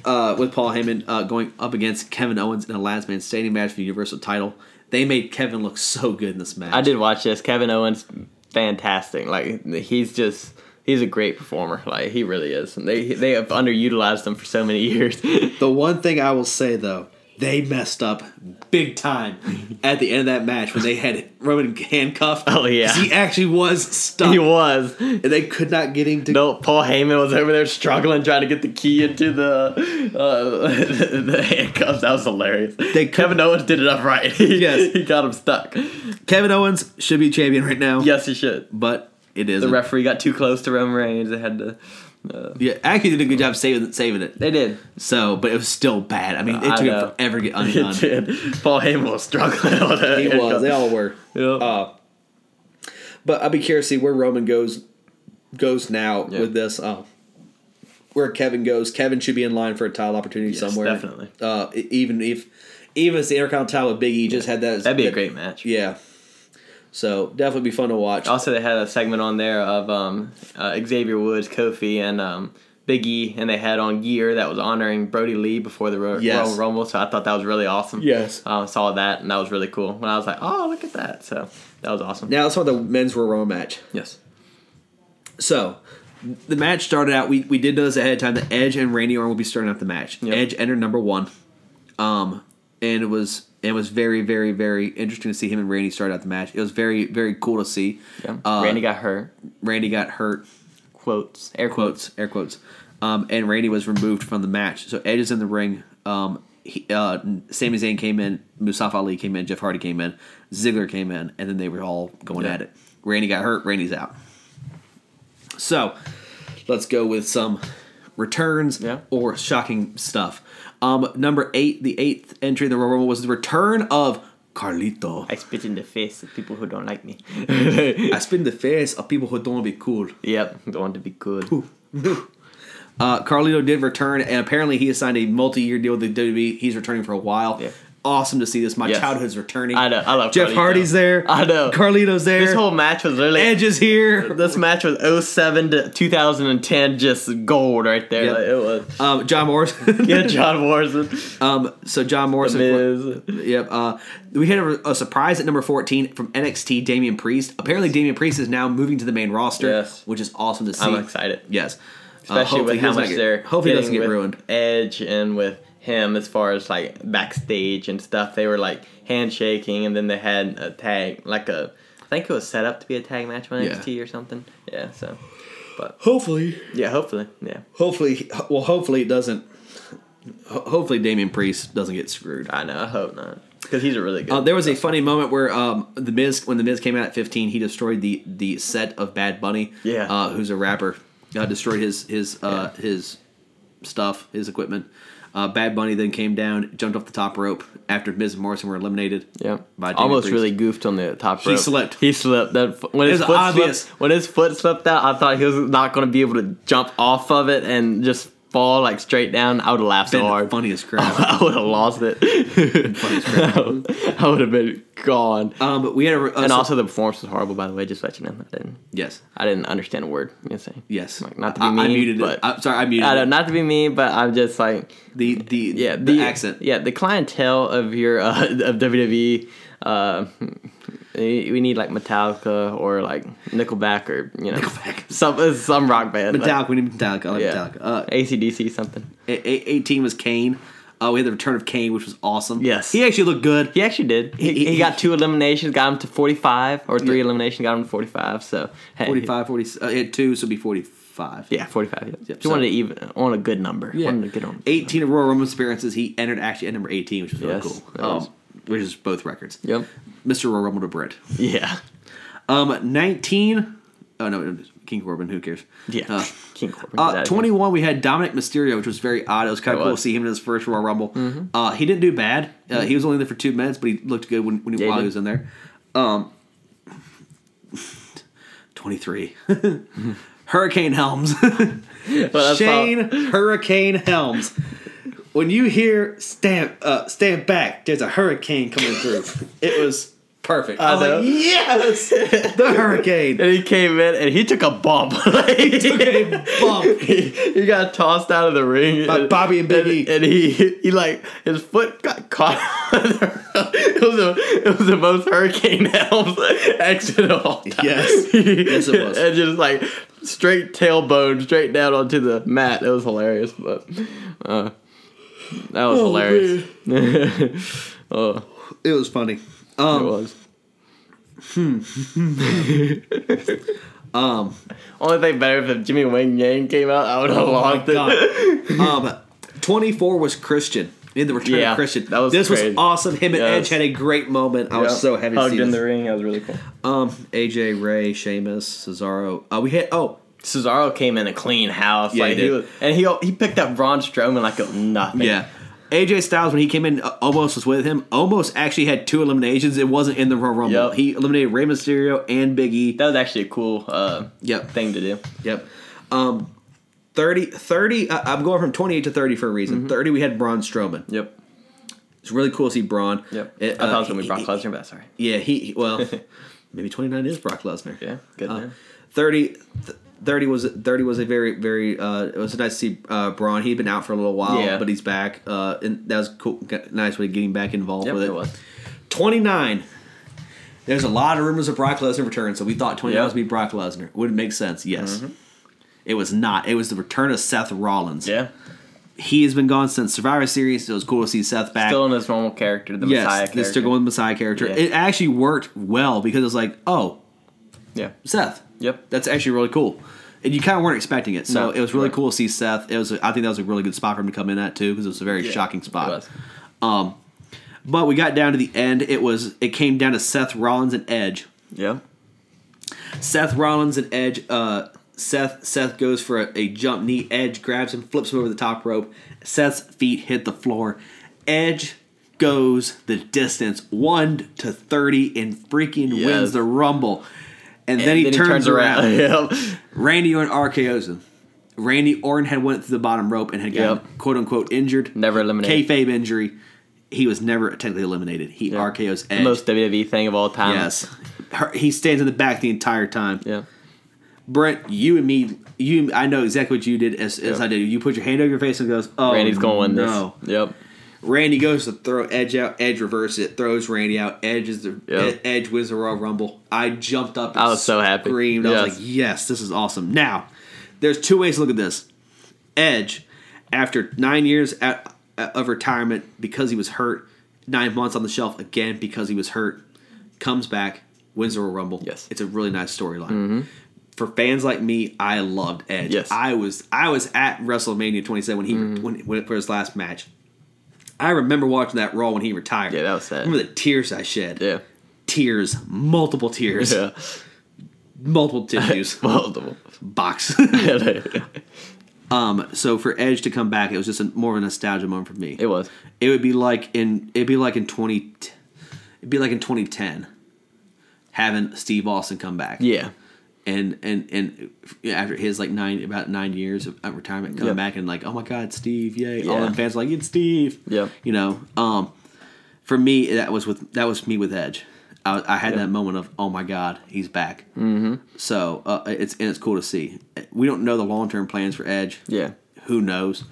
S1: uh, with Paul Heyman uh, going up against Kevin Owens in a last man standing match for the Universal title. They made Kevin look so good in this match.
S2: I did watch this. Kevin Owens, fantastic. Like he's just he's a great performer. Like he really is. And they they have underutilized him for so many years.
S1: The one thing I will say though, They messed up big time at the end of that match when they had Roman handcuffed.
S2: Oh, yeah.
S1: 'Cause he actually was stuck,
S2: He was.
S1: and they could not get him to.
S2: No, Paul Heyman was over there struggling trying to get the key into the uh, the, handcuffs. That was hilarious.
S1: They could-
S2: Kevin Owens did it up right. He-
S1: Yes.
S2: he got him stuck.
S1: Kevin Owens should be champion right now.
S2: Yes, he should.
S1: but it is
S2: The referee got too close to Roman Reigns. They had to. Uh,
S1: Yeah, actually did a good job saving saving it.
S2: they did.
S1: So, but it was still bad. I mean, it
S2: I
S1: took
S2: know.
S1: him forever to get
S2: It
S1: undone.
S2: did. Paul Heyman was struggling. on that
S1: he
S2: handcuff.
S1: was. They all were.
S2: Yep.
S1: Uh, but I'd be curious to see where Roman goes goes now
S2: Yeah.
S1: with this. Uh, where Kevin goes, Kevin should be in line for a title opportunity somewhere.
S2: definitely.
S1: Uh, e- even if even if it's the Intercontinental title with Big E just had that.
S2: That'd be a
S1: that-
S2: great match.
S1: Yeah. So definitely be fun to watch.
S2: Also, they had a segment on there of um, uh, Xavier Woods, Kofi, and um, Big E, and they had on gear that was honoring Brody Lee before the Ro-
S1: Yes.
S2: Royal Rumble. So I thought that was really awesome.
S1: Yes.
S2: Um, saw that, and that was really cool. When I was like, oh, look at that. So that was awesome.
S1: Now let's talk about the men's Royal Rumble match.
S2: Yes.
S1: So the match started out. We we did know this ahead of time. That Edge and Randy Orton will be starting out the match.
S2: Yep.
S1: Edge entered number one, um, and it was it was very very very interesting to see him and Randy start out the match. It was very very cool to see.
S2: Yeah.
S1: Uh,
S2: Randy got hurt.
S1: Randy got hurt.
S2: Quotes. Air quotes.
S1: Quotes air quotes, um, and Randy was removed from the match. So Edge is in the ring. Um, he, uh, Sami Zayn came in. Mustafa Ali came in. Jeff Hardy came in. Ziggler came in, and then they were all going
S2: Yeah.
S1: at it. Randy got hurt. Randy's out. So let's go with some returns
S2: Yeah.
S1: or shocking stuff. Um, number eight, the eighth entry in the Royal Rumble was the return of Carlito.
S2: I spit in the face of people who don't like me.
S1: I spin the face of people who don't be cool.
S2: yep. Don't want to be good.
S1: Uh, Carlito did return, and apparently he has signed a multi-year deal with the WWE. He's returning for a while.
S2: Yeah.
S1: Awesome to see this. My
S2: Yes.
S1: childhood's returning.
S2: I know. I love
S1: Jeff
S2: Carlito.
S1: Hardy's there.
S2: I know.
S1: Carlito's there.
S2: This whole match was really
S1: Edge is here.
S2: This match was 07 to 2010, just gold right there.
S1: Yep.
S2: Like, it was.
S1: Um, John Morrison.
S2: Yeah, John Morrison.
S1: um, so John Morrison.
S2: Miz.
S1: Yep. Uh, we had a, a surprise at number 14 from NXT, Damian Priest. Apparently, Damian Priest is now moving to the main roster,
S2: Yes.
S1: which is awesome to see.
S2: I'm excited.
S1: Yes. Uh,
S2: Especially
S1: hopefully
S2: with
S1: he
S2: how
S1: does not
S2: much
S1: get-
S2: they're
S1: Hopefully, he doesn't get
S2: getting with
S1: ruined.
S2: Edge and with him as far as like backstage and stuff. They were like handshaking and then they had a tag, like a, I think it was set up to be a tag match on
S1: Yeah.
S2: NXT or something. Yeah, so. But
S1: Hopefully.
S2: yeah, hopefully. Yeah.
S1: Hopefully, well, hopefully it doesn't. ho- Hopefully, Damian Priest doesn't get screwed.
S2: I know. I hope not. Because he's a really good.
S1: Uh, there was a funny moment where um, the Miz, when the Miz came out at 15, he destroyed the the set of Bad Bunny,
S2: Yeah.
S1: uh, who's a rapper. Uh, destroyed his his uh, his stuff, his equipment. Uh, Bad Bunny then came down, jumped off the top rope after Miz and Morrison were eliminated.
S2: Yeah,
S1: by Damian
S2: almost
S1: Priest.
S2: really goofed on the top rope.
S1: slipped.
S2: He slipped. That when his
S1: was
S2: foot
S1: obvious.
S2: slipped, when his foot slipped out, I thought he was not going to be able to jump off of it and just fall like straight down. I would have laughed so
S1: Been the
S2: hard.
S1: funniest crowd.
S2: I would have lost it. I would have been gone.
S1: um, but we had a, a-
S2: and also, the performance was horrible. By the way, just to let you know, I didn't.
S1: yes,
S2: I didn't understand a word you were saying.
S1: yes.
S2: Like, not to be
S1: I- I,
S2: mean,
S1: muted it.
S2: but-
S1: I'm sorry, I muted
S2: I know,
S1: it.
S2: not to be mean, but I'm just like
S1: the the
S2: yeah,
S1: the, accent.
S2: Yeah, the clientele of your uh, of WWE. Uh, we we need like Metallica or like Nickelback or you know
S1: Nickelback.
S2: some some rock band. like,
S1: Metallica, we need Metallica. I like
S2: yeah,
S1: Metallica. Uh,
S2: ACDC something.
S1: A- A- 18 was Kane. Uh, we had the return of Kane, which was awesome.
S2: Yes.
S1: He actually looked good.
S2: He actually did. He,
S1: He-
S2: he, got two eliminations, got him to forty five, or three
S1: Yeah.
S2: eliminations, got him to forty five. So hey,
S1: 45, 40, uh, he had two, so it'd be 45.
S2: Yeah, forty five. Yeah. He
S1: so-
S2: wanted to even on a good number.
S1: Yeah.
S2: Wanted a good number.
S1: 18 of Royal Rumble appearances. He entered actually at number 18, which was really
S2: Yes,
S1: cool.
S2: that was-
S1: Um, which is both records.
S2: Yep.
S1: Mr. Royal Rumble to Brett.
S2: Yeah.
S1: Um, 19. Oh, no, King Corbin, who cares?
S2: Yeah.
S1: Uh,
S2: King Corbin.
S1: Uh,
S2: that-
S1: 21, we had Dominic Mysterio, which was very odd. It was kind
S2: It
S1: of cool
S2: was.
S1: to
S2: Mm-hmm.
S1: see him in his first Royal Rumble. Uh, he didn't do bad. Uh, He was only there for two minutes, but he looked good when, when he,
S2: Yeah, he
S1: while he
S2: did.
S1: was in there. Um, 23. Hurricane Helms.
S2: But I saw-
S1: Shane Hurricane Helms. When you hear stand, uh, stand back, there's a hurricane coming through. it was perfect. I, was
S2: know.
S1: like, yes! The hurricane.
S2: And he came in and he took a bump. Like, he took
S1: a bump.
S2: He, he got tossed out of the ring
S1: By Bobby and Big E.
S2: And he, he like his foot got caught. it was a, it was the most Hurricane Helms exit of all time.
S1: Yes. Yes, it was.
S2: and just like straight tailbone straight down onto the mat. It was hilarious, but uh, That was hilarious. oh,
S1: It was funny.
S2: it
S1: Um,
S2: was. um. Only thing better if Jimmy Wang Yang came out, I would have logged it.
S1: Oh God. um, 24 was Christian in the return
S2: Yeah,
S1: of Christian.
S2: that was
S1: this
S2: crazy.
S1: was awesome. Him and
S2: Yes.
S1: Edge had a great moment. I
S2: Yep.
S1: was so happy to
S2: Hugged
S1: see
S2: in
S1: this.
S2: the ring. That was really cool.
S1: Um, AJ, Ray, Sheamus, Cesaro. Uh, we had oh
S2: Cesaro came in a clean house.
S1: Yeah,
S2: like
S1: he
S2: he
S1: did.
S2: was, and he he picked up Braun Strowman like it was nothing.
S1: yeah. AJ Styles when he came in, uh, almost was with him. Almost actually had two eliminations. It wasn't in the Royal Rumble.
S2: Yep.
S1: He eliminated Rey Mysterio and Big E.
S2: that was actually a cool uh,
S1: Yep.
S2: thing to do.
S1: Yep. Um, 30, 30 uh, I'm going from 28 to 30 for a reason.
S2: Mm-hmm.
S1: 30, we had Braun Strowman.
S2: Yep.
S1: It's really cool to see Braun.
S2: Yep.
S1: It,
S2: I thought it was
S1: uh,
S2: gonna be
S1: he-
S2: Brock
S1: he-
S2: Lesnar, but sorry.
S1: Yeah, he, he- well, maybe 29 is Brock Lesnar.
S2: Yeah, good
S1: Uh,
S2: man.
S1: 30, th- 30 was 30 was a very very uh it was nice to see uh Braun. He'd been out for a little while,
S2: Yeah.
S1: but he's back. Uh and that was cool got- nice way of getting back involved
S2: Yep,
S1: with it.
S2: it was.
S1: 29 There's a lot of rumors of Brock Lesnar return, so we thought 29
S2: Yeah.
S1: was be Brock Lesnar. Would it make sense? Yes.
S2: Mm-hmm.
S1: It was not. It was the return of Seth Rollins.
S2: Yeah.
S1: He has been gone since Survivor Series. So it was cool to see Seth back
S2: Still in his normal character, the Messiah
S1: yes,
S2: character.
S1: this took on the Messiah character.
S2: Yeah.
S1: It actually worked well because it was like, oh,
S2: Yeah.
S1: Seth.
S2: Yep.
S1: That's actually really cool. And you kind of weren't expecting it, so
S2: No,
S1: it was really
S2: right.
S1: cool to see Seth. It was, I think, that was a really good spot for him to come in at too, because it was a very
S2: Yeah,
S1: shocking spot.
S2: It was.
S1: But we got down to the end. It was, it came down to Seth Rollins and Edge.
S2: Yeah.
S1: Seth Rollins and Edge. Uh, Seth Seth goes for a, a jump knee. Edge grabs him, flips him over the top rope. Seth's feet hit the floor. Edge goes the distance, one to thirty, and freaking
S2: Yes.
S1: wins the rumble. And, then, he, turns around.
S2: yep.
S1: Randy Orton RKO's him. Randy Orton had went through the bottom rope and had gotten
S2: Yep.
S1: quote unquote injured.
S2: Never eliminated.
S1: Kayfabe injury. He was never technically eliminated. He RKO's Edge.
S2: The most WWE thing of all time.
S1: yes. Her- he stands in the back the entire time.
S2: Yeah.
S1: Brent, you and me, you, I know exactly what you did as, as
S2: Yeah.
S1: I did. You put your hand over your face and goes, "Oh,
S2: Randy's gonna win
S1: no.
S2: this. Yep.
S1: Randy goes to throw Edge out. Edge reverses it, throws Randy out. Edge is the
S2: Yeah.
S1: Ed- Edge wins the Royal Rumble. I jumped up. And
S2: I was so happy.
S1: Screamed. I
S2: Yes.
S1: was like, "Yes, this is awesome." Now, there's two ways to look at this. Edge, after nine years at, of retirement because he was hurt, nine months on the shelf again because he was hurt, comes back, wins the Royal Rumble.
S2: Yes. Mm-hmm.
S1: it's a really nice storyline. For fans like me, I loved Edge.
S2: Yes. Mm-hmm.
S1: I was I was at WrestleMania 27 when he when, when for his last match. I remember watching that Raw when he retired.
S2: Yeah, that was sad.
S1: Remember the tears I shed?
S2: Yeah.
S1: Tears, multiple tears,
S2: Yeah.
S1: multiple tissues,
S2: Multiple.
S1: box.
S2: it
S1: um, so for Edge to come back, it was just a, more of a nostalgia moment for me. It,
S2: was.
S1: would be like in it'd be like in twenty, it'd be like in twenty ten, having Steve Austin come back.
S2: Yeah.
S1: and and and after his like nine about nine years of of retirement coming
S2: Yeah.
S1: back and like oh my god steve yay all
S2: Yeah.
S1: the fans like it's steve
S2: Yeah.
S1: you know um for me that was with that was me with edge i, I had that moment of oh my god he's back mm-hmm. so uh, it's and it's cool to see we don't know the long-term plans for edge
S2: Yeah.
S1: who knows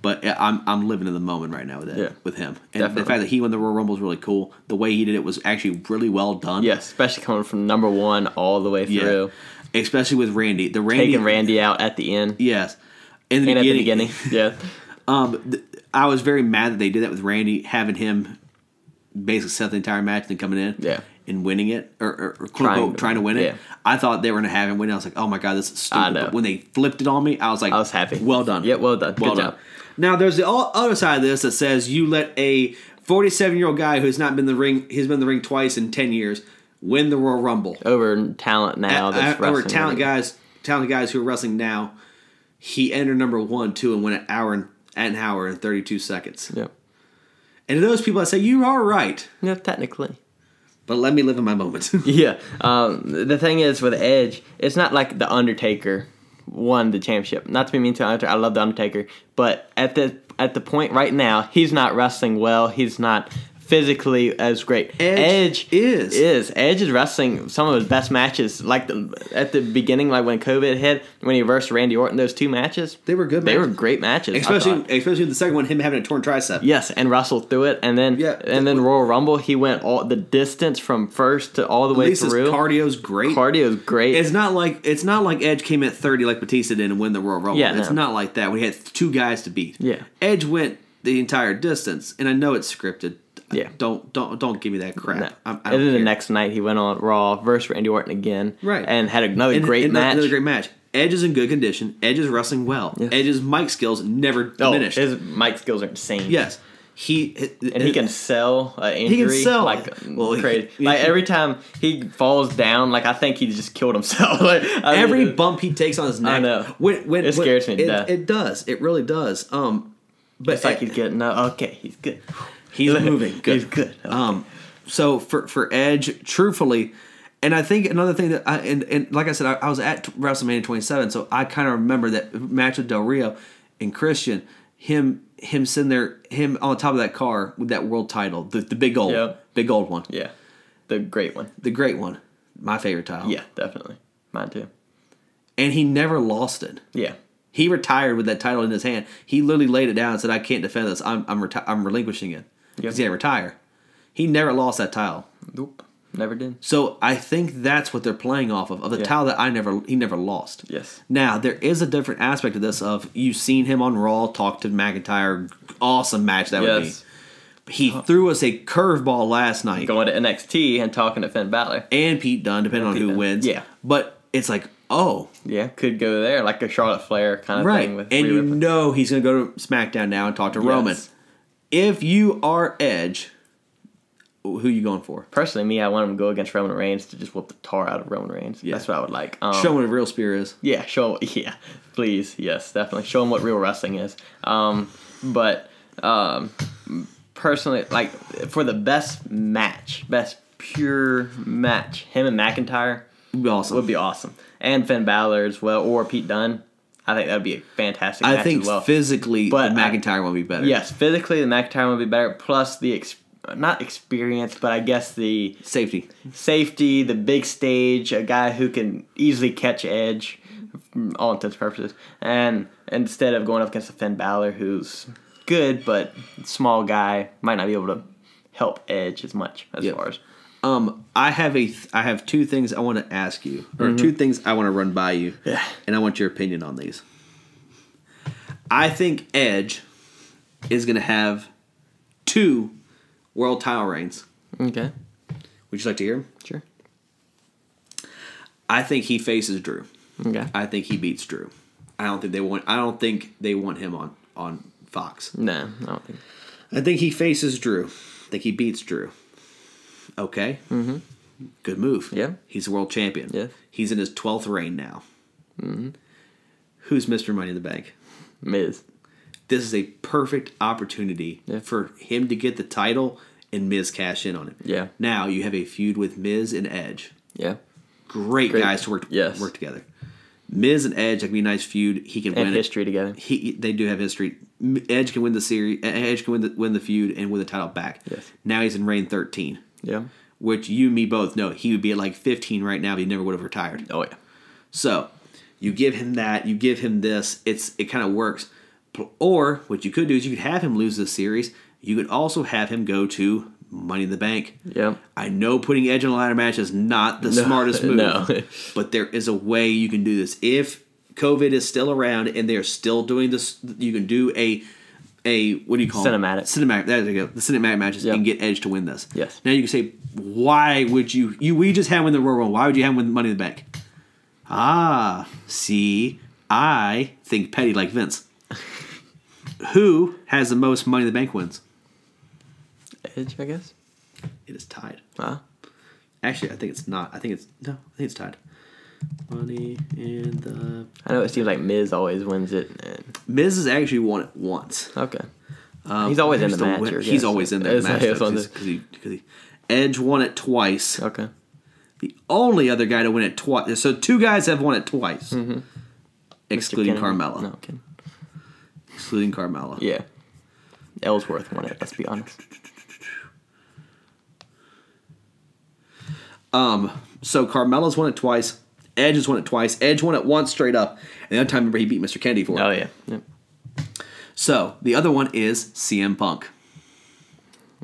S1: but I- i'm i'm living in the moment right now with it
S2: Yeah.
S1: with him and
S2: Definitely.
S1: the fact that he won the royal rumble is really cool the way he did it was actually really well done
S2: Yeah, especially coming from number one all the way through.
S1: yeah especially with randy the randy
S2: Taking Randy out at the end.
S1: Yes. In the
S2: And at the
S1: beginning,
S2: beginning. Yeah.
S1: um, th- I was very mad that they did that with Randy, having him basically set the entire match and then coming in,
S2: Yeah.
S1: and winning it or, or, or quote
S2: Trying
S1: unquote,
S2: to-
S1: trying to win it.
S2: yeah.
S1: I thought they were gonna have him win. I was like, oh my god, this is stupid.
S2: I know.
S1: But when they flipped it on me, I was like,
S2: I was happy.
S1: Well done.
S2: Yeah, well done.
S1: Well
S2: Good
S1: done.
S2: job.
S1: Now there's the o- other side of this that says you let a 47 year old guy who's not been in the ring, he's been in the ring twice in 10 years, win the Royal Rumble
S2: Over talent now. that's
S1: uh, our
S2: wrestling
S1: talent
S2: already.
S1: guys, talented guys who are wrestling now, he entered number one, two, and went an hour and an hour and thirty two seconds.
S2: Yeah.
S1: And to those people, I say you are right,
S2: Yeah, technically.
S1: but let me live in my moment.
S2: Yeah. Um, the thing is with Edge, it's not like the Undertaker won the championship. Not to be mean to Undertaker, I love the Undertaker, but at the at the point right now, he's not wrestling well. He's not physically as great.
S1: Edge is.
S2: is Edge is wrestling some of his best matches. Like the, at the beginning, like when COVID hit, when he versed Randy Orton, those two matches.
S1: They were good
S2: They were
S1: matches.
S2: great matches. I
S1: especially,
S2: thought.
S1: especially the second one, him having a torn tricep.
S2: Yes, and wrestled through it, and then
S1: Yeah.
S2: and then Royal Rumble, he went all the distance from first to all the
S1: At
S2: way
S1: least his
S2: through.
S1: cardio's great.
S2: Cardio is great.
S1: it's not like it's not like Edge came at thirty like Batista did and win the Royal Rumble.
S2: Yeah,
S1: it's
S2: no.
S1: not like that. We had two guys to beat.
S2: Yeah.
S1: Edge went the entire distance, and I know it's scripted.
S2: Yeah.
S1: Don't don't don't give me that crap.
S2: No.
S1: I, I
S2: and
S1: don't
S2: then the
S1: care.
S2: next night he went on Raw versus Randy Orton again,
S1: Right.
S2: And had another
S1: And-
S2: great
S1: and
S2: match.
S1: Another great match. Edge is in good condition. Edge is wrestling well. Edge's mic skills never
S2: oh,
S1: diminished.
S2: his mic skills are insane.
S1: yes, he
S2: and he can sell an injury.
S1: sell.
S2: like
S1: Well, he-
S2: crazy. like every time he falls down, like I think he just killed himself. like, I mean,
S1: uh, every
S2: it-
S1: bump he takes on his neck.
S2: know.
S1: When, when,
S2: It
S1: when-
S2: scares me to
S1: It,
S2: death.
S1: it does. It really does. Um, but
S2: it's like he's getting up. Okay, he's good.
S1: he's moving. Good.
S2: He's good. Oh,
S1: Um, so for for Edge, truthfully, and I think another thing that I and, and like I said, I, I was at WrestleMania 27, so I kind of remember that match with Del Rio and Christian. Him him sitting there, him on top of that car with that world title, the, the big old
S2: Yep.
S1: big old one,
S2: yeah, the great one.
S1: the great one, my favorite title.
S2: Yeah, definitely. Mine too.
S1: and he never lost it.
S2: Yeah.
S1: He retired with that title in his hand. He literally laid it down and said, "I can't defend this. I'm I'm, reti- I'm relinquishing it because he had to retire." He never lost that title.
S2: Nope. Never did.
S1: So I think that's what they're playing off of of the
S2: Yeah.
S1: towel that I never he never lost.
S2: Yes.
S1: Now there is a different aspect of this of you've seen him on Raw talk to McIntyre, awesome match that
S2: Yes. Uh-huh.
S1: would be. He threw us a curveball last night
S2: Going to NXT and talking to Finn Balor.
S1: and Pete Dunne, depending on
S2: Pete
S1: who
S2: Dunne.
S1: wins.
S2: Yeah.
S1: but it's like oh
S2: Yeah, could go there like a Charlotte Flair kind of
S1: right,
S2: thing with
S1: and
S2: Rhea
S1: you
S2: Ripley.
S1: know he's gonna go to SmackDown now and talk to Roman.
S2: Yes.
S1: If you are Edge, who you going for?
S2: Personally, me, I want him to go against Roman Reigns to just whip the tar out of Roman Reigns. That's what I would like. Um,
S1: Show him what a real spear is.
S2: Yeah, show yeah, please, yes, definitely show them what real wrestling is. Um, but um, personally, like for the best match, best pure match, him and McIntyre
S1: Would be awesome.
S2: would be awesome, and Finn Balor as well, or Pete Dunne. I think that would be a fantastic.
S1: I
S2: match
S1: think
S2: as well.
S1: physically,
S2: But I-
S1: McIntyre will be better.
S2: yes, physically the McIntyre would be better. Plus the ex- not experience, but I guess the
S1: safety.
S2: safety, the big stage, a guy who can easily catch edge, mm, all intents and purposes, and instead of going up against a Finn Balor who's good but small guy, might not be able to help Edge as much as
S1: Yep.
S2: far as
S1: Um, I have a, th- I have two things I want to ask you, or two things I want to run by you,
S2: Yeah.
S1: and I want your opinion on these. I think Edge is going to have two world title reigns.
S2: okay,
S1: Would you like to hear? 'em?
S2: sure,
S1: I think he faces Drew.
S2: okay,
S1: I think he beats Drew. I don't think they want. I don't think they want him on on Fox.
S2: no, I don't think
S1: I think he faces Drew. I think he beats Drew. Okay. Mm-hmm. Good move.
S2: Yeah.
S1: He's a world champion.
S2: Yes.
S1: He's in his 12th reign now. Mm-hmm. Who's Mr. Money in the Bank?
S2: Miz,
S1: This is a perfect opportunity
S2: Yeah.
S1: for him to get the title and Miz cash in on it.
S2: Yeah.
S1: Now you have a feud with Miz and Edge.
S2: yeah,
S1: Great,
S2: Great.
S1: guys to work
S2: Yes.
S1: work together. Miz and Edge, that could be a nice feud. He can
S2: and
S1: win it
S2: history together,
S1: he they do have history. M- Edge can win the series. Edge can win the win the feud and win the title back.
S2: Yes.
S1: Now he's in reign thirteen,
S2: yeah,
S1: which you and me both know he would be at like fifteen right now if he never would have retired.
S2: oh yeah,
S1: So you give him that. You give him this. It's it kind of works. P- Or what you could do is you could have him lose this series. You could also have him go to Money in the Bank.
S2: yeah,
S1: I know putting Edge in a ladder match is not the smartest move,
S2: no.
S1: but there is a way you can do this. If COVID is still around and they're still doing this, you can do a a what do you call it?
S2: Cinematic.
S1: Cinematic. There you go. The cinematic matches
S2: Yep.
S1: and get Edge to win this.
S2: Yes.
S1: Now you can say, why would you? You we just had him win the Royal Rumble. Why would you have him win Money in the Bank? Ah, see, I think petty like Vince. Who has the most Money in the Bank wins?
S2: Edge, I guess,
S1: It is tied.
S2: wow,
S1: Actually, I think it's not. I think it's no. I think it's tied. Money in the
S2: I know it seems like Miz always wins it, and
S1: Miz has actually won it once.
S2: okay, he's always in
S1: Um, Who's
S2: the match,
S1: win-
S2: or-
S1: He's
S2: yes.
S1: always in that
S2: It's
S1: match.
S2: like- it's on
S1: Because
S2: the-
S1: he, 'cause he- Edge won it twice.
S2: okay,
S1: The only other guy to win it twice. So two guys have won it twice, excluding
S2: Mm-hmm. Kennedy?
S1: Carmella.
S2: no, Kennedy.
S1: Excluding Carmella.
S2: Yeah. Ellsworth won it, let's be honest.
S1: Um, So Carmella's won it twice. Edge has won it twice. Edge won it once straight up. And the other time, remember, he beat Mr. Kennedy for it.
S2: Oh, yeah. Yep.
S1: So the other one is CM Punk.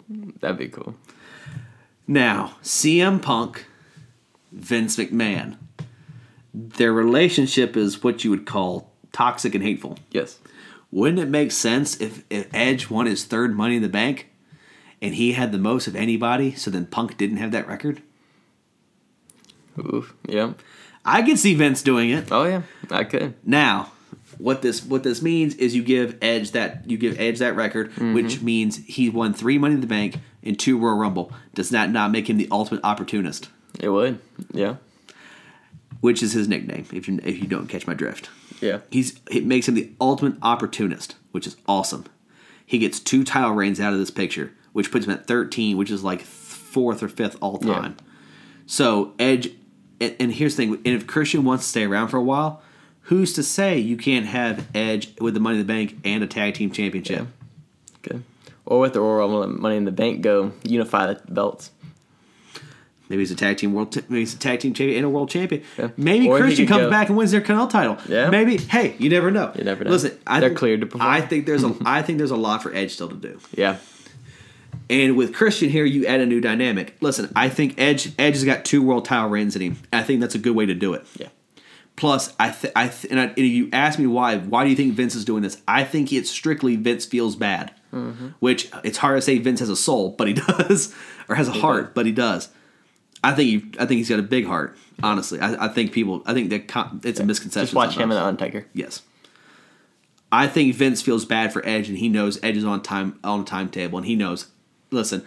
S2: That'd be cool.
S1: Now, CM Punk, Vince McMahon, their relationship is what you would call toxic and hateful.
S2: Yes.
S1: Wouldn't it make sense if, if Edge won his third Money in the Bank and he had the most of anybody, so then Punk didn't have that record?
S2: Oof. Yep.
S1: I could see Vince doing it.
S2: Oh yeah, I could.
S1: Now, what this what this means is you give Edge that you give Edge that record, which means he won three Money in the Bank and two Royal Rumble. Does that not make him the ultimate opportunist?
S2: It would. Yeah.
S1: Which is his nickname. If you if you don't catch my drift,
S2: Yeah.
S1: he's it makes him the ultimate opportunist, which is awesome. He gets two title reigns out of this picture, which puts him at thirteen, which is like fourth or fifth all
S2: Yeah.
S1: time. So Edge, and, and here's the thing: and if Christian wants to stay around for a while, who's to say you can't have Edge with the Money in the Bank and a tag team championship?
S2: Good. Or with the Royal Rumble and Money in the Bank, go unify the belts.
S1: Maybe he's a tag team world. maybe he's a tag team champion and a world champion.
S2: Yeah.
S1: Maybe
S2: Or he
S1: Christian
S2: could
S1: comes
S2: go-
S1: back and wins their Canal title.
S2: Yeah.
S1: Maybe. Hey, you never know.
S2: You never know.
S1: Listen, I
S2: They're
S1: think-
S2: cleared to perform.
S1: I think there's a. I think there's a lot for Edge still to do.
S2: Yeah.
S1: And with Christian here, you add a new dynamic. Listen, I think Edge Edge has got two world title reigns in him. I think that's a good way to do it.
S2: Yeah.
S1: Plus, I th- I th- and, I, and you ask me why why do you think Vince is doing this? I think it's strictly Vince feels bad,
S2: Mm-hmm.
S1: which it's hard to say Vince has a soul, but he does, or has a heart, but he does. I think he, I think he's got a big heart. Honestly, I, I think people I think that con- it's a misconception.
S2: Just watch him
S1: sometimes.
S2: and the Undertaker.
S1: Yes. I think Vince feels bad for Edge, and he knows Edge is on time on a timetable, and he knows. Listen,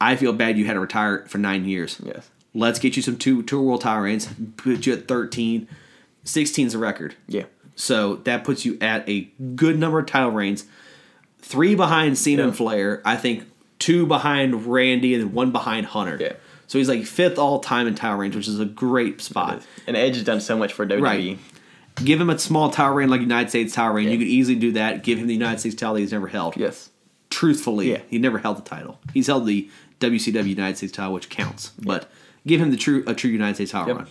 S1: I feel bad you had to retire for nine years.
S2: Yes.
S1: Let's get you some two two world title reigns. Put you at 13. 16 is a record.
S2: Yeah.
S1: So that puts you at a good number of title reigns. Three behind Cena and
S2: Yeah.
S1: Flair. I think two behind Randy and one behind Hunter.
S2: Yeah.
S1: So he's like fifth all time in title reigns, which is a great spot
S2: And Edge has done so much for E. WWE.
S1: Right. give him a small tower reign like United States tower reign.
S2: Yeah.
S1: You could easily do that. Give him the United States title that he's never held.
S2: Yes.
S1: Truthfully,
S2: Yeah.
S1: he never held the title. He's held the WCW United States title, which counts. But give him the true a true United States title
S2: Yep.
S1: run.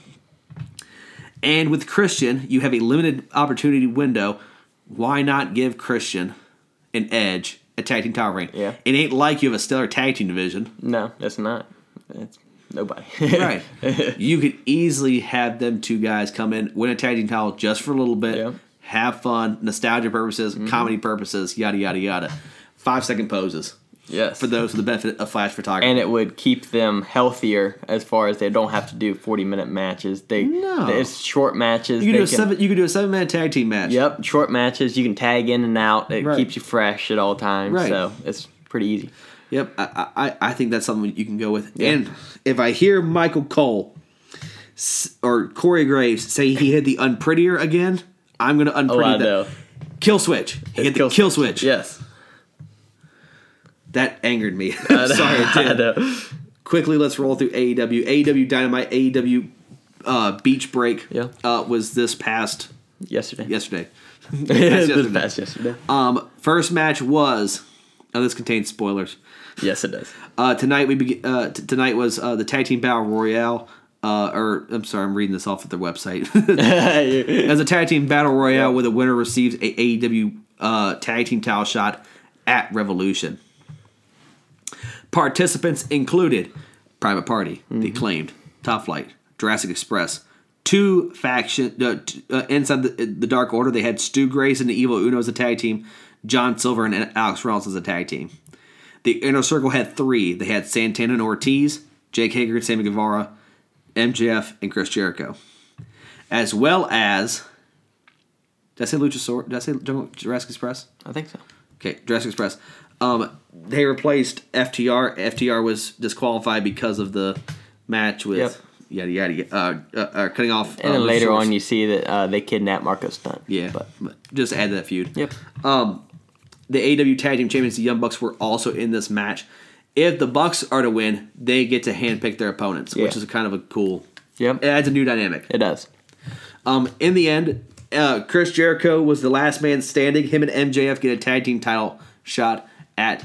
S1: And with Christian, you have a limited opportunity window. Why not give Christian an edge a tag team title reign?
S2: Yeah.
S1: It ain't like you have a stellar tag team division.
S2: No, that's not. It's nobody.
S1: Right. you could easily have them two guys come in, win a tag team title just for a little bit,
S2: Yeah. Mm-hmm.
S1: have fun, nostalgia purposes, comedy purposes, yada yada yada. Five second poses
S2: yes.
S1: for those for the benefit of flash photography.
S2: and it would keep them healthier as far as they don't have to do 40 minute matches. They,
S1: No.
S2: they- it's short matches.
S1: you could
S2: They
S1: do a
S2: can-
S1: seven. You could do a seven man tag team match.
S2: Yep, short matches. You can tag in and out. It
S1: Right.
S2: keeps you fresh at all times.
S1: Right.
S2: So it's pretty easy.
S1: Yep. I, I I think that's something you can go with. And if I hear Michael Cole s- or Corey Graves say he hit the unprettier again, I'm gonna
S2: Oh, I
S1: unpretty
S2: know.
S1: that. Kill switch. He hit the kill, switch.
S2: Yes.
S1: That angered me. Sorry, it did.
S2: I know.
S1: quickly let's roll through E AEW. AEW Dynamite, AEW uh, Beach Break
S2: Yeah.
S1: uh, was this past
S2: Yesterday.
S1: yesterday. Yes,
S2: Yes, the best yesterday.
S1: Um, first match was. Now this contains spoilers.
S2: Yes, it does.
S1: Uh, tonight we be, uh, t- tonight was uh, the tag team battle royale. Uh, or I'm sorry, I'm reading this off of their website.
S2: yeah.
S1: As a tag team battle royale,
S2: Yeah.
S1: where the winner receives a AEW uh, tag team towel shot at Revolution. Participants included Private Party, The Acclaimed, Top Flight, Jurassic Express, two faction uh, t- uh, inside the, the Dark Order. They had Stu Grayson and Evil Uno as a tag team, John Silver and Alex Reynolds as a tag team. The Inner Circle had three. They had Santana and Ortiz, Jake Hager and Sammy Guevara, MJF and Chris Jericho, as well as. Did I say Luchasaurus? Did I say Jungle- Jurassic Express?
S2: I think so.
S1: Okay, Jurassic Express. Um, they replaced FTR. FTR was disqualified because of the match with
S2: Yep.
S1: yada yada, yada uh, uh, uh, cutting off.
S2: And then later on, you see that uh, they kidnapped Marco Stunt.
S1: yeah,
S2: But,
S1: but just add that feud.
S2: yep.
S1: The AW Tag Team Champions, the Young Bucks, were also in this match. If the Bucks are to win, they get to handpick their opponents, which
S2: Yeah.
S1: is kind of a cool.
S2: Yep.
S1: It adds a new dynamic.
S2: It does.
S1: Um, in the end, uh, Chris Jericho was the last man standing. Him and MJF get a tag team title shot at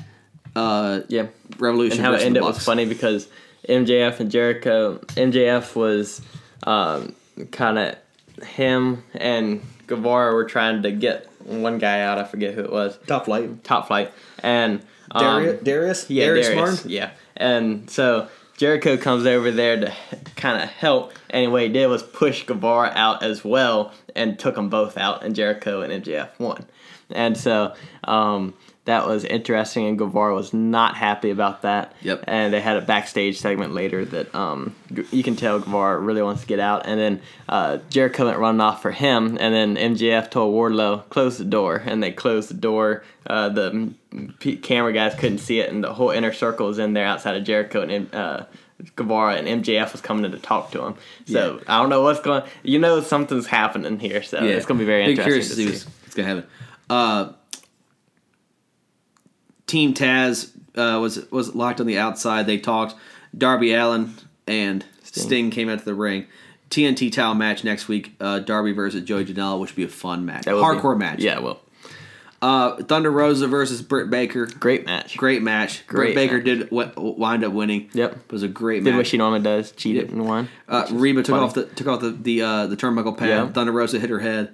S1: uh,
S2: Yeah.
S1: Revolution.
S2: And how it
S1: versus the
S2: ended was
S1: Bucks.
S2: funny because MJF and Jericho, MJF was um, kind of him and Guevara were trying to get one guy out. I forget who it was.
S1: Top flight.
S2: Top flight. And um,
S1: Darius, Darius,
S2: Yeah,
S1: Darius,
S2: Darius,
S1: Martin?
S2: Yeah, and so Jericho comes over there to kind of help, and what he did was push Guevara out as well and took them both out, and Jericho and MJF won. And so um, that was interesting, and Guevara was not happy about that.
S1: Yep.
S2: And they had a backstage segment later that um, you can tell Guevara really wants to get out, and then uh, Jericho went running off for him, and then MJF told Wardlow, close the door, and they closed the door. Uh, the p- camera guys couldn't see it, and the whole inner circle was in there outside of Jericho and uh, Guevara and MJF was coming in to talk to him. So I don't know what's going. You know something's happening here, so it's going to be very
S1: Big
S2: interesting.
S1: Curious
S2: to
S1: to see what's, what's gonna happen. Uh, Team Taz uh, was was locked on the outside. They talked. Darby Allen and Sting, came out to the ring. TNT title match next week. Uh, Darby versus Joey Janela, which would be a fun match,
S2: That would be-
S1: hardcore match.
S2: Yeah, well,
S1: Uh, Thunder Rosa versus Britt Baker.
S2: great match.
S1: Great match. Britt
S2: Great
S1: Baker
S2: match.
S1: did w- wind up winning.
S2: Yep.
S1: it was a great
S2: Did
S1: match.
S2: what she normally does, cheat it and won.
S1: Uh, Reba took
S2: funny.
S1: off the took off the the, uh, the turnbuckle pad.
S2: Yeah.
S1: Thunder Rosa hit her head.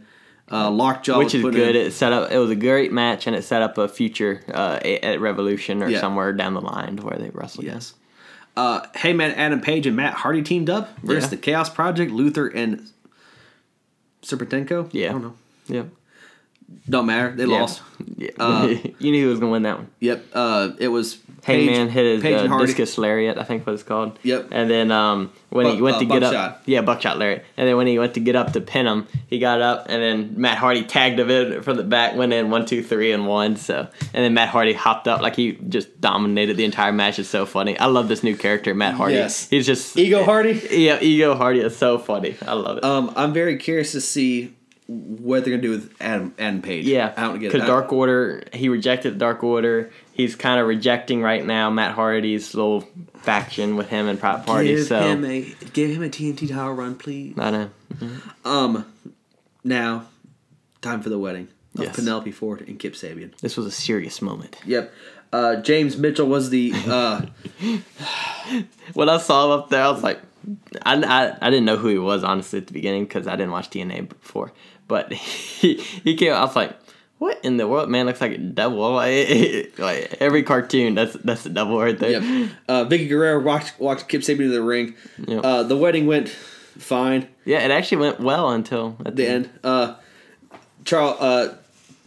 S1: Uh, Lockjaw,
S2: which
S1: was
S2: is
S1: put
S2: good.
S1: In.
S2: It set up. It was a great match, and it set up a future uh, a- at Revolution or
S1: Yeah.
S2: somewhere down the line where they wrestle. again.
S1: Yes. Uh, hey man, Adam Page and Matt Hardy teamed up versus
S2: Yeah.
S1: the Chaos Project, Luther and Serpentenko.
S2: Yeah.
S1: I don't know.
S2: Yep.
S1: Don't matter. They
S2: Yeah.
S1: lost.
S2: Yeah.
S1: Uh,
S2: you knew who was gonna win that one.
S1: Yep. Uh, it was Page,
S2: Hangman hit his
S1: Page
S2: uh,
S1: and Hardy.
S2: discus lariat, I think what it's called.
S1: Yep.
S2: And then um, when he
S1: Buck-
S2: went
S1: uh,
S2: to get
S1: buckshot.
S2: up, yeah, buckshot lariat. And then when he went to get up to pin him, he got up, and then Matt Hardy tagged him in from the back, went in one, two, three, and one. So, and then Matt Hardy hopped up like he just dominated the entire match. It's so funny. I love this new character, Matt Hardy.
S1: Yes.
S2: He's just
S1: Ego Hardy.
S2: Yeah, Ego Hardy is so funny. I love it.
S1: Um, I'm very curious to see what they're gonna do with Adam Adam Page.
S2: Yeah,
S1: I don't get
S2: because
S1: I-
S2: Dark Order. He rejected Dark Order. He's kind of rejecting right now Matt Hardy's little faction with him and Prop Party.
S1: Give
S2: so
S1: him a give him a TNT title run, please.
S2: I know.
S1: Um, now, time for the wedding of
S2: Yes.
S1: Penelope Ford and Kip Sabian.
S2: This was a serious moment.
S1: Yep. Uh, James Mitchell was the uh,
S2: When I saw him up there, I was like, I, I, I didn't know who he was, honestly, at the beginning because I didn't watch DNA before. But he, he came out, I was like, what in the world? Man looks like a devil. Like, like, every cartoon, that's that's a devil right there.
S1: yep. uh, Vicky Guerrero walked walked Kip Sabian to the ring.
S2: Yep.
S1: Uh, the wedding went fine.
S2: Yeah, it actually went well until at
S1: The end. Uh, Charles uh,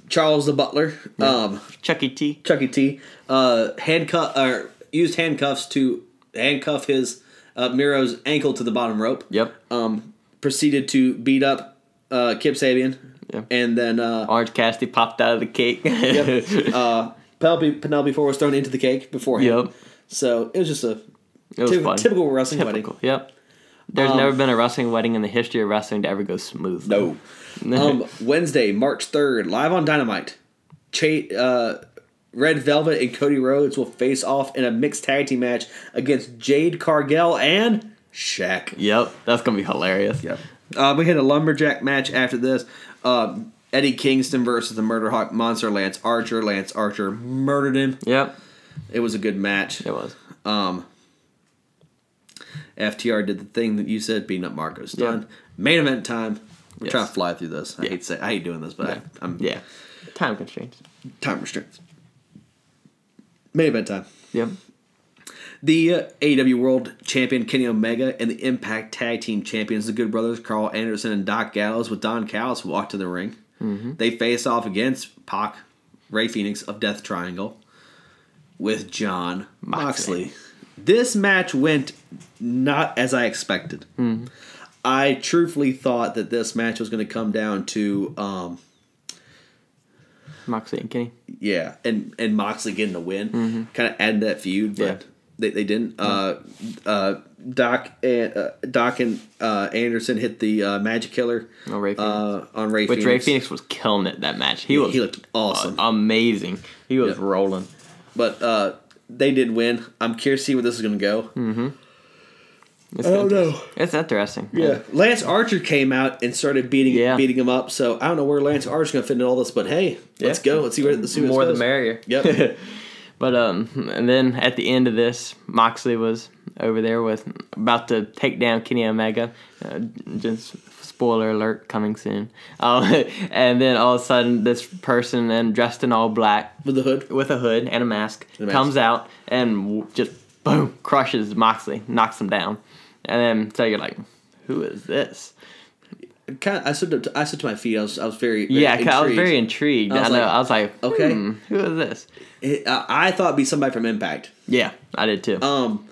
S1: Charles the Butler, um,
S2: Chucky T.
S1: Chucky E. T, uh, handcuff or used handcuffs to handcuff his uh, Miro's ankle to the bottom rope.
S2: Yep.
S1: um, proceeded to beat up uh, Kip Sabian,
S2: Yeah.
S1: and then uh,
S2: Orange Cassidy popped out of the cake.
S1: uh, Penelope Penelope Ford was thrown into the cake beforehand.
S2: Yep.
S1: So it was just a
S2: It was
S1: typ-
S2: fun.
S1: typical wrestling
S2: Typical. Yep. There's
S1: Um,
S2: never been a wrestling wedding in the history of wrestling to ever go smooth.
S1: wedding. No. um, Wednesday, March third, live on Dynamite. Cha- uh, Red Velvet and Cody Rhodes will face off in a mixed tag team match against Jade Cargill and Shaq.
S2: Yep. That's gonna be hilarious.
S1: Yep. Uh, we had a lumberjack match after this. Um, Eddie Kingston versus the Murder Hawk Monster Lance Archer. Lance Archer murdered him.
S2: Yep.
S1: It was a good match.
S2: It was.
S1: Um, FTR did the thing that you said, beating up Marco's
S2: Yeah.
S1: done. Main event time. We're
S2: Yes.
S1: trying to fly through this. I hate to say I hate doing this, but I, I'm
S2: Yeah. Time constraints.
S1: time restraints. Main event time.
S2: Yep.
S1: The uh, AEW World Champion Kenny Omega and the Impact Tag Team Champions, the Good Brothers Carl Anderson and Doc Gallows, with Don Callis walked to the ring. They face off against Pac, Ray Phoenix of Death Triangle, with John Moxley.
S2: Moxley.
S1: This match went not as I expected. I truthfully thought that this match was going to come down to, um,
S2: Moxley and Kenny.
S1: yeah, and, and Moxley getting the win, kind of adding that feud, but
S2: Mm-hmm. Yeah.
S1: they, they didn't. Uh, uh, Doc and uh, Doc and uh, Anderson hit the uh, Magic Killer
S2: Oh, Ray Phoenix.
S1: uh, on Ray
S2: Which
S1: Phoenix.
S2: Ray Phoenix was killing it that match. He uh,
S1: He,
S2: was
S1: he looked awesome,
S2: amazing. He was
S1: Yep.
S2: rolling.
S1: but uh, they did win. I'm curious to see where this is going to go.
S2: Hmm. It's
S1: I don't
S2: interesting.
S1: know.
S2: It's interesting.
S1: Yeah, Lance Archer came out and started beating
S2: Yeah.
S1: beating him up. So I don't know where Lance Archer's going to fit in all this, but hey, let's
S2: Yeah.
S1: go. Let's see where let's see where
S2: More the
S1: this goes.
S2: merrier.
S1: Yep.
S2: But um, and then at the end of this, Moxley was over there with about to take down Kenny Omega. Uh, just spoiler alert coming soon. Um, and then all of a sudden, this person and dressed in all black
S1: with the hood.
S2: with a hood and a mask
S1: a mask.
S2: comes out and w- just boom, crushes Moxley, knocks him down, and then so you're like, who is this?
S1: Kind of, I stood up. To, I stood to my feet. I was. I was very.
S2: Yeah, 'cause
S1: intrigued.
S2: I was very intrigued. I,
S1: I was
S2: know.
S1: like,
S2: I was like, okay,
S1: okay.
S2: who is this?
S1: It, I, I thought it'd be somebody from Impact.
S2: Yeah, I did too.
S1: Um,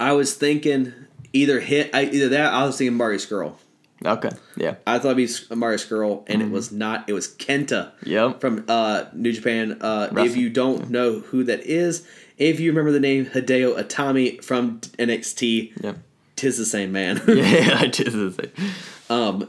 S1: I was thinking either hit. I, either that. I was thinking Marcus Girl.
S2: okay, yeah,
S1: I thought it'd be Marcus Girl, and it was not. It was Kenta.
S2: Mm-hmm. Yep.
S1: From uh, New Japan. Uh, if
S2: Wrestling.
S1: you don't know who that is, if you remember the name Hideo Itami from NXT,
S2: yeah,
S1: tis the same man.
S2: yeah, I did the same.
S1: Um,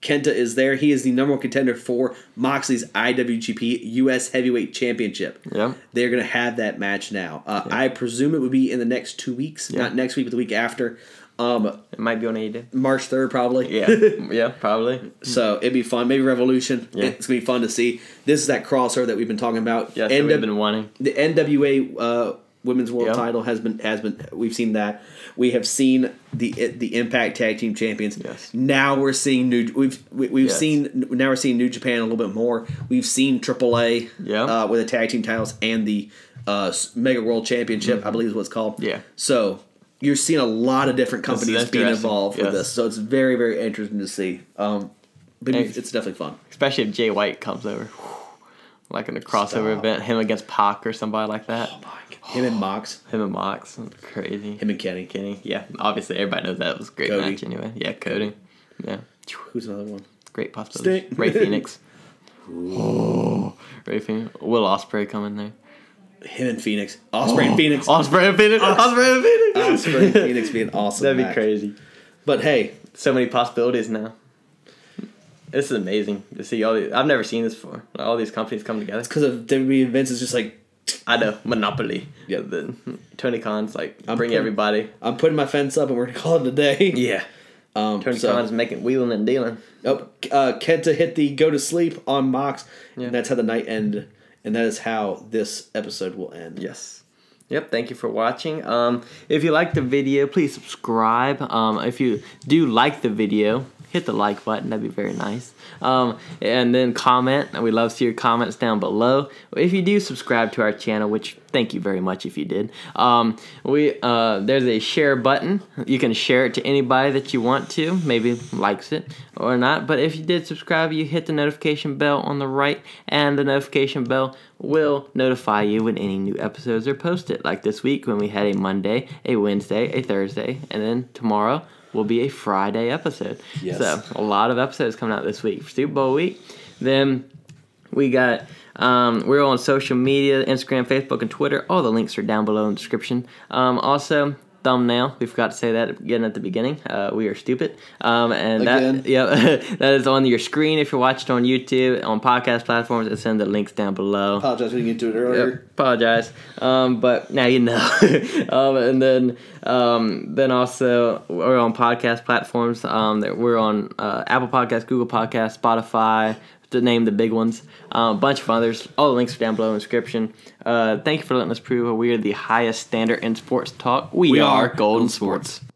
S1: Kenta is there. He is the number one contender for Moxley's IWGP US Heavyweight Championship.
S2: Yeah.
S1: They're going to have that match now. Uh, I presume it would be in the next two weeks, not next week, but the week after. Um,
S2: It might be on AEW.
S1: March 3rd, probably.
S2: Yeah, yeah, probably.
S1: so it'd be fun. Maybe Revolution.
S2: Yeah.
S1: It's going to be fun to see. This is that crossover that we've been talking about.
S2: Yeah, so
S1: NW
S2: we've been wanting.
S1: the NWA uh, Women's World
S2: Yeah.
S1: Title has been has been we've seen that we have seen the the Impact Tag Team Champions.
S2: Yes.
S1: Now we're seeing new we've we, we've
S2: Yes.
S1: seen now we're seeing New Japan a little bit more. We've seen AAA
S2: Yeah.
S1: uh, with the tag team titles and the uh, s- Mega World Championship I believe is what it's called.
S2: Mm-hmm. Yeah.
S1: So you're seeing a lot of different
S2: is
S1: companies being
S2: interesting.
S1: involved
S2: Yes.
S1: with this. So it's very very interesting to see. Um, but
S2: Hey.
S1: it's definitely fun.
S2: Especially if Jay White comes over. Like in a crossover
S1: Stop.
S2: event, him against Pac or somebody like that.
S1: Him and Mox,
S2: Him and Mox. Crazy.
S1: him and Kenny.
S2: Oh. Kenny. Yeah. Obviously everybody knows that was a great
S1: Cody.
S2: match anyway. Yeah, Cody. Yeah.
S1: Who's another one?
S2: Great possibility.
S1: Sting.
S2: Ray Phoenix. Oh, Ray Phoenix. Will Osprey come in there?
S1: Him and Phoenix. Osprey and Phoenix.
S2: Osprey and Phoenix. Osprey and Phoenix.
S1: Osprey and Phoenix being awesome.
S2: That'd be
S1: match.
S2: crazy.
S1: But hey,
S2: So many possibilities now. This is amazing to see all these. I've never seen this before. Like, all these companies come together.
S1: because of WWE events, it's just like
S2: I know Monopoly.
S1: Yeah.
S2: Then Tony Khan's like
S1: I'm
S2: bring
S1: putting-
S2: everybody.
S1: I'm putting my fence up and we're gonna call it a day.
S2: Yeah.
S1: Um,
S2: Tony
S1: so-
S2: Khan's making wheeling and dealing.
S1: Oh, uh, Kenta hit the go to sleep on Mox,
S2: Yeah.
S1: and that's how the night ended, and that is how this episode will end.
S2: Yes. Yep. Thank you for watching. Um, if you like the video, please subscribe. Um, if you do like the video, hit the like button. That'd be very nice. Um, and then comment. We love to see your comments down below. If you do subscribe to our channel, which thank you very much if you did. Um, we uh, there's a share button. You can share it to anybody that you want to. Maybe likes it or not. But if you did subscribe, you hit the notification bell on the right, and the notification bell will notify you when any new episodes are posted. Like this week, when we had a Monday, a Wednesday, a Thursday, and then tomorrow will be a Friday episode.
S1: Yes.
S2: So, a lot of episodes coming out this week for Super Bowl week. Then we got um, we're on social media, Instagram, Facebook, and Twitter. All the links are down below in the description. Um, also, thumbnail. We forgot to say that again at the beginning. Uh, we are stupid. Um, and
S1: Again.
S2: that yeah, that is on your screen if you're watching on YouTube, on podcast platforms. It's in the links down below.
S1: Apologize we didn't get to it earlier.
S2: Yep, apologize. Um, but now you know. um, and then, um, then also we're on podcast platforms. Um, that we're on uh, Apple Podcasts, Google Podcasts, Spotify. To name the big ones, um, a bunch of others. All the links are down below in the description. Uh, thank you for letting us prove we are the highest standard in sports talk. We,
S1: We
S2: are,
S1: are
S2: Golden
S1: Golden Sports.
S2: sports.